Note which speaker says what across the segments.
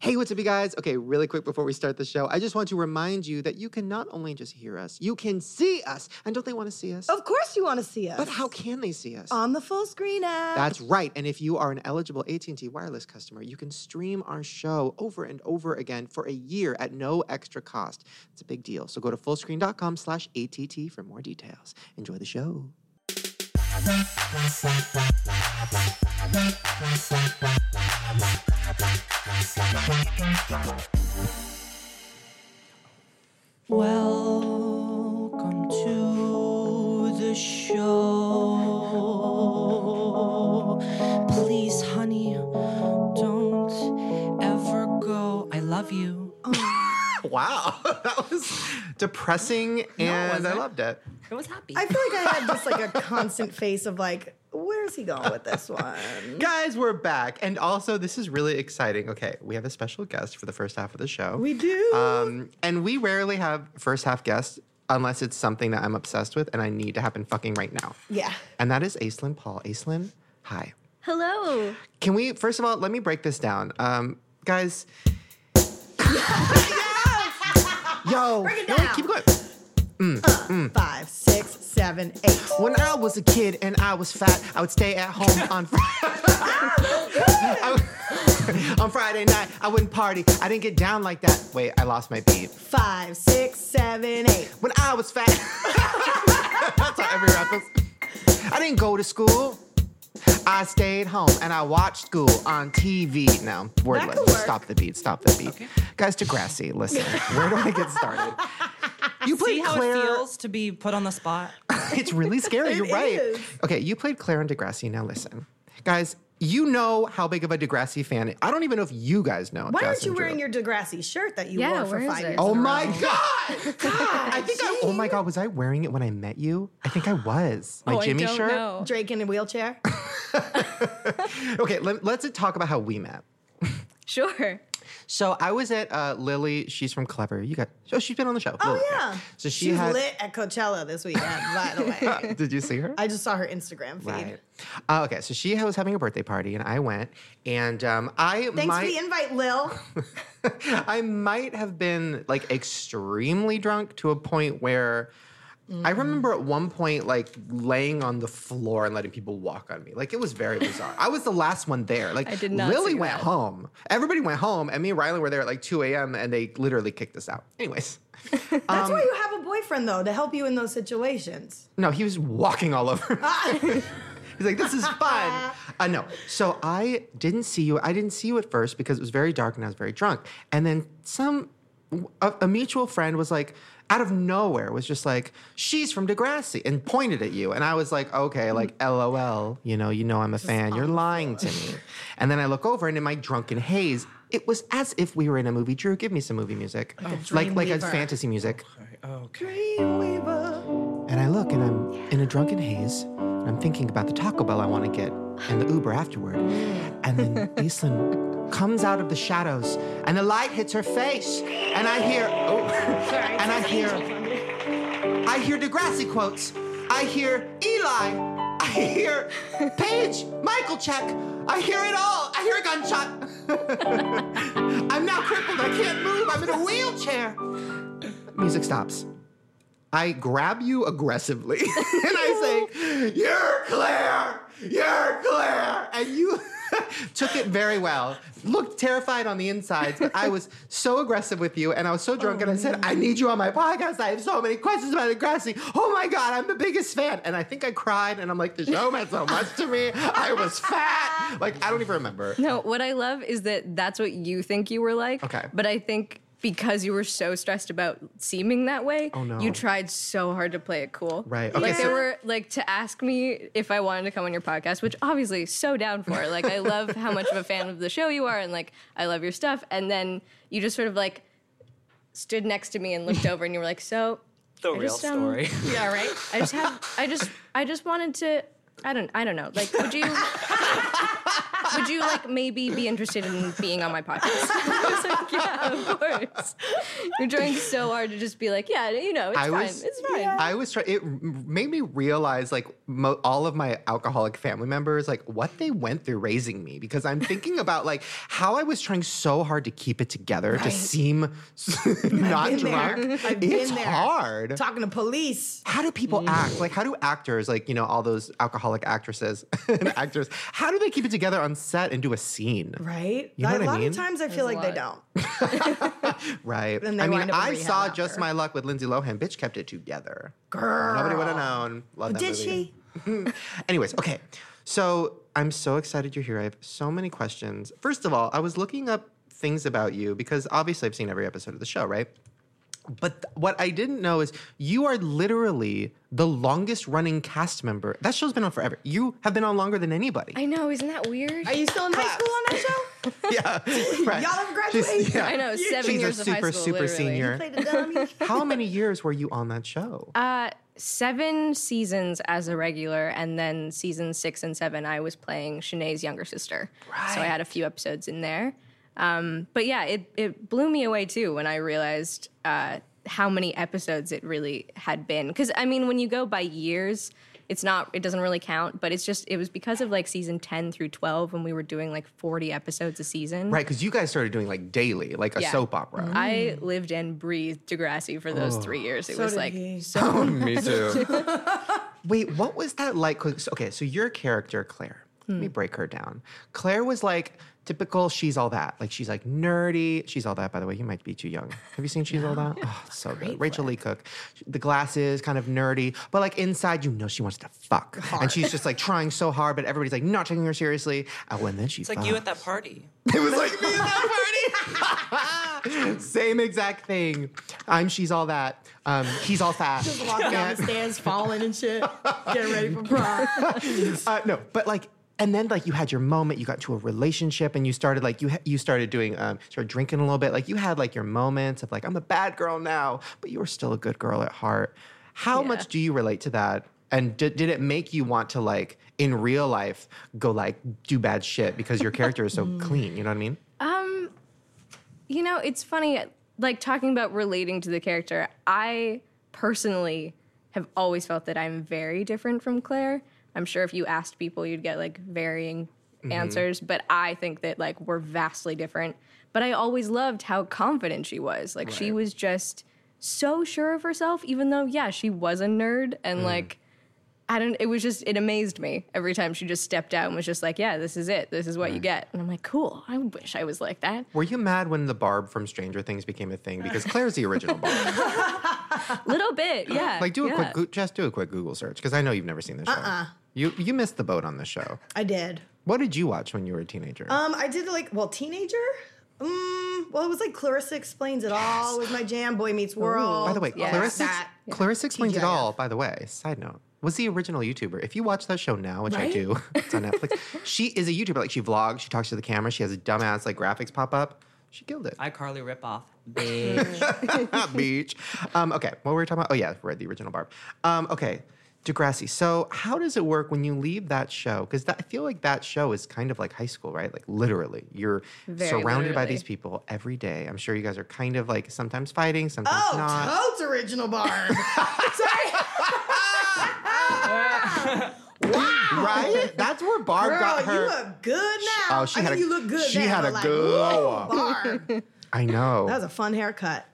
Speaker 1: Hey, what's up, you guys? Okay, really quick before we start the show, I just want to remind you that you can not only just hear us, you can see us. And don't they want to see us?
Speaker 2: Of course you want to see us.
Speaker 1: But how can they see us?
Speaker 2: On the full screen app.
Speaker 1: That's right. And if you are an eligible AT&T wireless customer, you can stream our show over and over again for a year at no extra cost. It's a big deal. So go to fullscreen.com slash ATT for more details. Enjoy the show.
Speaker 3: Welcome to the show. Please, honey, don't ever go. I love you.
Speaker 1: Wow. that was depressing and I
Speaker 3: wasn't.
Speaker 1: loved it.
Speaker 3: I was happy.
Speaker 2: I feel like I had just like a constant face of like, where's he going with this one?
Speaker 1: Guys, we're back. And also, this is really exciting. Okay, we have a special guest for the first half of the show.
Speaker 2: We do.
Speaker 1: Um, and we rarely have first half guests unless it's something that I'm obsessed with and I need to happen fucking right now.
Speaker 2: yeah.
Speaker 1: And that is Aislinn Paul. Aislinn, hi.
Speaker 4: Hello.
Speaker 1: Can we, first of all, let me break this down. Um, guys. Yo,
Speaker 4: it
Speaker 1: no, wait,
Speaker 4: down.
Speaker 1: keep going. hmm.
Speaker 2: Five, six, seven, eight.
Speaker 1: When I was a kid and I was fat, I would stay at home on I would- on Friday night. I wouldn't party. I didn't get down like that. Wait, I lost my beat.
Speaker 2: Five, six, seven, eight.
Speaker 1: When I was fat. That's how every rapper. I didn't go to school. I stayed home and I watched school on TV. Now, wordless.
Speaker 2: could work.
Speaker 1: Stop the beat. Stop the beat. Guys, Degrassi, listen. Where do I get started? You
Speaker 3: See
Speaker 1: played
Speaker 3: how
Speaker 1: Claire.
Speaker 3: it feels to be put on the spot.
Speaker 1: It's really scary. You're right.
Speaker 2: is.
Speaker 1: Okay, you played Claire and Degrassi. Now listen, guys, you know how big of a Degrassi fan. I don't even know if you guys know.
Speaker 2: Why aren't you wearing your Degrassi shirt that you
Speaker 4: Yeah,
Speaker 2: wore for
Speaker 4: where is
Speaker 2: five
Speaker 4: it?
Speaker 2: years?
Speaker 1: Oh my god! I think I, oh my god, was I wearing it when I met you? I think I was. My
Speaker 4: Oh, I
Speaker 1: Jimmy
Speaker 4: don't
Speaker 1: shirt.
Speaker 4: know.
Speaker 2: Drake in a wheelchair.
Speaker 1: Okay, let, let's talk about how we met.
Speaker 4: Sure.
Speaker 1: So I was at uh, Lily. She's from Clever. You got. Oh, she's been on the show.
Speaker 2: Oh
Speaker 1: Lily.
Speaker 2: yeah.
Speaker 1: So she
Speaker 2: She's
Speaker 1: had.
Speaker 2: lit at Coachella this weekend, by the way.
Speaker 1: Did you see her?
Speaker 2: I just saw her Instagram feed.
Speaker 1: Right. Uh, okay, so she was having a birthday party, and I went, and um, I
Speaker 2: Thanks
Speaker 1: my,
Speaker 2: for the invite, Lil.
Speaker 1: I might have been like extremely drunk to a point where I
Speaker 4: Mm.
Speaker 1: remember at one point like laying on the floor and letting people walk on me. Like it was very bizarre. I was the last one there. Like
Speaker 4: I did not
Speaker 1: Lily
Speaker 4: see
Speaker 1: went
Speaker 4: that.
Speaker 1: home. Everybody went home, and me and Riley were there at like 2 a.m. and they literally kicked us out. Anyways,
Speaker 2: That's
Speaker 1: Um,
Speaker 2: why you have a boyfriend though, to help you in those situations.
Speaker 1: no, he was walking all over. me. He's like, this is fun. Uh, no. So I didn't see you. I didn't see you at first because it was very dark and I was very drunk. And then some, a, a mutual friend was like, out of nowhere, was just like, she's from Degrassi and pointed at you. And I was like, okay, like, lol, you know, you know I'm a fan. You're lying to me. And then I look over and in my drunken haze, it was as if we were in a movie. Drew, give me some movie music. like like a
Speaker 2: Dreamweaver.
Speaker 1: fantasy music.
Speaker 2: Dreamweaver.
Speaker 1: And I look and I'm in a drunken haze. And I'm thinking about the Taco Bell I want to get and the Uber afterward. And then Aislinn comes out of the shadows and the light hits her face. And I hear, oh, and I hear, I hear Degrassi quotes. I hear Eli. I hear Paige, Michael check. I hear it all. I hear a gunshot. I'm now crippled. I can't move. I'm in a wheelchair. Music stops. I grab you aggressively and I say, You're Claire! You're Claire! And you took it very well. Looked terrified on the insides, but I was so aggressive with you and I was so drunk and I said, I need you on my podcast. I have so many questions about Degrassi. Oh my God, I'm the biggest fan. And I think I cried and I'm like, The show meant so much to me. I was fat. Like, I don't even remember.
Speaker 4: No, what I love is that that's what you think you were like.
Speaker 1: Okay.
Speaker 4: But I think because you were so stressed about seeming that way,
Speaker 1: Oh, no.
Speaker 4: you tried so hard to play it cool.
Speaker 1: Right. Okay,
Speaker 4: Like
Speaker 1: so-
Speaker 4: there were like to ask me if I wanted to come on your podcast, which obviously so down for. Like I love how much of a fan of the show you are and like I love your stuff. And then you just sort of like stood next to me and looked over and you were like, So
Speaker 3: The
Speaker 4: I just, um, yeah, right. I just have I just I just wanted to I don't I don't know. Like would you would you like maybe be interested in being on my podcast? I was like, yeah, of course. You're trying so hard to just be like, yeah, you know, it's
Speaker 1: I
Speaker 4: fine.
Speaker 1: was-
Speaker 4: it's fine.
Speaker 1: I was trying. It m- made me realize, like, mo- all of my alcoholic family members, like, what they went through raising me. Because I'm thinking about like how I was trying so hard to keep it together to
Speaker 2: Right.
Speaker 1: seem not
Speaker 2: been there.
Speaker 1: drunk.
Speaker 2: I've been
Speaker 1: It's
Speaker 2: there. Mm.
Speaker 1: hard.
Speaker 2: Talking to police.
Speaker 1: How do people act? Like, how do actors, like, you know, all those alcoholic actresses and actors, how do they keep it together on set and do a scene?
Speaker 2: Right?
Speaker 1: You know
Speaker 2: a
Speaker 1: what I
Speaker 2: lot
Speaker 1: mean?
Speaker 2: of times I feel
Speaker 4: There's a
Speaker 2: like they
Speaker 4: lot.
Speaker 2: don't.
Speaker 1: Right.
Speaker 2: And they
Speaker 1: I mean,
Speaker 2: wind up in
Speaker 1: I
Speaker 2: rehab
Speaker 1: saw Just
Speaker 2: after.
Speaker 1: My Luck with Lindsay Lohan. Bitch kept it together.
Speaker 2: Girl.
Speaker 1: Nobody would have known. Love that
Speaker 2: Did
Speaker 1: movie.
Speaker 2: she?
Speaker 1: Anyways, okay. So I'm so excited you're here. I have so many questions. First of all, I was looking up things about you because obviously I've seen every episode of the show, right? But th- what I didn't know is you are literally the longest running cast member. That show's been on forever. You have been on longer than anybody.
Speaker 4: I know, isn't that weird?
Speaker 2: Are you still in high school on that show?
Speaker 1: yeah. Right.
Speaker 2: Y'all have
Speaker 1: She's-
Speaker 2: graduated?
Speaker 1: yeah.
Speaker 4: I know, seven
Speaker 1: She's
Speaker 4: years
Speaker 1: a
Speaker 4: of high
Speaker 1: super,
Speaker 4: school,
Speaker 1: super
Speaker 4: literally.
Speaker 1: senior.
Speaker 2: Played a dummy.
Speaker 1: How many years were you on that show?
Speaker 4: Uh, seven seasons as a regular, and then season six and seven, I was playing Shanae's younger sister. So I had a few episodes in there. Um, but yeah, it, it blew me away too when I realized uh, how many episodes it really had been. Because, I mean, when you go by years, it's not, it doesn't really count, but it's just, it was because of like season 10 through 12 when we were doing like 40 episodes a season.
Speaker 1: right, because you guys started doing like daily, like a
Speaker 4: Yeah.
Speaker 1: soap opera.
Speaker 4: I lived and breathed Degrassi for those three years. It was
Speaker 2: did
Speaker 4: like
Speaker 2: he.
Speaker 4: so
Speaker 1: Me too. Wait, what was that like? 'Cause- Okay, so your character, Claire, let
Speaker 3: Hmm.
Speaker 1: me break her down. Claire was like typical, she's all that. Like, she's like nerdy. She's all that, by the way. You might be too young. Have you seen She's All That? Oh, it's so good. Rachel Lee Cook. The glasses, kind of nerdy, but like inside, you know, she wants to fuck. And she's just like trying so hard, but everybody's like not taking her seriously. Oh, and then she
Speaker 3: It's like you at that party.
Speaker 1: it was like me at that party. Same exact thing. I'm she's all that. Um, he's all fat.
Speaker 2: Walking down the
Speaker 1: And-
Speaker 2: stairs, falling and shit, getting ready for prom.
Speaker 1: uh, no, but like, and then like you had your moment. You got to a relationship, and you started like you ha- you started doing um, started drinking a little bit. Like you had like your moments of like I'm a bad girl now, but you were still a good girl at heart. How
Speaker 4: Yeah.
Speaker 1: much do you relate to that? And did, did it make you want to like in real life go like do bad shit because your character is so clean? You know what I mean?
Speaker 4: you know, it's funny, like talking about relating to the character, I personally have always felt that I'm very different from Claire. I'm sure if you asked people, you'd get like varying answers, but I think that like we're vastly different. But I always loved how confident she was. Like she was just so sure of herself, even though, yeah, she was a nerd and like I don't. It was just. It amazed me every time she just stepped out and was just like, "Yeah, this is it. This is what you get." And I'm like, "Cool. I wish I was like that."
Speaker 1: Were you mad when the Barb from Stranger Things became a thing? Because Claire's the original Barb.
Speaker 4: little bit, yeah.
Speaker 1: Like, do a
Speaker 4: yeah. Uh-uh.
Speaker 1: quick Goo- just do a quick Google search because I know you've never seen the show. You you missed the boat on the show.
Speaker 2: I did.
Speaker 1: What did you watch when you were a teenager?
Speaker 2: Um, I did like well, teenager. Mm, well, it was like Clarissa explains it all. It was my jam. Boy Meets World.
Speaker 1: by the way,
Speaker 4: yeah.
Speaker 1: Clarissa,
Speaker 2: that.
Speaker 1: Clarissa explains it
Speaker 2: TGIF.
Speaker 1: all. By the way, side note. Was the original YouTuber. If you watch that show now, which I
Speaker 2: Right?
Speaker 1: do, it's on Netflix. she is a YouTuber. Like she vlogs, she talks to the camera, she has a dumbass like graphics pop up. She killed it.
Speaker 3: iCarly ripoff. Bitch.
Speaker 1: Beach. Um, okay, what were we talking about? Oh yeah, read the original Barb. Um, okay, Degrassi. So how does it work when you leave that show? Because I feel like that show is kind of like high school, right? Like literally, you're
Speaker 4: Very
Speaker 1: surrounded by
Speaker 4: literally.
Speaker 1: these people every day. I'm sure you guys are kind of like sometimes fighting, sometimes
Speaker 2: Oh,
Speaker 1: not.
Speaker 2: Toad's original barb. Sorry.
Speaker 1: Right? That's where Barb got
Speaker 2: Girl,
Speaker 1: her.
Speaker 2: you look good now.
Speaker 1: oh, she
Speaker 2: I
Speaker 1: had
Speaker 2: mean,
Speaker 1: a-
Speaker 2: you look good.
Speaker 1: she
Speaker 2: then,
Speaker 1: had
Speaker 2: but,
Speaker 1: a
Speaker 2: like,
Speaker 1: glow
Speaker 2: whoa,
Speaker 1: up.
Speaker 2: Barb. That
Speaker 1: I know.
Speaker 2: was a fun haircut.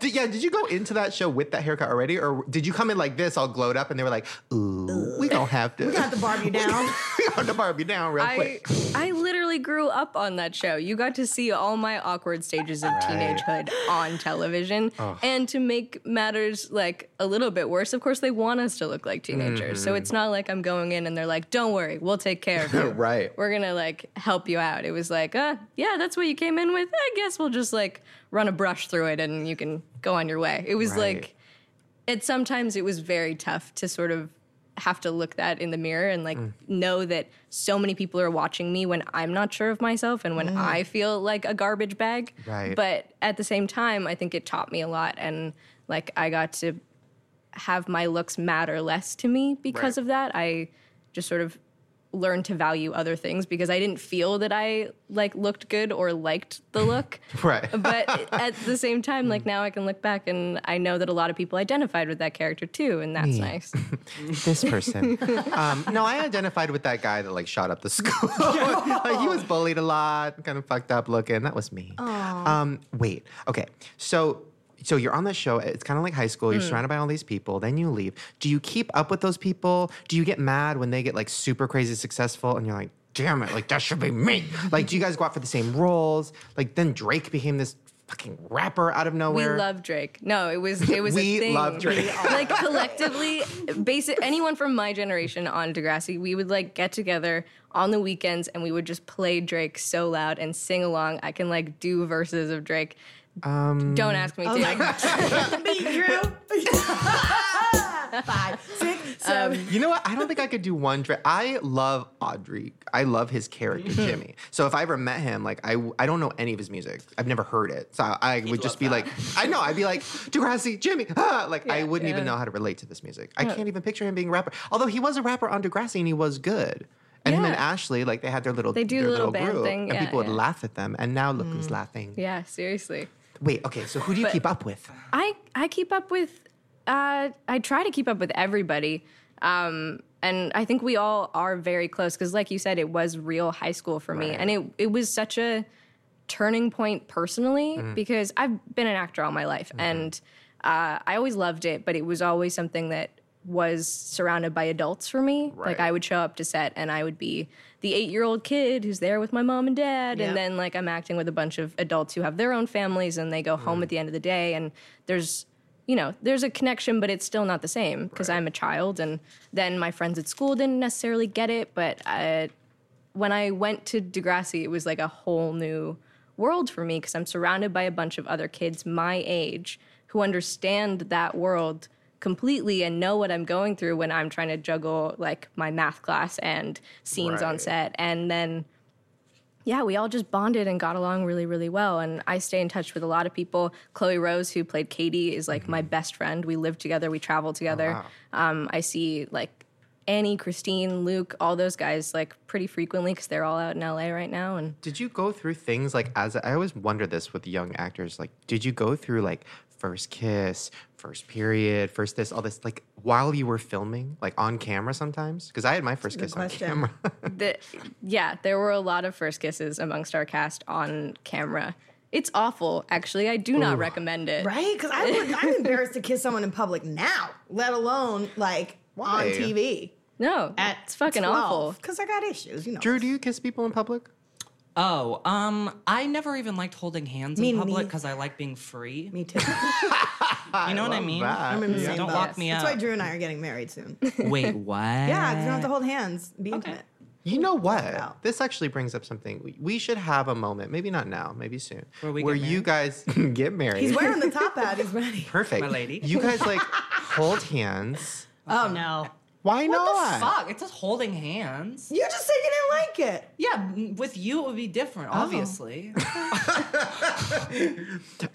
Speaker 1: Did- yeah, did you go into that show with that haircut already? Or did you come in like this, all glowed up, and they were like, ooh, we don't have to.
Speaker 2: We got to barb you down.
Speaker 1: we got to Barb you down real
Speaker 4: I
Speaker 1: quick.
Speaker 4: I literally grew up on that show. You got to see all my awkward stages of teenagehood on television. And to make matters like a little bit worse, of course, they want us to look like teenagers.
Speaker 1: Mm-hmm.
Speaker 4: So it's not like I'm going in and they're like, "Don't worry, we'll take care of you."
Speaker 1: Right.
Speaker 4: We're gonna like help you out. It was like, uh, yeah, that's what you came in with. I guess we'll just like run a brush through it and you can go on your way. It was
Speaker 1: Right.
Speaker 4: like it sometimes it was very tough to sort of have to look that in the mirror and
Speaker 1: Mm.
Speaker 4: like know that so many people are watching me when I'm not sure of myself and when I feel like a garbage bag.
Speaker 1: Mm. Right.
Speaker 4: But at the same time, I think it taught me a lot and like I got to have my looks matter less to me because
Speaker 1: Right.
Speaker 4: of that. I just sort of learn to value other things because I didn't feel that I like looked good or liked the look.
Speaker 1: Right.
Speaker 4: But at the same time, like now I can look back and I know that a lot of people identified with that character too, and
Speaker 1: Mm.
Speaker 4: that's nice.
Speaker 1: this person. um, no, I identified with that guy that like shot up the school. like he was bullied a lot, kind of fucked up looking. That was me. Um, wait. Okay. So so you're on the show. It's kind of like high school. You're surrounded by all these people. Then you leave. Do you keep up with those people? Do you get mad when they get like super crazy successful and you're like, damn it, like that should be me? Like, do you guys go out for the same roles? Like then Drake became this fucking rapper out of
Speaker 4: We
Speaker 1: nowhere.
Speaker 4: love Drake. No, it was it was
Speaker 1: We
Speaker 4: a thing.
Speaker 1: love Drake. We
Speaker 4: like collectively, basic anyone from my generation on Degrassi, we would like get together on the weekends and we would just play Drake so loud and sing along. I can like do verses of Drake.
Speaker 1: Um,
Speaker 4: Don't ask me to.
Speaker 2: Me, Drew. Five, six, seven.
Speaker 1: You know what? I don't think I could do one Drake. I love Audrey. I love his character, Jimmy. So if I ever met him, like I, I don't know any of his music. I've never heard it. So I would just
Speaker 3: love
Speaker 1: be
Speaker 3: that.
Speaker 1: like, I know. I'd be like, Degrassi, Jimmy. Ah! Like I
Speaker 4: Yeah,
Speaker 1: wouldn't even
Speaker 4: yeah.
Speaker 1: know how to relate to this music. I can't even picture him being a rapper. Although he was a rapper on Degrassi and he was good. And him and
Speaker 4: Yeah.
Speaker 1: Ashley, like they had their little,
Speaker 4: They do
Speaker 1: their
Speaker 4: little band
Speaker 1: group,
Speaker 4: thing.
Speaker 1: and
Speaker 4: Yeah,
Speaker 1: people would
Speaker 4: yeah. Mm.
Speaker 1: laugh at them. And now look who's laughing.
Speaker 4: yeah, seriously.
Speaker 1: Wait, okay. So who do you
Speaker 4: But-
Speaker 1: keep up with?
Speaker 4: I I keep up with uh, I try to keep up with everybody. Um, and I think we all are very close because like you said, it was real high school for me.
Speaker 1: Right.
Speaker 4: And it it was such a turning point personally
Speaker 1: Mm-hmm.
Speaker 4: because I've been an actor all my life and uh, I always loved it, but it was always something that was surrounded by adults for me.
Speaker 1: Right.
Speaker 4: Like I would show up to set and I would be the eight year old kid who's there with my mom and dad.
Speaker 2: Yeah.
Speaker 4: And then like I'm acting with a bunch of adults who have their own families and they go home at the end of the day. And there's, you know, there's a connection, but it's still not the same because I'm a child. And then my friends at school didn't necessarily get it. But I, when I went to Degrassi, it was like a whole new world for me because I'm surrounded by a bunch of other kids my age who understand that world completely and know what I'm going through when I'm trying to juggle like my math class and scenes on
Speaker 1: Right.
Speaker 4: set. And then, yeah, we all just bonded and got along really, really well. And I stay in touch with a lot of people. Chloe Rose, who played Katie, is like my best friend. We live together, we travel together. um, I see like Annie, Christine, Luke, all those guys like pretty frequently because they're all out in LA right now. And
Speaker 1: Did you go through things like as I always wonder this with young actors, like did you go through like first kiss, first period, first this, all this, like while you were filming, like on camera sometimes? Because I had my first kiss on
Speaker 2: question.
Speaker 1: camera.
Speaker 4: the, yeah, there were a lot of first kisses amongst our cast on camera. It's awful, actually. I do not recommend it.
Speaker 2: Right? Because I would, I'm embarrassed to kiss someone in public now, let alone like
Speaker 1: Why?
Speaker 2: on TV.
Speaker 4: No,
Speaker 2: At
Speaker 4: it's fucking awful.
Speaker 2: Because I got issues, you know.
Speaker 1: Drew, do you kiss people in public?
Speaker 3: Oh, um, I never even liked holding hands
Speaker 2: Me
Speaker 3: in public
Speaker 2: neither.
Speaker 3: because I like being free.
Speaker 2: Me too.
Speaker 3: you know what I mean?
Speaker 1: That.
Speaker 2: I'm in the
Speaker 1: yeah.
Speaker 2: same
Speaker 3: Don't
Speaker 2: boat.
Speaker 3: lock me
Speaker 2: That's
Speaker 3: up.
Speaker 2: why Drew and I are getting married soon.
Speaker 3: Wait, what?
Speaker 2: yeah, because you don't have to hold hands. Be intimate.
Speaker 1: You know what?
Speaker 2: out.
Speaker 1: This actually brings up something. We, we should have a moment, maybe not now, maybe soon,
Speaker 3: Where we get
Speaker 1: you guys get married.
Speaker 2: He's wearing the top hat. He's ready.
Speaker 1: Perfect.
Speaker 3: My lady.
Speaker 1: You guys like hold hands.
Speaker 2: Oh, no.
Speaker 1: Why
Speaker 3: What
Speaker 1: not?
Speaker 3: the fuck? It's just holding hands.
Speaker 2: You just said you didn't like it.
Speaker 3: Yeah, m- with you it would be different,
Speaker 1: Oh.
Speaker 3: obviously.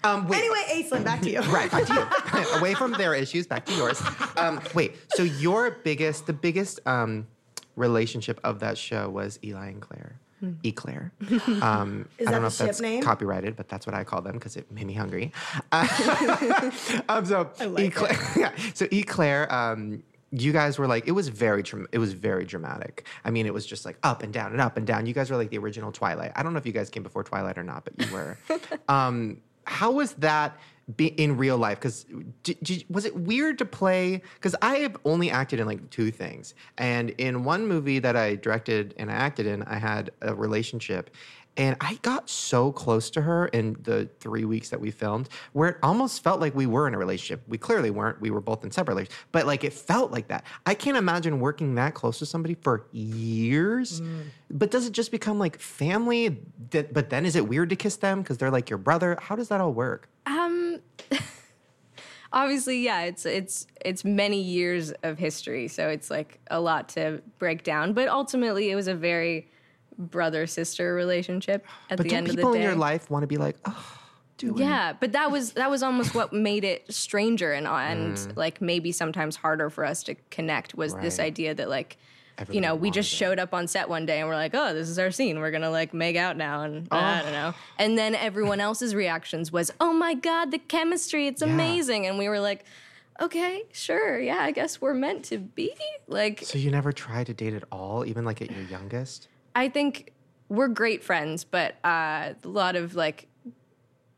Speaker 1: Um, wait,
Speaker 2: Anyway, Aislinn, back to you.
Speaker 1: Right, back to you. Away from their issues, back to yours. Um, wait, so your biggest, the biggest um, relationship of that show was Eli and Claire. Eclair. Um,
Speaker 2: Hmm.
Speaker 1: I
Speaker 2: Is that
Speaker 1: don't
Speaker 2: the
Speaker 1: know if
Speaker 2: ship
Speaker 1: that's
Speaker 2: name?
Speaker 1: copyrighted, but that's what I call them because it made me hungry. Uh, um, so
Speaker 2: like it.
Speaker 1: Eclair, yeah. So Eclair, um, you guys were like it was very dram- it was very dramatic. I mean, it was just like up and down and up and down. You guys were like the original Twilight. I don't know if you guys came before Twilight or not, but you were. um, how was that be- in real life? Because was it weird to play? Because I have only acted in like two things, and in one movie that I directed and I acted in, I had a relationship. And I got so close to her in the three weeks that we filmed, where it almost felt like we were in a relationship. We clearly weren't. We were both in separate relationships, but like it felt like that. I can't imagine working that close to somebody for years.
Speaker 4: Mm.
Speaker 1: But does it just become like family? Th- But then is it weird to kiss them because they're like your brother? How does that all work?
Speaker 4: obviously yeah it's it's it's many years of history so it's like a lot to break down but ultimately it was a very brother sister relationship at
Speaker 1: But
Speaker 4: the
Speaker 1: do
Speaker 4: end of the
Speaker 1: people
Speaker 4: day
Speaker 1: in your life want to be like, oh, do it?
Speaker 4: yeah but that was that was almost what made it stranger and and like maybe sometimes harder for us to connect was this
Speaker 1: Mm. Right.
Speaker 4: idea that like you know,
Speaker 1: Everybody
Speaker 4: we just
Speaker 1: wanted it.
Speaker 4: showed up on set one day and we're like, oh, this is our scene. We're gonna like make out now, and
Speaker 1: Oh.
Speaker 4: I don't know. And then everyone else's reactions was, oh my god, the chemistry, it's amazing. And we were like, okay, sure, yeah, I guess we're meant to be. Like,
Speaker 1: So you never tried to date at all, even like at your youngest?
Speaker 4: I think we're great friends, but uh, a lot of like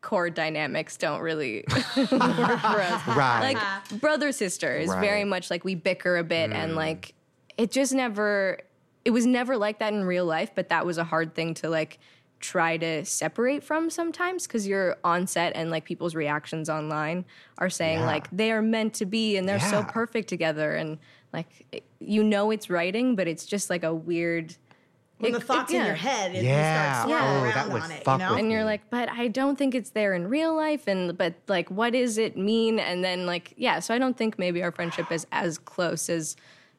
Speaker 4: core dynamics don't really work for us.
Speaker 1: Right.
Speaker 4: Like brother sister is very
Speaker 1: Right. Mm.
Speaker 4: much like we bicker a bit and like it just never it was never like that in real life, but that was a hard thing to like try to separate from sometimes because you're on set and like people's reactions online are saying
Speaker 1: Yeah.
Speaker 4: like they are meant to be and they're so
Speaker 1: Yeah.
Speaker 4: perfect together and like it- you know it's writing but it's just like a weird
Speaker 2: When the
Speaker 4: it- it-
Speaker 2: thought's in
Speaker 4: yeah.
Speaker 2: your head, and
Speaker 1: Yeah.
Speaker 2: you start swirling
Speaker 4: Yeah.
Speaker 1: Oh, that
Speaker 2: around
Speaker 1: would
Speaker 2: on it,
Speaker 1: fuck
Speaker 2: you know?
Speaker 1: with
Speaker 4: and
Speaker 1: me.
Speaker 4: you're like but i don't think it's there in real life and but like what does it mean and then like yeah so i don't think maybe our friendship is as close as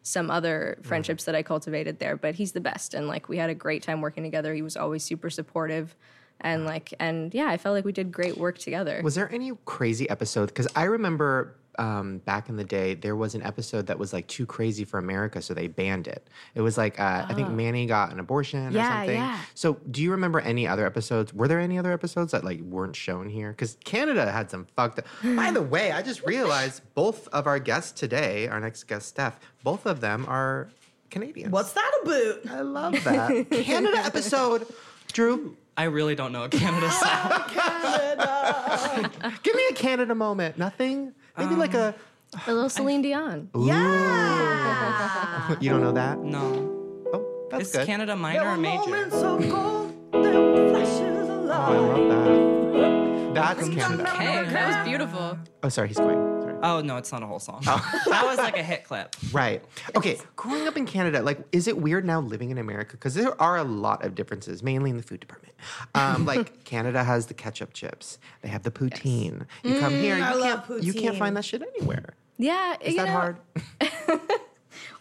Speaker 4: some other friendships that i cultivated there but he's the best and like we had a great time working together he was always super supportive and like and yeah i felt like we did great work together
Speaker 1: Was there any crazy episode? Because I remember um, back in the day, there was an episode that was like too crazy for America, so they banned it. It was like uh, I think Manny got an abortion or
Speaker 4: Oh. Yeah,
Speaker 1: something.
Speaker 4: yeah.
Speaker 1: So, do you remember any other episodes? Were there any other episodes that like weren't shown here? Because Canada had some fucked up. By the way, I just realized both of our guests today, our next guest Steph, both of them are Canadians.
Speaker 2: What's that about?
Speaker 1: I love that Canada episode. Drew,
Speaker 3: I really don't know what Canada said.
Speaker 1: give me a Canada moment. Nothing. Maybe like a.
Speaker 4: a little celine dion
Speaker 2: Yeah.
Speaker 1: You don't know that?
Speaker 3: No.
Speaker 1: Oh, that's
Speaker 3: Is
Speaker 1: good.
Speaker 3: mm, Canada minor or major?
Speaker 2: of gold, there were flashes of
Speaker 1: Oh, I
Speaker 2: light.
Speaker 1: love that. That's Canada.
Speaker 3: Canada.
Speaker 4: that was beautiful
Speaker 1: Oh, sorry, he's going. Sorry.
Speaker 3: Oh no, it's not a whole song.
Speaker 1: Oh.
Speaker 3: that was like a hit clip.
Speaker 1: Right. Okay. Growing up in Canada, like, is it weird now living in America? Because there are a lot of differences, mainly in the food department. Um, like, Canada has the ketchup chips. They have the poutine. You come here, you
Speaker 2: I
Speaker 1: can't,
Speaker 2: love
Speaker 1: you can't
Speaker 2: poutine.
Speaker 1: find that shit anywhere.
Speaker 4: yeah
Speaker 1: Is that hard?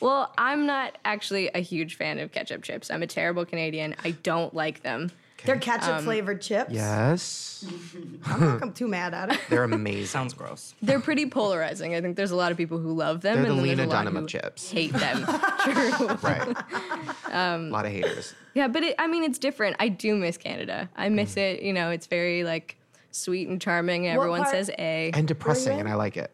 Speaker 4: Well, I'm not actually a huge fan of ketchup chips. I'm a terrible Canadian. I don't like them.
Speaker 2: They're ketchup flavored chips.
Speaker 1: Yes.
Speaker 2: I'm not gonna- too mad at it.
Speaker 1: They're amazing.
Speaker 3: Sounds gross.
Speaker 4: They're pretty polarizing. I think there's a lot of people who love them,
Speaker 1: They're
Speaker 4: and
Speaker 1: the
Speaker 4: then
Speaker 1: Lena
Speaker 4: there's a lot
Speaker 1: Dunham
Speaker 4: who
Speaker 1: of chips.
Speaker 4: hate them. True.
Speaker 1: right. a lot of haters.
Speaker 4: Yeah, but it, I mean, it's different. I do miss Canada. I
Speaker 1: Mm.
Speaker 4: miss it. You know, it's very like sweet and charming. And
Speaker 2: What
Speaker 4: everyone
Speaker 2: part-
Speaker 4: says a.
Speaker 1: and depressing, and I like it.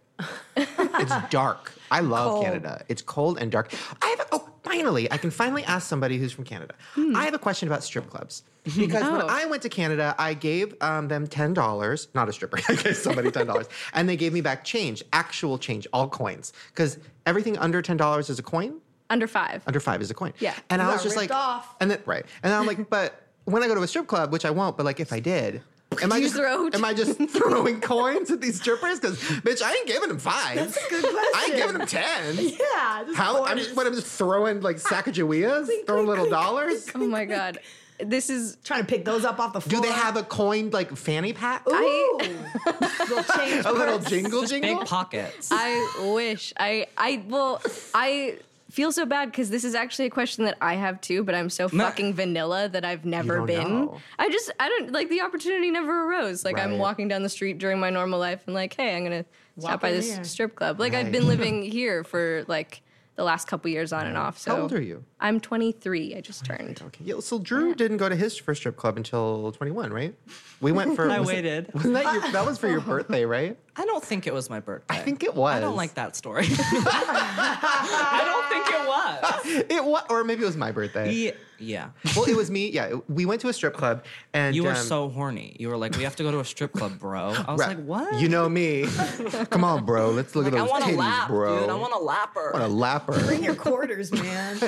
Speaker 1: it's dark. I love Canada. It's cold and dark. I have oh, finally, I can finally ask somebody who's from Canada. I have a question about strip clubs because when
Speaker 4: Oh.
Speaker 1: I went to Canada, I gave um, them ten dollars, not a stripper. I gave somebody ten dollars, and they gave me back change, actual change, all coins, because everything under ten dollars is a coin
Speaker 4: Under five.
Speaker 1: under five is a coin.
Speaker 4: Yeah.
Speaker 1: And I
Speaker 2: You
Speaker 1: was
Speaker 2: got
Speaker 1: just
Speaker 2: ripped
Speaker 1: like,
Speaker 2: off.
Speaker 1: and then right, and I'm like, but when I go to a strip club, which I won't, but like if I did. Am I
Speaker 4: You
Speaker 1: just
Speaker 4: throw-
Speaker 1: am I just throwing coins at these strippers? Because bitch, I ain't giving them five.
Speaker 2: That's a good
Speaker 1: I ain't
Speaker 2: question.
Speaker 1: giving them ten.
Speaker 2: Yeah. just
Speaker 1: How I'm
Speaker 2: gorgeous.
Speaker 1: just what I'm just throwing like Sacagaweas, throwing little dollars.
Speaker 4: Oh my god, this is
Speaker 2: trying to pick those up off the
Speaker 1: Do
Speaker 2: floor.
Speaker 1: they have a coin like fanny pack?
Speaker 2: Ooh. Little change
Speaker 1: a little
Speaker 2: purse.
Speaker 1: jingle jingle.
Speaker 3: Big pockets.
Speaker 4: I wish I I well I feel so bad because this is actually a question that I have too, but I'm so
Speaker 3: No.
Speaker 4: fucking vanilla that I've never
Speaker 1: don't
Speaker 4: been.
Speaker 1: know.
Speaker 4: I just I don't like the opportunity never arose. Like I'm
Speaker 1: Right.
Speaker 4: walking down the street during my normal life and like, hey, I'm gonna
Speaker 2: Walk
Speaker 4: stop by
Speaker 2: over
Speaker 4: this
Speaker 2: here.
Speaker 4: strip club. Like I've
Speaker 1: Right.
Speaker 4: been living here for like the last couple years on and off. So
Speaker 1: How old are you?
Speaker 4: I'm 23. I just turned.
Speaker 1: Okay. Yeah, so Drew didn't go to his first strip club until 21, right? We went for.
Speaker 3: I
Speaker 1: was it-
Speaker 3: waited.
Speaker 1: wasn't that your, that was for your birthday, right?
Speaker 3: I don't think it was my birthday.
Speaker 1: I think it was.
Speaker 3: I don't like that story. I don't think it was.
Speaker 1: It was, or maybe it was my birthday.
Speaker 3: Ye- Yeah.
Speaker 1: Well, it was me. Yeah, it- we went to a strip club, and
Speaker 3: You were
Speaker 1: um,
Speaker 3: so horny. You were like, we have to go to a strip club, bro. I was
Speaker 1: right.
Speaker 3: like, what?
Speaker 1: You know me. Come on, bro. Let's look
Speaker 3: like,
Speaker 1: at
Speaker 3: I
Speaker 1: those
Speaker 3: want a
Speaker 1: titties,
Speaker 3: lap,
Speaker 1: bro.
Speaker 3: dude. I want a lapper.
Speaker 1: I want a
Speaker 2: Bring
Speaker 1: lapper.
Speaker 2: your quarters, man.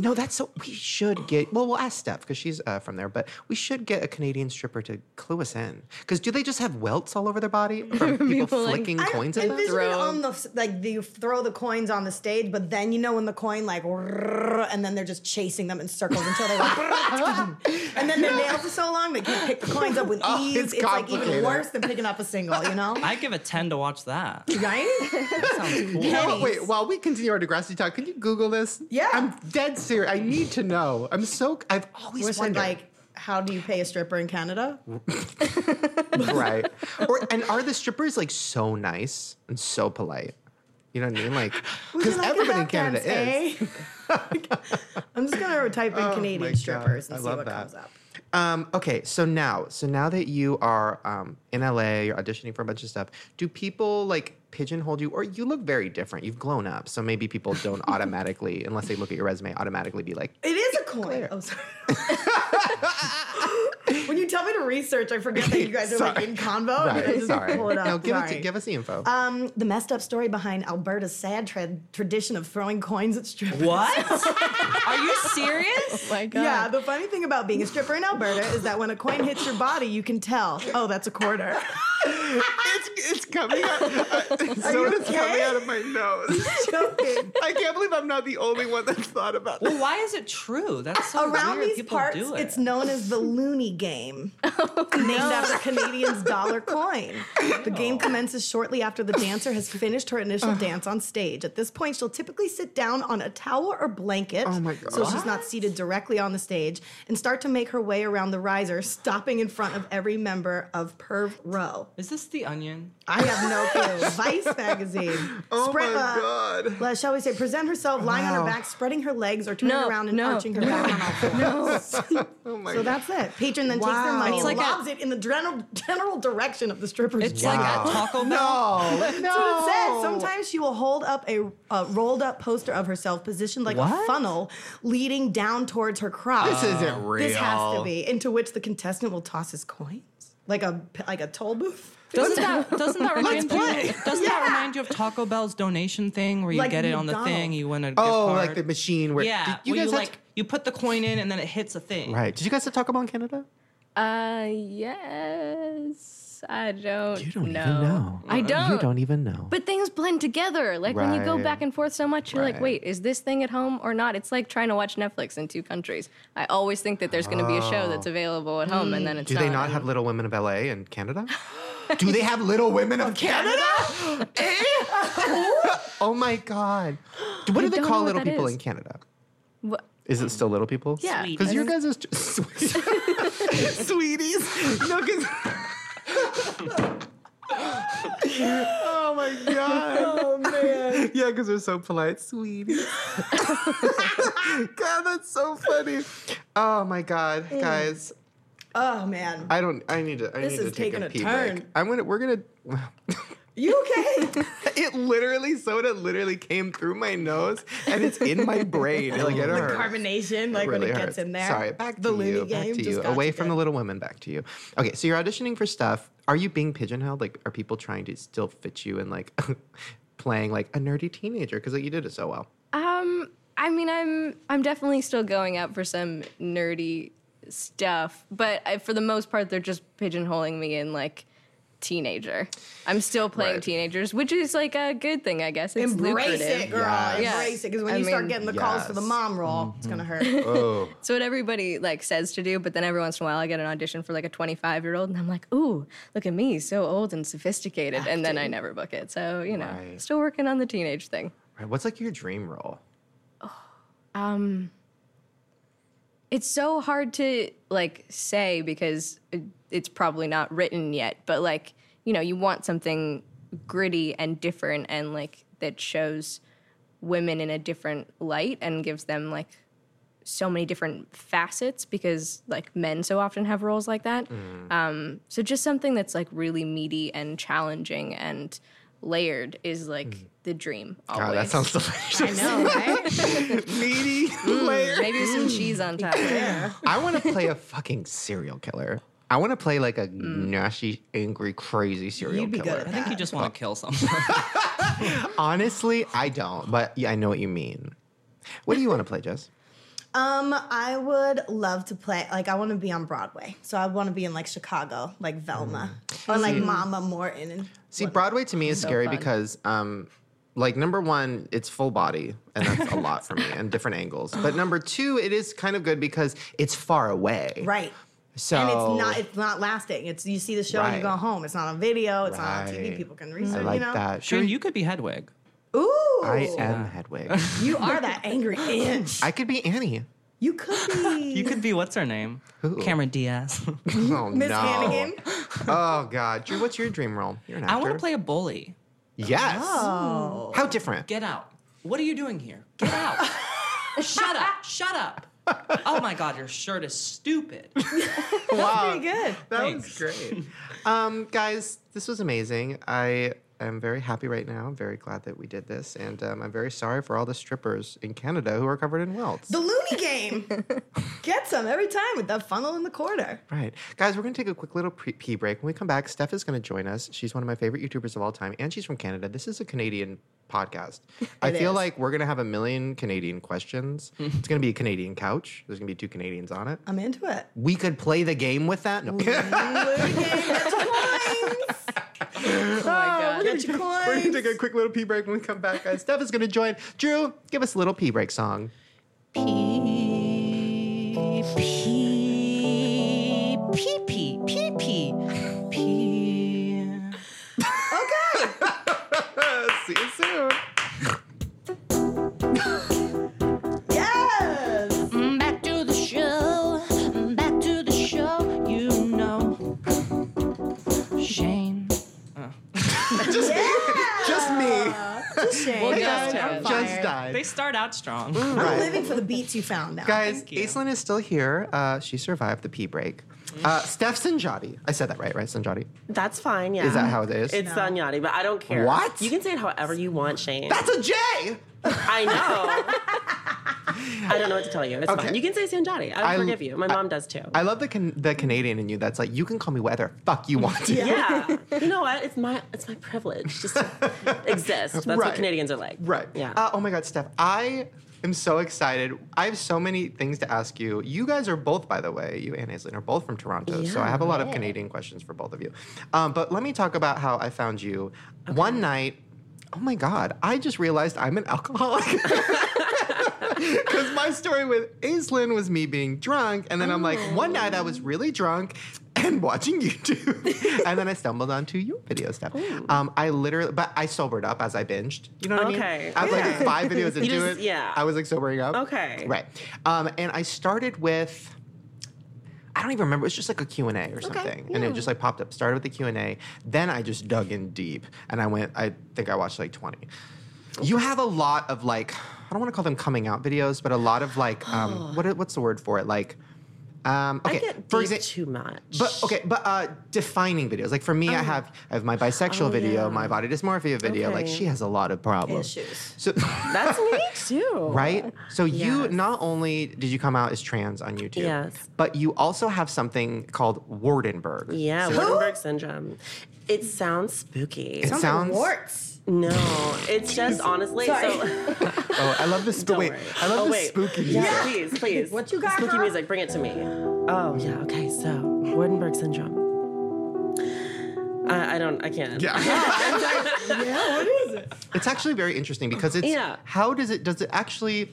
Speaker 1: no, that's so. We should get. Well, we'll ask Steph because she's uh, from there, but we should get a Canadian stripper to clue us in. Because do they just have welts all over their body from people,
Speaker 4: People like-
Speaker 1: flicking
Speaker 2: I
Speaker 1: coins at
Speaker 2: envision
Speaker 1: them?
Speaker 2: it
Speaker 4: Throw.
Speaker 2: on the like the, you throw the coins on the stage, but then you know when the coin like and then they're just chasing them in circles until they like and then their nails are so long they can't pick the coins up with
Speaker 1: Oh,
Speaker 2: ease.
Speaker 1: it's
Speaker 2: It's, like even
Speaker 1: complicated.
Speaker 2: worse than picking up a single, you know?
Speaker 3: I give a 10 to watch that.
Speaker 2: right?
Speaker 3: That sounds cool.
Speaker 1: You know what?
Speaker 2: pennies.
Speaker 1: Wait, while we continue our Degrassi talk, can you Google this?
Speaker 2: Yeah.
Speaker 1: I'm dead serious. I need to know. I'm so. I've always
Speaker 2: Which
Speaker 1: wondered.
Speaker 2: like how do you pay a stripper in Canada?
Speaker 1: right. Or and are the strippers like so nice and so polite? You know what I mean? Like,
Speaker 2: Would you
Speaker 1: because
Speaker 2: like a
Speaker 1: everybody in
Speaker 2: lap dance,
Speaker 1: Canada is.
Speaker 2: eh? I'm just gonna type in
Speaker 1: Oh my
Speaker 2: Canadian
Speaker 1: God,
Speaker 2: strippers
Speaker 1: I
Speaker 2: and see
Speaker 1: love
Speaker 2: what
Speaker 1: that.
Speaker 2: comes up.
Speaker 1: Um, okay, so now, so now that you are um, in LA, you're auditioning for a bunch of stuff. Do people like pigeonhole you, or you look very different? You've grown up, so maybe people don't automatically, unless they look at your resume, automatically be like,
Speaker 2: It is a coin.
Speaker 1: Claire.
Speaker 2: Oh, sorry. when you tell me to research, I forget that you guys are like
Speaker 1: Sorry.
Speaker 2: in convo. and I
Speaker 1: "Right,
Speaker 2: just
Speaker 1: sorry."
Speaker 2: Pull it up.
Speaker 1: No, give it
Speaker 2: Sorry.
Speaker 1: to, give us the info.
Speaker 2: Um, the messed up story behind Alberta's sad tra- tradition of throwing coins at strippers.
Speaker 3: What? Are you serious?
Speaker 4: Oh my God.
Speaker 2: Yeah, the funny thing about being a stripper in Alberta is that when a coin hits your body, you can tell, oh, that's a quarter.
Speaker 1: it's it's coming out. Uh,
Speaker 2: you
Speaker 1: soda's coming
Speaker 2: okay?
Speaker 1: out of my nose.
Speaker 2: Joking.
Speaker 1: I can't believe I'm not the only one that's thought about this.
Speaker 3: Well, why is it true? That's so
Speaker 2: Around
Speaker 3: weird.
Speaker 2: these
Speaker 3: People
Speaker 2: parts,
Speaker 3: do it.
Speaker 2: it's known as the loony game,
Speaker 4: Oh,
Speaker 2: named after Canadians' dollar coin. The game commences shortly after the dancer has finished her initial dance on stage. At this point, she'll typically sit down on a towel or blanket,
Speaker 1: Oh my God.
Speaker 2: so she's not seated directly on the stage, and start to make her way around the riser, stopping in front of every member of Perv Row.
Speaker 3: Is this the onion?
Speaker 2: I have no clue. Vice magazine.
Speaker 1: Oh
Speaker 2: Spread-
Speaker 1: my
Speaker 2: uh,
Speaker 1: god.
Speaker 2: uh, shall we say, present herself lying on
Speaker 1: Wow.
Speaker 2: her back, spreading her legs or turning
Speaker 4: No,
Speaker 2: around and
Speaker 4: no,
Speaker 2: arching her back on all fours.
Speaker 1: Oh my
Speaker 2: So
Speaker 1: god.
Speaker 2: that's it. Patron then takes their
Speaker 1: Wow.
Speaker 2: money
Speaker 1: It's
Speaker 2: and
Speaker 3: like a-
Speaker 2: lobs it in the general, general direction of the stripper's
Speaker 3: It's
Speaker 2: jaw.
Speaker 3: like
Speaker 1: Wow.
Speaker 3: at Taco Bell.
Speaker 1: no, no.
Speaker 2: That's what it says. Sometimes she will hold up a uh, rolled up poster of herself positioned like a
Speaker 3: What?
Speaker 2: funnel leading down towards her crop.
Speaker 1: This isn't real.
Speaker 2: This has to be. Into which the contestant will toss his coins. Like a like a toll booth.
Speaker 3: Doesn't that doesn't that remind you?
Speaker 1: play.
Speaker 3: Doesn't that remind you of Taco Bell's donation thing where you
Speaker 2: Like
Speaker 3: get it on the thing,
Speaker 2: McDonald's.
Speaker 3: you win a gift
Speaker 1: Oh,
Speaker 3: card?
Speaker 1: like the machine where
Speaker 3: yeah,
Speaker 1: did you
Speaker 3: where
Speaker 1: guys
Speaker 3: you
Speaker 1: have
Speaker 3: like you put the coin in and then it hits a thing.
Speaker 1: to- right? Did you guys have Taco Bell in Canada?
Speaker 4: Uh, yes. I don't.
Speaker 1: You don't
Speaker 4: know.
Speaker 1: even know.
Speaker 4: I don't.
Speaker 1: You don't even know.
Speaker 4: But things blend together. Like when you go
Speaker 1: Right.
Speaker 4: back and forth so much, you're like,
Speaker 1: Right.
Speaker 4: wait, is this thing at home or not? It's like trying to watch Netflix in two countries. I always think that there's going to be a show that's available at home, and then it's
Speaker 1: Oh. Mm. Do they not have Little Women of LA in Canada? Do they have Little Women of Canada? Eh? oh my God. Do- What do they
Speaker 4: don't
Speaker 1: call
Speaker 4: know what
Speaker 1: little
Speaker 4: that
Speaker 1: people
Speaker 4: is.
Speaker 1: in Canada?
Speaker 4: Wha-
Speaker 1: Is it still little people?
Speaker 4: Yeah.
Speaker 1: Because your guys is just sweet- sweeties. No, because. oh my God.
Speaker 2: Oh man.
Speaker 1: Yeah, because they're so polite, sweetie. God, that's so funny. Oh my God, guys.
Speaker 2: Oh man.
Speaker 1: I don't. I need to. I
Speaker 2: Mm. This
Speaker 1: need to
Speaker 2: is
Speaker 1: take
Speaker 2: taking
Speaker 1: a
Speaker 2: a
Speaker 1: pee break.
Speaker 2: turn.
Speaker 1: I'm gonna. We're gonna.
Speaker 2: you okay?
Speaker 1: it literally soda literally came through my nose and it's in my brain. Like it hurts.
Speaker 2: Carbonation, like when
Speaker 1: Really
Speaker 2: it gets
Speaker 1: hurts.
Speaker 2: in there.
Speaker 1: Sorry, back to
Speaker 2: The Looney
Speaker 1: you. Back
Speaker 2: Game
Speaker 1: to
Speaker 2: just
Speaker 1: you.
Speaker 2: got
Speaker 1: Away
Speaker 2: you
Speaker 1: from
Speaker 2: good.
Speaker 1: the Little Women. Back to you. Okay, so you're auditioning for stuff. Are you being pigeonholed? Like, are people trying to still fit you and like playing like a nerdy teenager because like you did it so well?
Speaker 4: Um, I mean, I'm I'm definitely still going out for some nerdy stuff, but I, for the most part, they're just pigeonholing me in like teenager. I'm still playing
Speaker 1: Right.
Speaker 4: teenagers, which is like a good thing, I guess. It's
Speaker 2: Embrace
Speaker 4: lucrative.
Speaker 2: it, girl.
Speaker 1: Yes.
Speaker 2: Embrace it. Because when
Speaker 4: I
Speaker 2: you start
Speaker 4: mean,
Speaker 2: getting the calls for the
Speaker 1: yes.
Speaker 2: mom role, it's gonna hurt.
Speaker 1: Oh,
Speaker 4: It's what everybody like says to do, but then every once in a while I get an audition for like a 25 year old, and I'm like, ooh, look at me, so old and sophisticated, and then I never book it. So you know,
Speaker 1: Right.
Speaker 4: still working on the teenage thing.
Speaker 1: right. What's like your dream role?
Speaker 4: It's so hard to like say because it- it's probably not written yet, but like, you know, you want something gritty and different and like that shows women in a different light and gives them like so many different facets because like men so often have roles like that.
Speaker 1: Mm-hmm.
Speaker 4: Um, so just something that's like really meaty and challenging and layered is like the dream always.
Speaker 1: Mm-hmm. God, that sounds delicious.
Speaker 2: no, right?
Speaker 1: Meaty layer.
Speaker 4: Maybe some cheese on top. Oh
Speaker 1: I want to play a fucking serial killer. I want to play like a nasty, angry, crazy serial
Speaker 2: Mm. You'd be good
Speaker 1: killer.
Speaker 2: at
Speaker 3: I think you just want to kill someone.
Speaker 1: Honestly, I don't, but yeah, I know what you mean. What do you want to play, Jess?
Speaker 2: Um, I would love to play. Like, I want to be on Broadway, so I want to be in like Chicago, like Velma,
Speaker 1: Mm.
Speaker 2: or
Speaker 1: Mm-hmm.
Speaker 2: like Mama Morton. And
Speaker 1: See, Broadway to me is scary
Speaker 4: fun.
Speaker 1: because, um, like, number one, it's full body, and that's a lot for me, and different angles. But number two, it is kind of good because it's far away.
Speaker 2: right,
Speaker 1: So
Speaker 2: and it's not it's not lasting. It's you see the show and you
Speaker 1: Right.
Speaker 2: go home. It's not on video. It's not on
Speaker 1: Right.
Speaker 2: TV. People can research.
Speaker 1: I like
Speaker 2: you know?
Speaker 1: that. Sure,
Speaker 3: Shane, you could be Hedwig.
Speaker 2: Ooh,
Speaker 1: I am Hedwig.
Speaker 2: you are that angry inch.
Speaker 1: I could be Annie.
Speaker 2: you could be.
Speaker 3: You could be what's her name?
Speaker 1: Who?
Speaker 3: Cameron Diaz.
Speaker 1: Oh
Speaker 2: Miss
Speaker 1: no.
Speaker 2: Hannigan.
Speaker 1: Oh God, Drew, what's your dream role? You're an actor.
Speaker 3: I want to play a bully.
Speaker 1: Yes.
Speaker 2: Oh.
Speaker 1: How different?
Speaker 3: Get out. What are you doing here? Get out. shut up. Shut up. Oh my God, your shirt is stupid.
Speaker 1: wow.
Speaker 2: Pretty good.
Speaker 1: That
Speaker 3: Thanks.
Speaker 1: was great. um, guys, this was amazing. I am very happy right now. I'm very glad that we did this. And um, I'm very sorry for all the strippers in Canada who are covered in welts.
Speaker 2: The loony game gets them every time with that funnel in the quarter.
Speaker 1: Right. Guys, we're going to take a quick little pre- pee break. When we come back, Steph is going to join us. She's one of my favorite YouTubers of all time, and she's from Canada. This is a Canadian podcast. I feel
Speaker 2: is.
Speaker 1: like we're going to have a million Canadian questions. it's going to be a Canadian couch. There's going to be two Canadians on it.
Speaker 2: I'm into it.
Speaker 1: We could play the game with that. No.
Speaker 2: Loony game gets coins.
Speaker 4: Oh my god.
Speaker 2: Get your coins.
Speaker 1: We're gonna take a quick little pee break when we come back, guys. Steph is gonna join. Drew, give us a little pee break song.
Speaker 3: Pee, pee, pee, pee, pee, pee, pee.
Speaker 2: Okay.
Speaker 1: Uh, See you soon.
Speaker 2: Yes.
Speaker 3: Back to the show. Back to the show. You know, Shane.
Speaker 1: Just me. Just me.
Speaker 2: Shane.
Speaker 4: Well,
Speaker 2: I'm
Speaker 4: guys,
Speaker 2: on
Speaker 4: I'm
Speaker 1: Just
Speaker 2: fire.
Speaker 1: died.
Speaker 3: They start out strong.
Speaker 2: I'm
Speaker 1: Right.
Speaker 2: living for the beats you found now.
Speaker 1: Guys,
Speaker 3: you.
Speaker 1: Aislinn is still here. Uh, she survived the pee break. Uh, Steph Sinjati. I said that right, right? Sinjati.
Speaker 5: That's fine, yeah.
Speaker 1: Is that how it is?
Speaker 5: It's Sanyati, but I don't care.
Speaker 1: What?
Speaker 5: You can say it however you want, Shane.
Speaker 1: That's a J.
Speaker 5: I know. I don't know what to tell you. It's
Speaker 1: Okay.
Speaker 5: fine. You can say Sanjati. I,
Speaker 1: I-
Speaker 5: forgive you. My mom does too.
Speaker 1: I love the can- the Canadian in you. That's like you can call me whatever fuck you want to.
Speaker 5: yeah. you know what? It's my it's my privilege just to exist. That's
Speaker 1: Right.
Speaker 5: what Canadians are like.
Speaker 1: Right.
Speaker 5: Yeah.
Speaker 1: Uh, oh my God, Steph, I am so excited. I have so many things to ask you. You guys are both, by the way, you and Aislinn are both from Toronto, so I have a lot of Canadian questions for both of you. Um, but let me talk about how I found you one night. Oh my God, I just realized I'm an alcoholic. Because my story with Aislinn was me being drunk, and then I'm like,
Speaker 5: Oh.
Speaker 1: one night I was really drunk and watching YouTube, and then I stumbled onto your video stuff. Um, I literally, but I sobered up as I binged. You know what I mean?
Speaker 5: Okay,
Speaker 1: I was like
Speaker 5: yeah.
Speaker 1: five videos into it.
Speaker 5: just- yeah.
Speaker 1: I was like sobering up.
Speaker 5: Okay.
Speaker 1: right. Um, and I started with. I don't even remember. It was just like a Q&A or something. And it just like popped up. Started with the Q&A. Then I just dug in deep. And I went, I think I watched like 20. You have a lot of like, I don't want to call them coming out videos, but a lot of like, um, what, what's the word for it? Like, um, okay,
Speaker 5: I get
Speaker 1: for
Speaker 5: deep
Speaker 1: example,
Speaker 5: too much.
Speaker 1: but okay, but uh, defining videos. Like for me, I have I have my bisexual
Speaker 5: Oh,
Speaker 1: video,
Speaker 5: yeah.
Speaker 1: my body dysmorphia video. Like
Speaker 5: Okay.
Speaker 1: she has a lot of problems.
Speaker 2: Issues.
Speaker 1: So
Speaker 5: That's me too.
Speaker 1: right? So you
Speaker 5: Yes.
Speaker 1: not only did you come out as trans on YouTube,
Speaker 5: Yes.
Speaker 1: but you also have something called Wardenberg.
Speaker 5: Yeah, Wittenberg syndrome. It sounds spooky.
Speaker 1: It
Speaker 2: Sounds,
Speaker 1: sounds-
Speaker 2: like warts.
Speaker 5: no, it's just honestly.
Speaker 2: Sorry.
Speaker 5: So
Speaker 1: Oh, I love this. But
Speaker 5: Don't
Speaker 1: wait,
Speaker 5: worry.
Speaker 1: I love
Speaker 5: oh,
Speaker 1: the
Speaker 5: wait.
Speaker 1: spooky.
Speaker 5: Yeah,
Speaker 1: music.
Speaker 5: please, please.
Speaker 2: What you got,
Speaker 5: Spooky
Speaker 2: girl?
Speaker 5: music. Bring it to me. Oh yeah. Okay. So Wardenberg syndrome. I, I don't. I can't.
Speaker 2: Yeah, what is it?
Speaker 1: It's actually very interesting because it's
Speaker 5: Yeah.
Speaker 1: how does it does it actually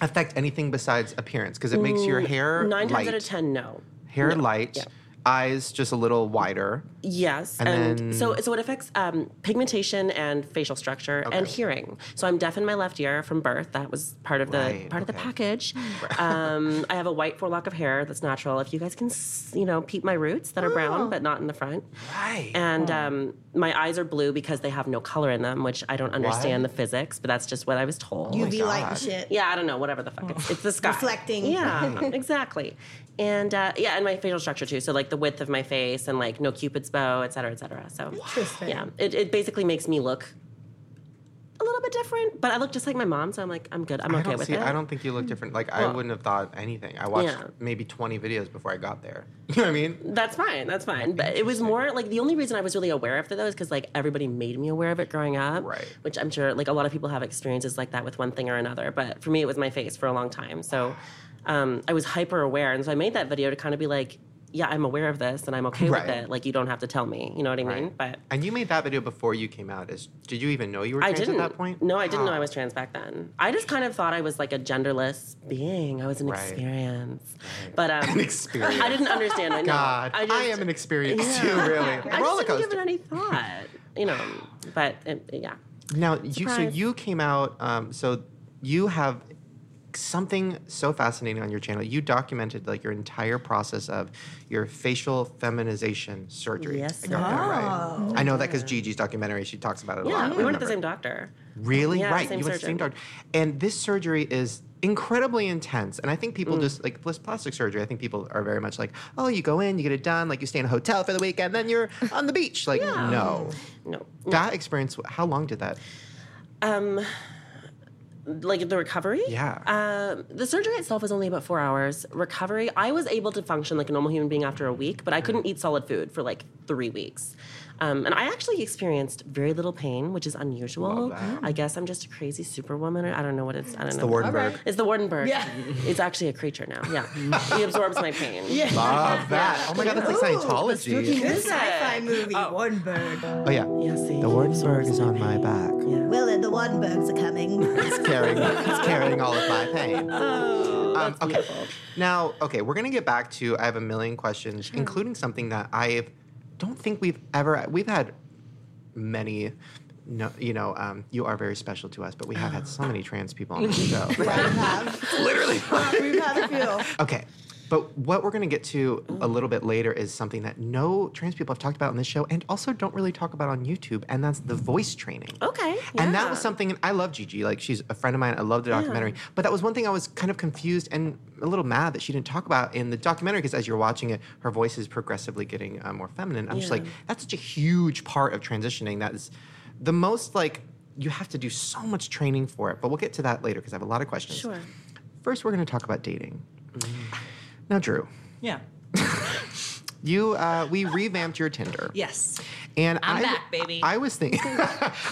Speaker 1: affect anything besides appearance? Because it makes your hair
Speaker 5: Nine times
Speaker 1: light,
Speaker 5: out of ten, no.
Speaker 1: hair light, eyes just a little wider.
Speaker 5: Yes,
Speaker 1: And
Speaker 5: and,
Speaker 1: then-
Speaker 5: so so it affects um, pigmentation and facial structure and hearing. So I'm deaf in my left ear from birth. That was part of the
Speaker 1: Right,
Speaker 5: part of the
Speaker 1: okay.
Speaker 5: package. Um, I have a white forelock of hair that's natural. If you guys can, s- you know, peep my roots
Speaker 1: Oh.
Speaker 5: that are brown but not in the front.
Speaker 1: Right.
Speaker 5: And um, my eyes are blue because they have no color in them, which I don't understand the physics, but that's just what I was told.
Speaker 2: UV light
Speaker 1: Oh God.
Speaker 2: and shit.
Speaker 5: Yeah, I don't know, whatever the fuck. It's, it's the sky.
Speaker 2: Reflecting.
Speaker 5: Yeah, exactly. And uh, yeah, and my facial structure too. So like the width of my face and like no cupid's bow, et cetera, et cetera. So
Speaker 2: Interesting.
Speaker 5: yeah, it, it basically makes me look a little bit different, but I look just like my mom, so I'm like, I'm good. I'm
Speaker 1: I
Speaker 5: okay
Speaker 1: don't
Speaker 5: with
Speaker 1: see.
Speaker 5: it.
Speaker 1: I don't think you look different. Like I wouldn't have thought anything. I watched
Speaker 5: Yeah.
Speaker 1: maybe twenty videos before I got there. You know what I mean?
Speaker 5: That's fine. That's fine. But it was more like the only reason I was really aware of it though is because like everybody made me aware of it growing up.
Speaker 1: Right.
Speaker 5: Which I'm sure like a lot of people have experiences like that with one thing or another. But for me, it was my face for a long time. So um, I was hyper aware, and so I made that video to kind of be like, yeah, I'm aware of this, and I'm okay
Speaker 1: Right.
Speaker 5: with it. Like you don't have to tell me. You know what I mean?
Speaker 1: Right.
Speaker 5: But
Speaker 1: And you made that video before you came out. Is did you even know you were
Speaker 5: I
Speaker 1: trans
Speaker 5: didn't.
Speaker 1: at that point?
Speaker 5: No, I didn't know I
Speaker 1: Wow.
Speaker 5: was trans back then. I just kind of thought I was like a genderless being. I was an
Speaker 1: Right.
Speaker 5: experience. But um,
Speaker 1: An experience.
Speaker 5: I didn't understand it. no.
Speaker 1: God, I,
Speaker 5: just-
Speaker 1: am an experience too. Really,
Speaker 5: I
Speaker 1: roller
Speaker 5: just didn't give
Speaker 1: coaster.
Speaker 5: it any thought, you know. But it, yeah,
Speaker 1: Now, you, so
Speaker 5: Surprise.
Speaker 1: you came out. Um, so you have something so fascinating on your channel. You documented like your entire process of your facial feminization surgery.
Speaker 5: Yes, Oh.
Speaker 1: I got that right. I know that because Gigi's documentary, she talks about it a
Speaker 5: Yeah,
Speaker 1: lot. I
Speaker 5: we went to
Speaker 1: remember.
Speaker 5: the same doctor.
Speaker 1: Really?
Speaker 5: Yeah,
Speaker 1: right.
Speaker 5: same
Speaker 1: you went to the same
Speaker 5: surgeon.
Speaker 1: doctor. And this surgery is incredibly intense. And I think people
Speaker 5: Mm.
Speaker 1: just like plus plastic surgery, I think people are very much like, oh, you go in, you get it done, like you stay in a hotel for the weekend, then you're on the beach. Like, no.
Speaker 5: No,
Speaker 1: That experience, how long did that?
Speaker 5: like the recovery.
Speaker 1: Yeah.
Speaker 5: Um, the surgery itself was only about four hours. Recovery, I was able to function like a normal human being after a week,
Speaker 1: Mm-hmm.
Speaker 5: but I couldn't eat solid food for like three weeks. Um, and I actually experienced very little pain, which is unusual.
Speaker 1: Love that.
Speaker 5: I guess I'm just a crazy superwoman, or I don't know what it's. I don't
Speaker 1: It's
Speaker 5: know.
Speaker 1: the Wardenberg.
Speaker 2: All right.
Speaker 5: It's the Wardenberg.
Speaker 2: Yeah.
Speaker 5: it's actually a creature now. Yeah, he absorbs my pain. Yeah.
Speaker 1: Love that. Oh my God, that's like Scientology.
Speaker 2: Good sci-fi movie,
Speaker 5: Oh.
Speaker 2: Wardenberg.
Speaker 1: Oh, yeah.
Speaker 5: Yeah, see,
Speaker 1: The
Speaker 5: he
Speaker 1: Wardenberg
Speaker 5: absorbs
Speaker 1: is
Speaker 5: my
Speaker 1: on my
Speaker 5: pain.
Speaker 1: back.
Speaker 2: Will and the Wardenbergs are coming.
Speaker 1: It's carrying, it's carrying all of my pain.
Speaker 5: Oh,
Speaker 1: Um,
Speaker 5: that's
Speaker 1: okay.
Speaker 5: beautiful.
Speaker 1: Now, okay, we're gonna get back to. I have a million questions, including something that I don't think we've ever. We've had many. No, you know, um, you are very special to us, but we have had so many trans people on the show. Literally.
Speaker 2: We've had a few.
Speaker 1: Okay. But what we're going to get to a little bit later is something that no trans people have talked about on this show and also don't really talk about on YouTube, and that's the voice training.
Speaker 5: Okay,
Speaker 1: And that
Speaker 5: Oh, yeah.
Speaker 1: was something I love Gigi. Like, she's a friend of mine. I love the documentary. But that was one thing I was kind of confused and a little mad that she didn't talk about in the documentary because as you're watching it, her voice is progressively getting uh, more feminine. I'm just
Speaker 5: Yeah.
Speaker 1: like, that's such a huge part of transitioning. That is the most, like, you have to do so much training for it. But we'll get to that later because I have a lot of questions.
Speaker 5: Sure.
Speaker 1: First, we're going to talk about dating.
Speaker 3: Mm-hmm.
Speaker 1: Now, Drew,
Speaker 3: Yeah.
Speaker 1: you uh, we revamped your Tinder.
Speaker 3: Yes.
Speaker 1: And
Speaker 3: I'm
Speaker 1: I,
Speaker 3: back, baby.
Speaker 1: I was thinking,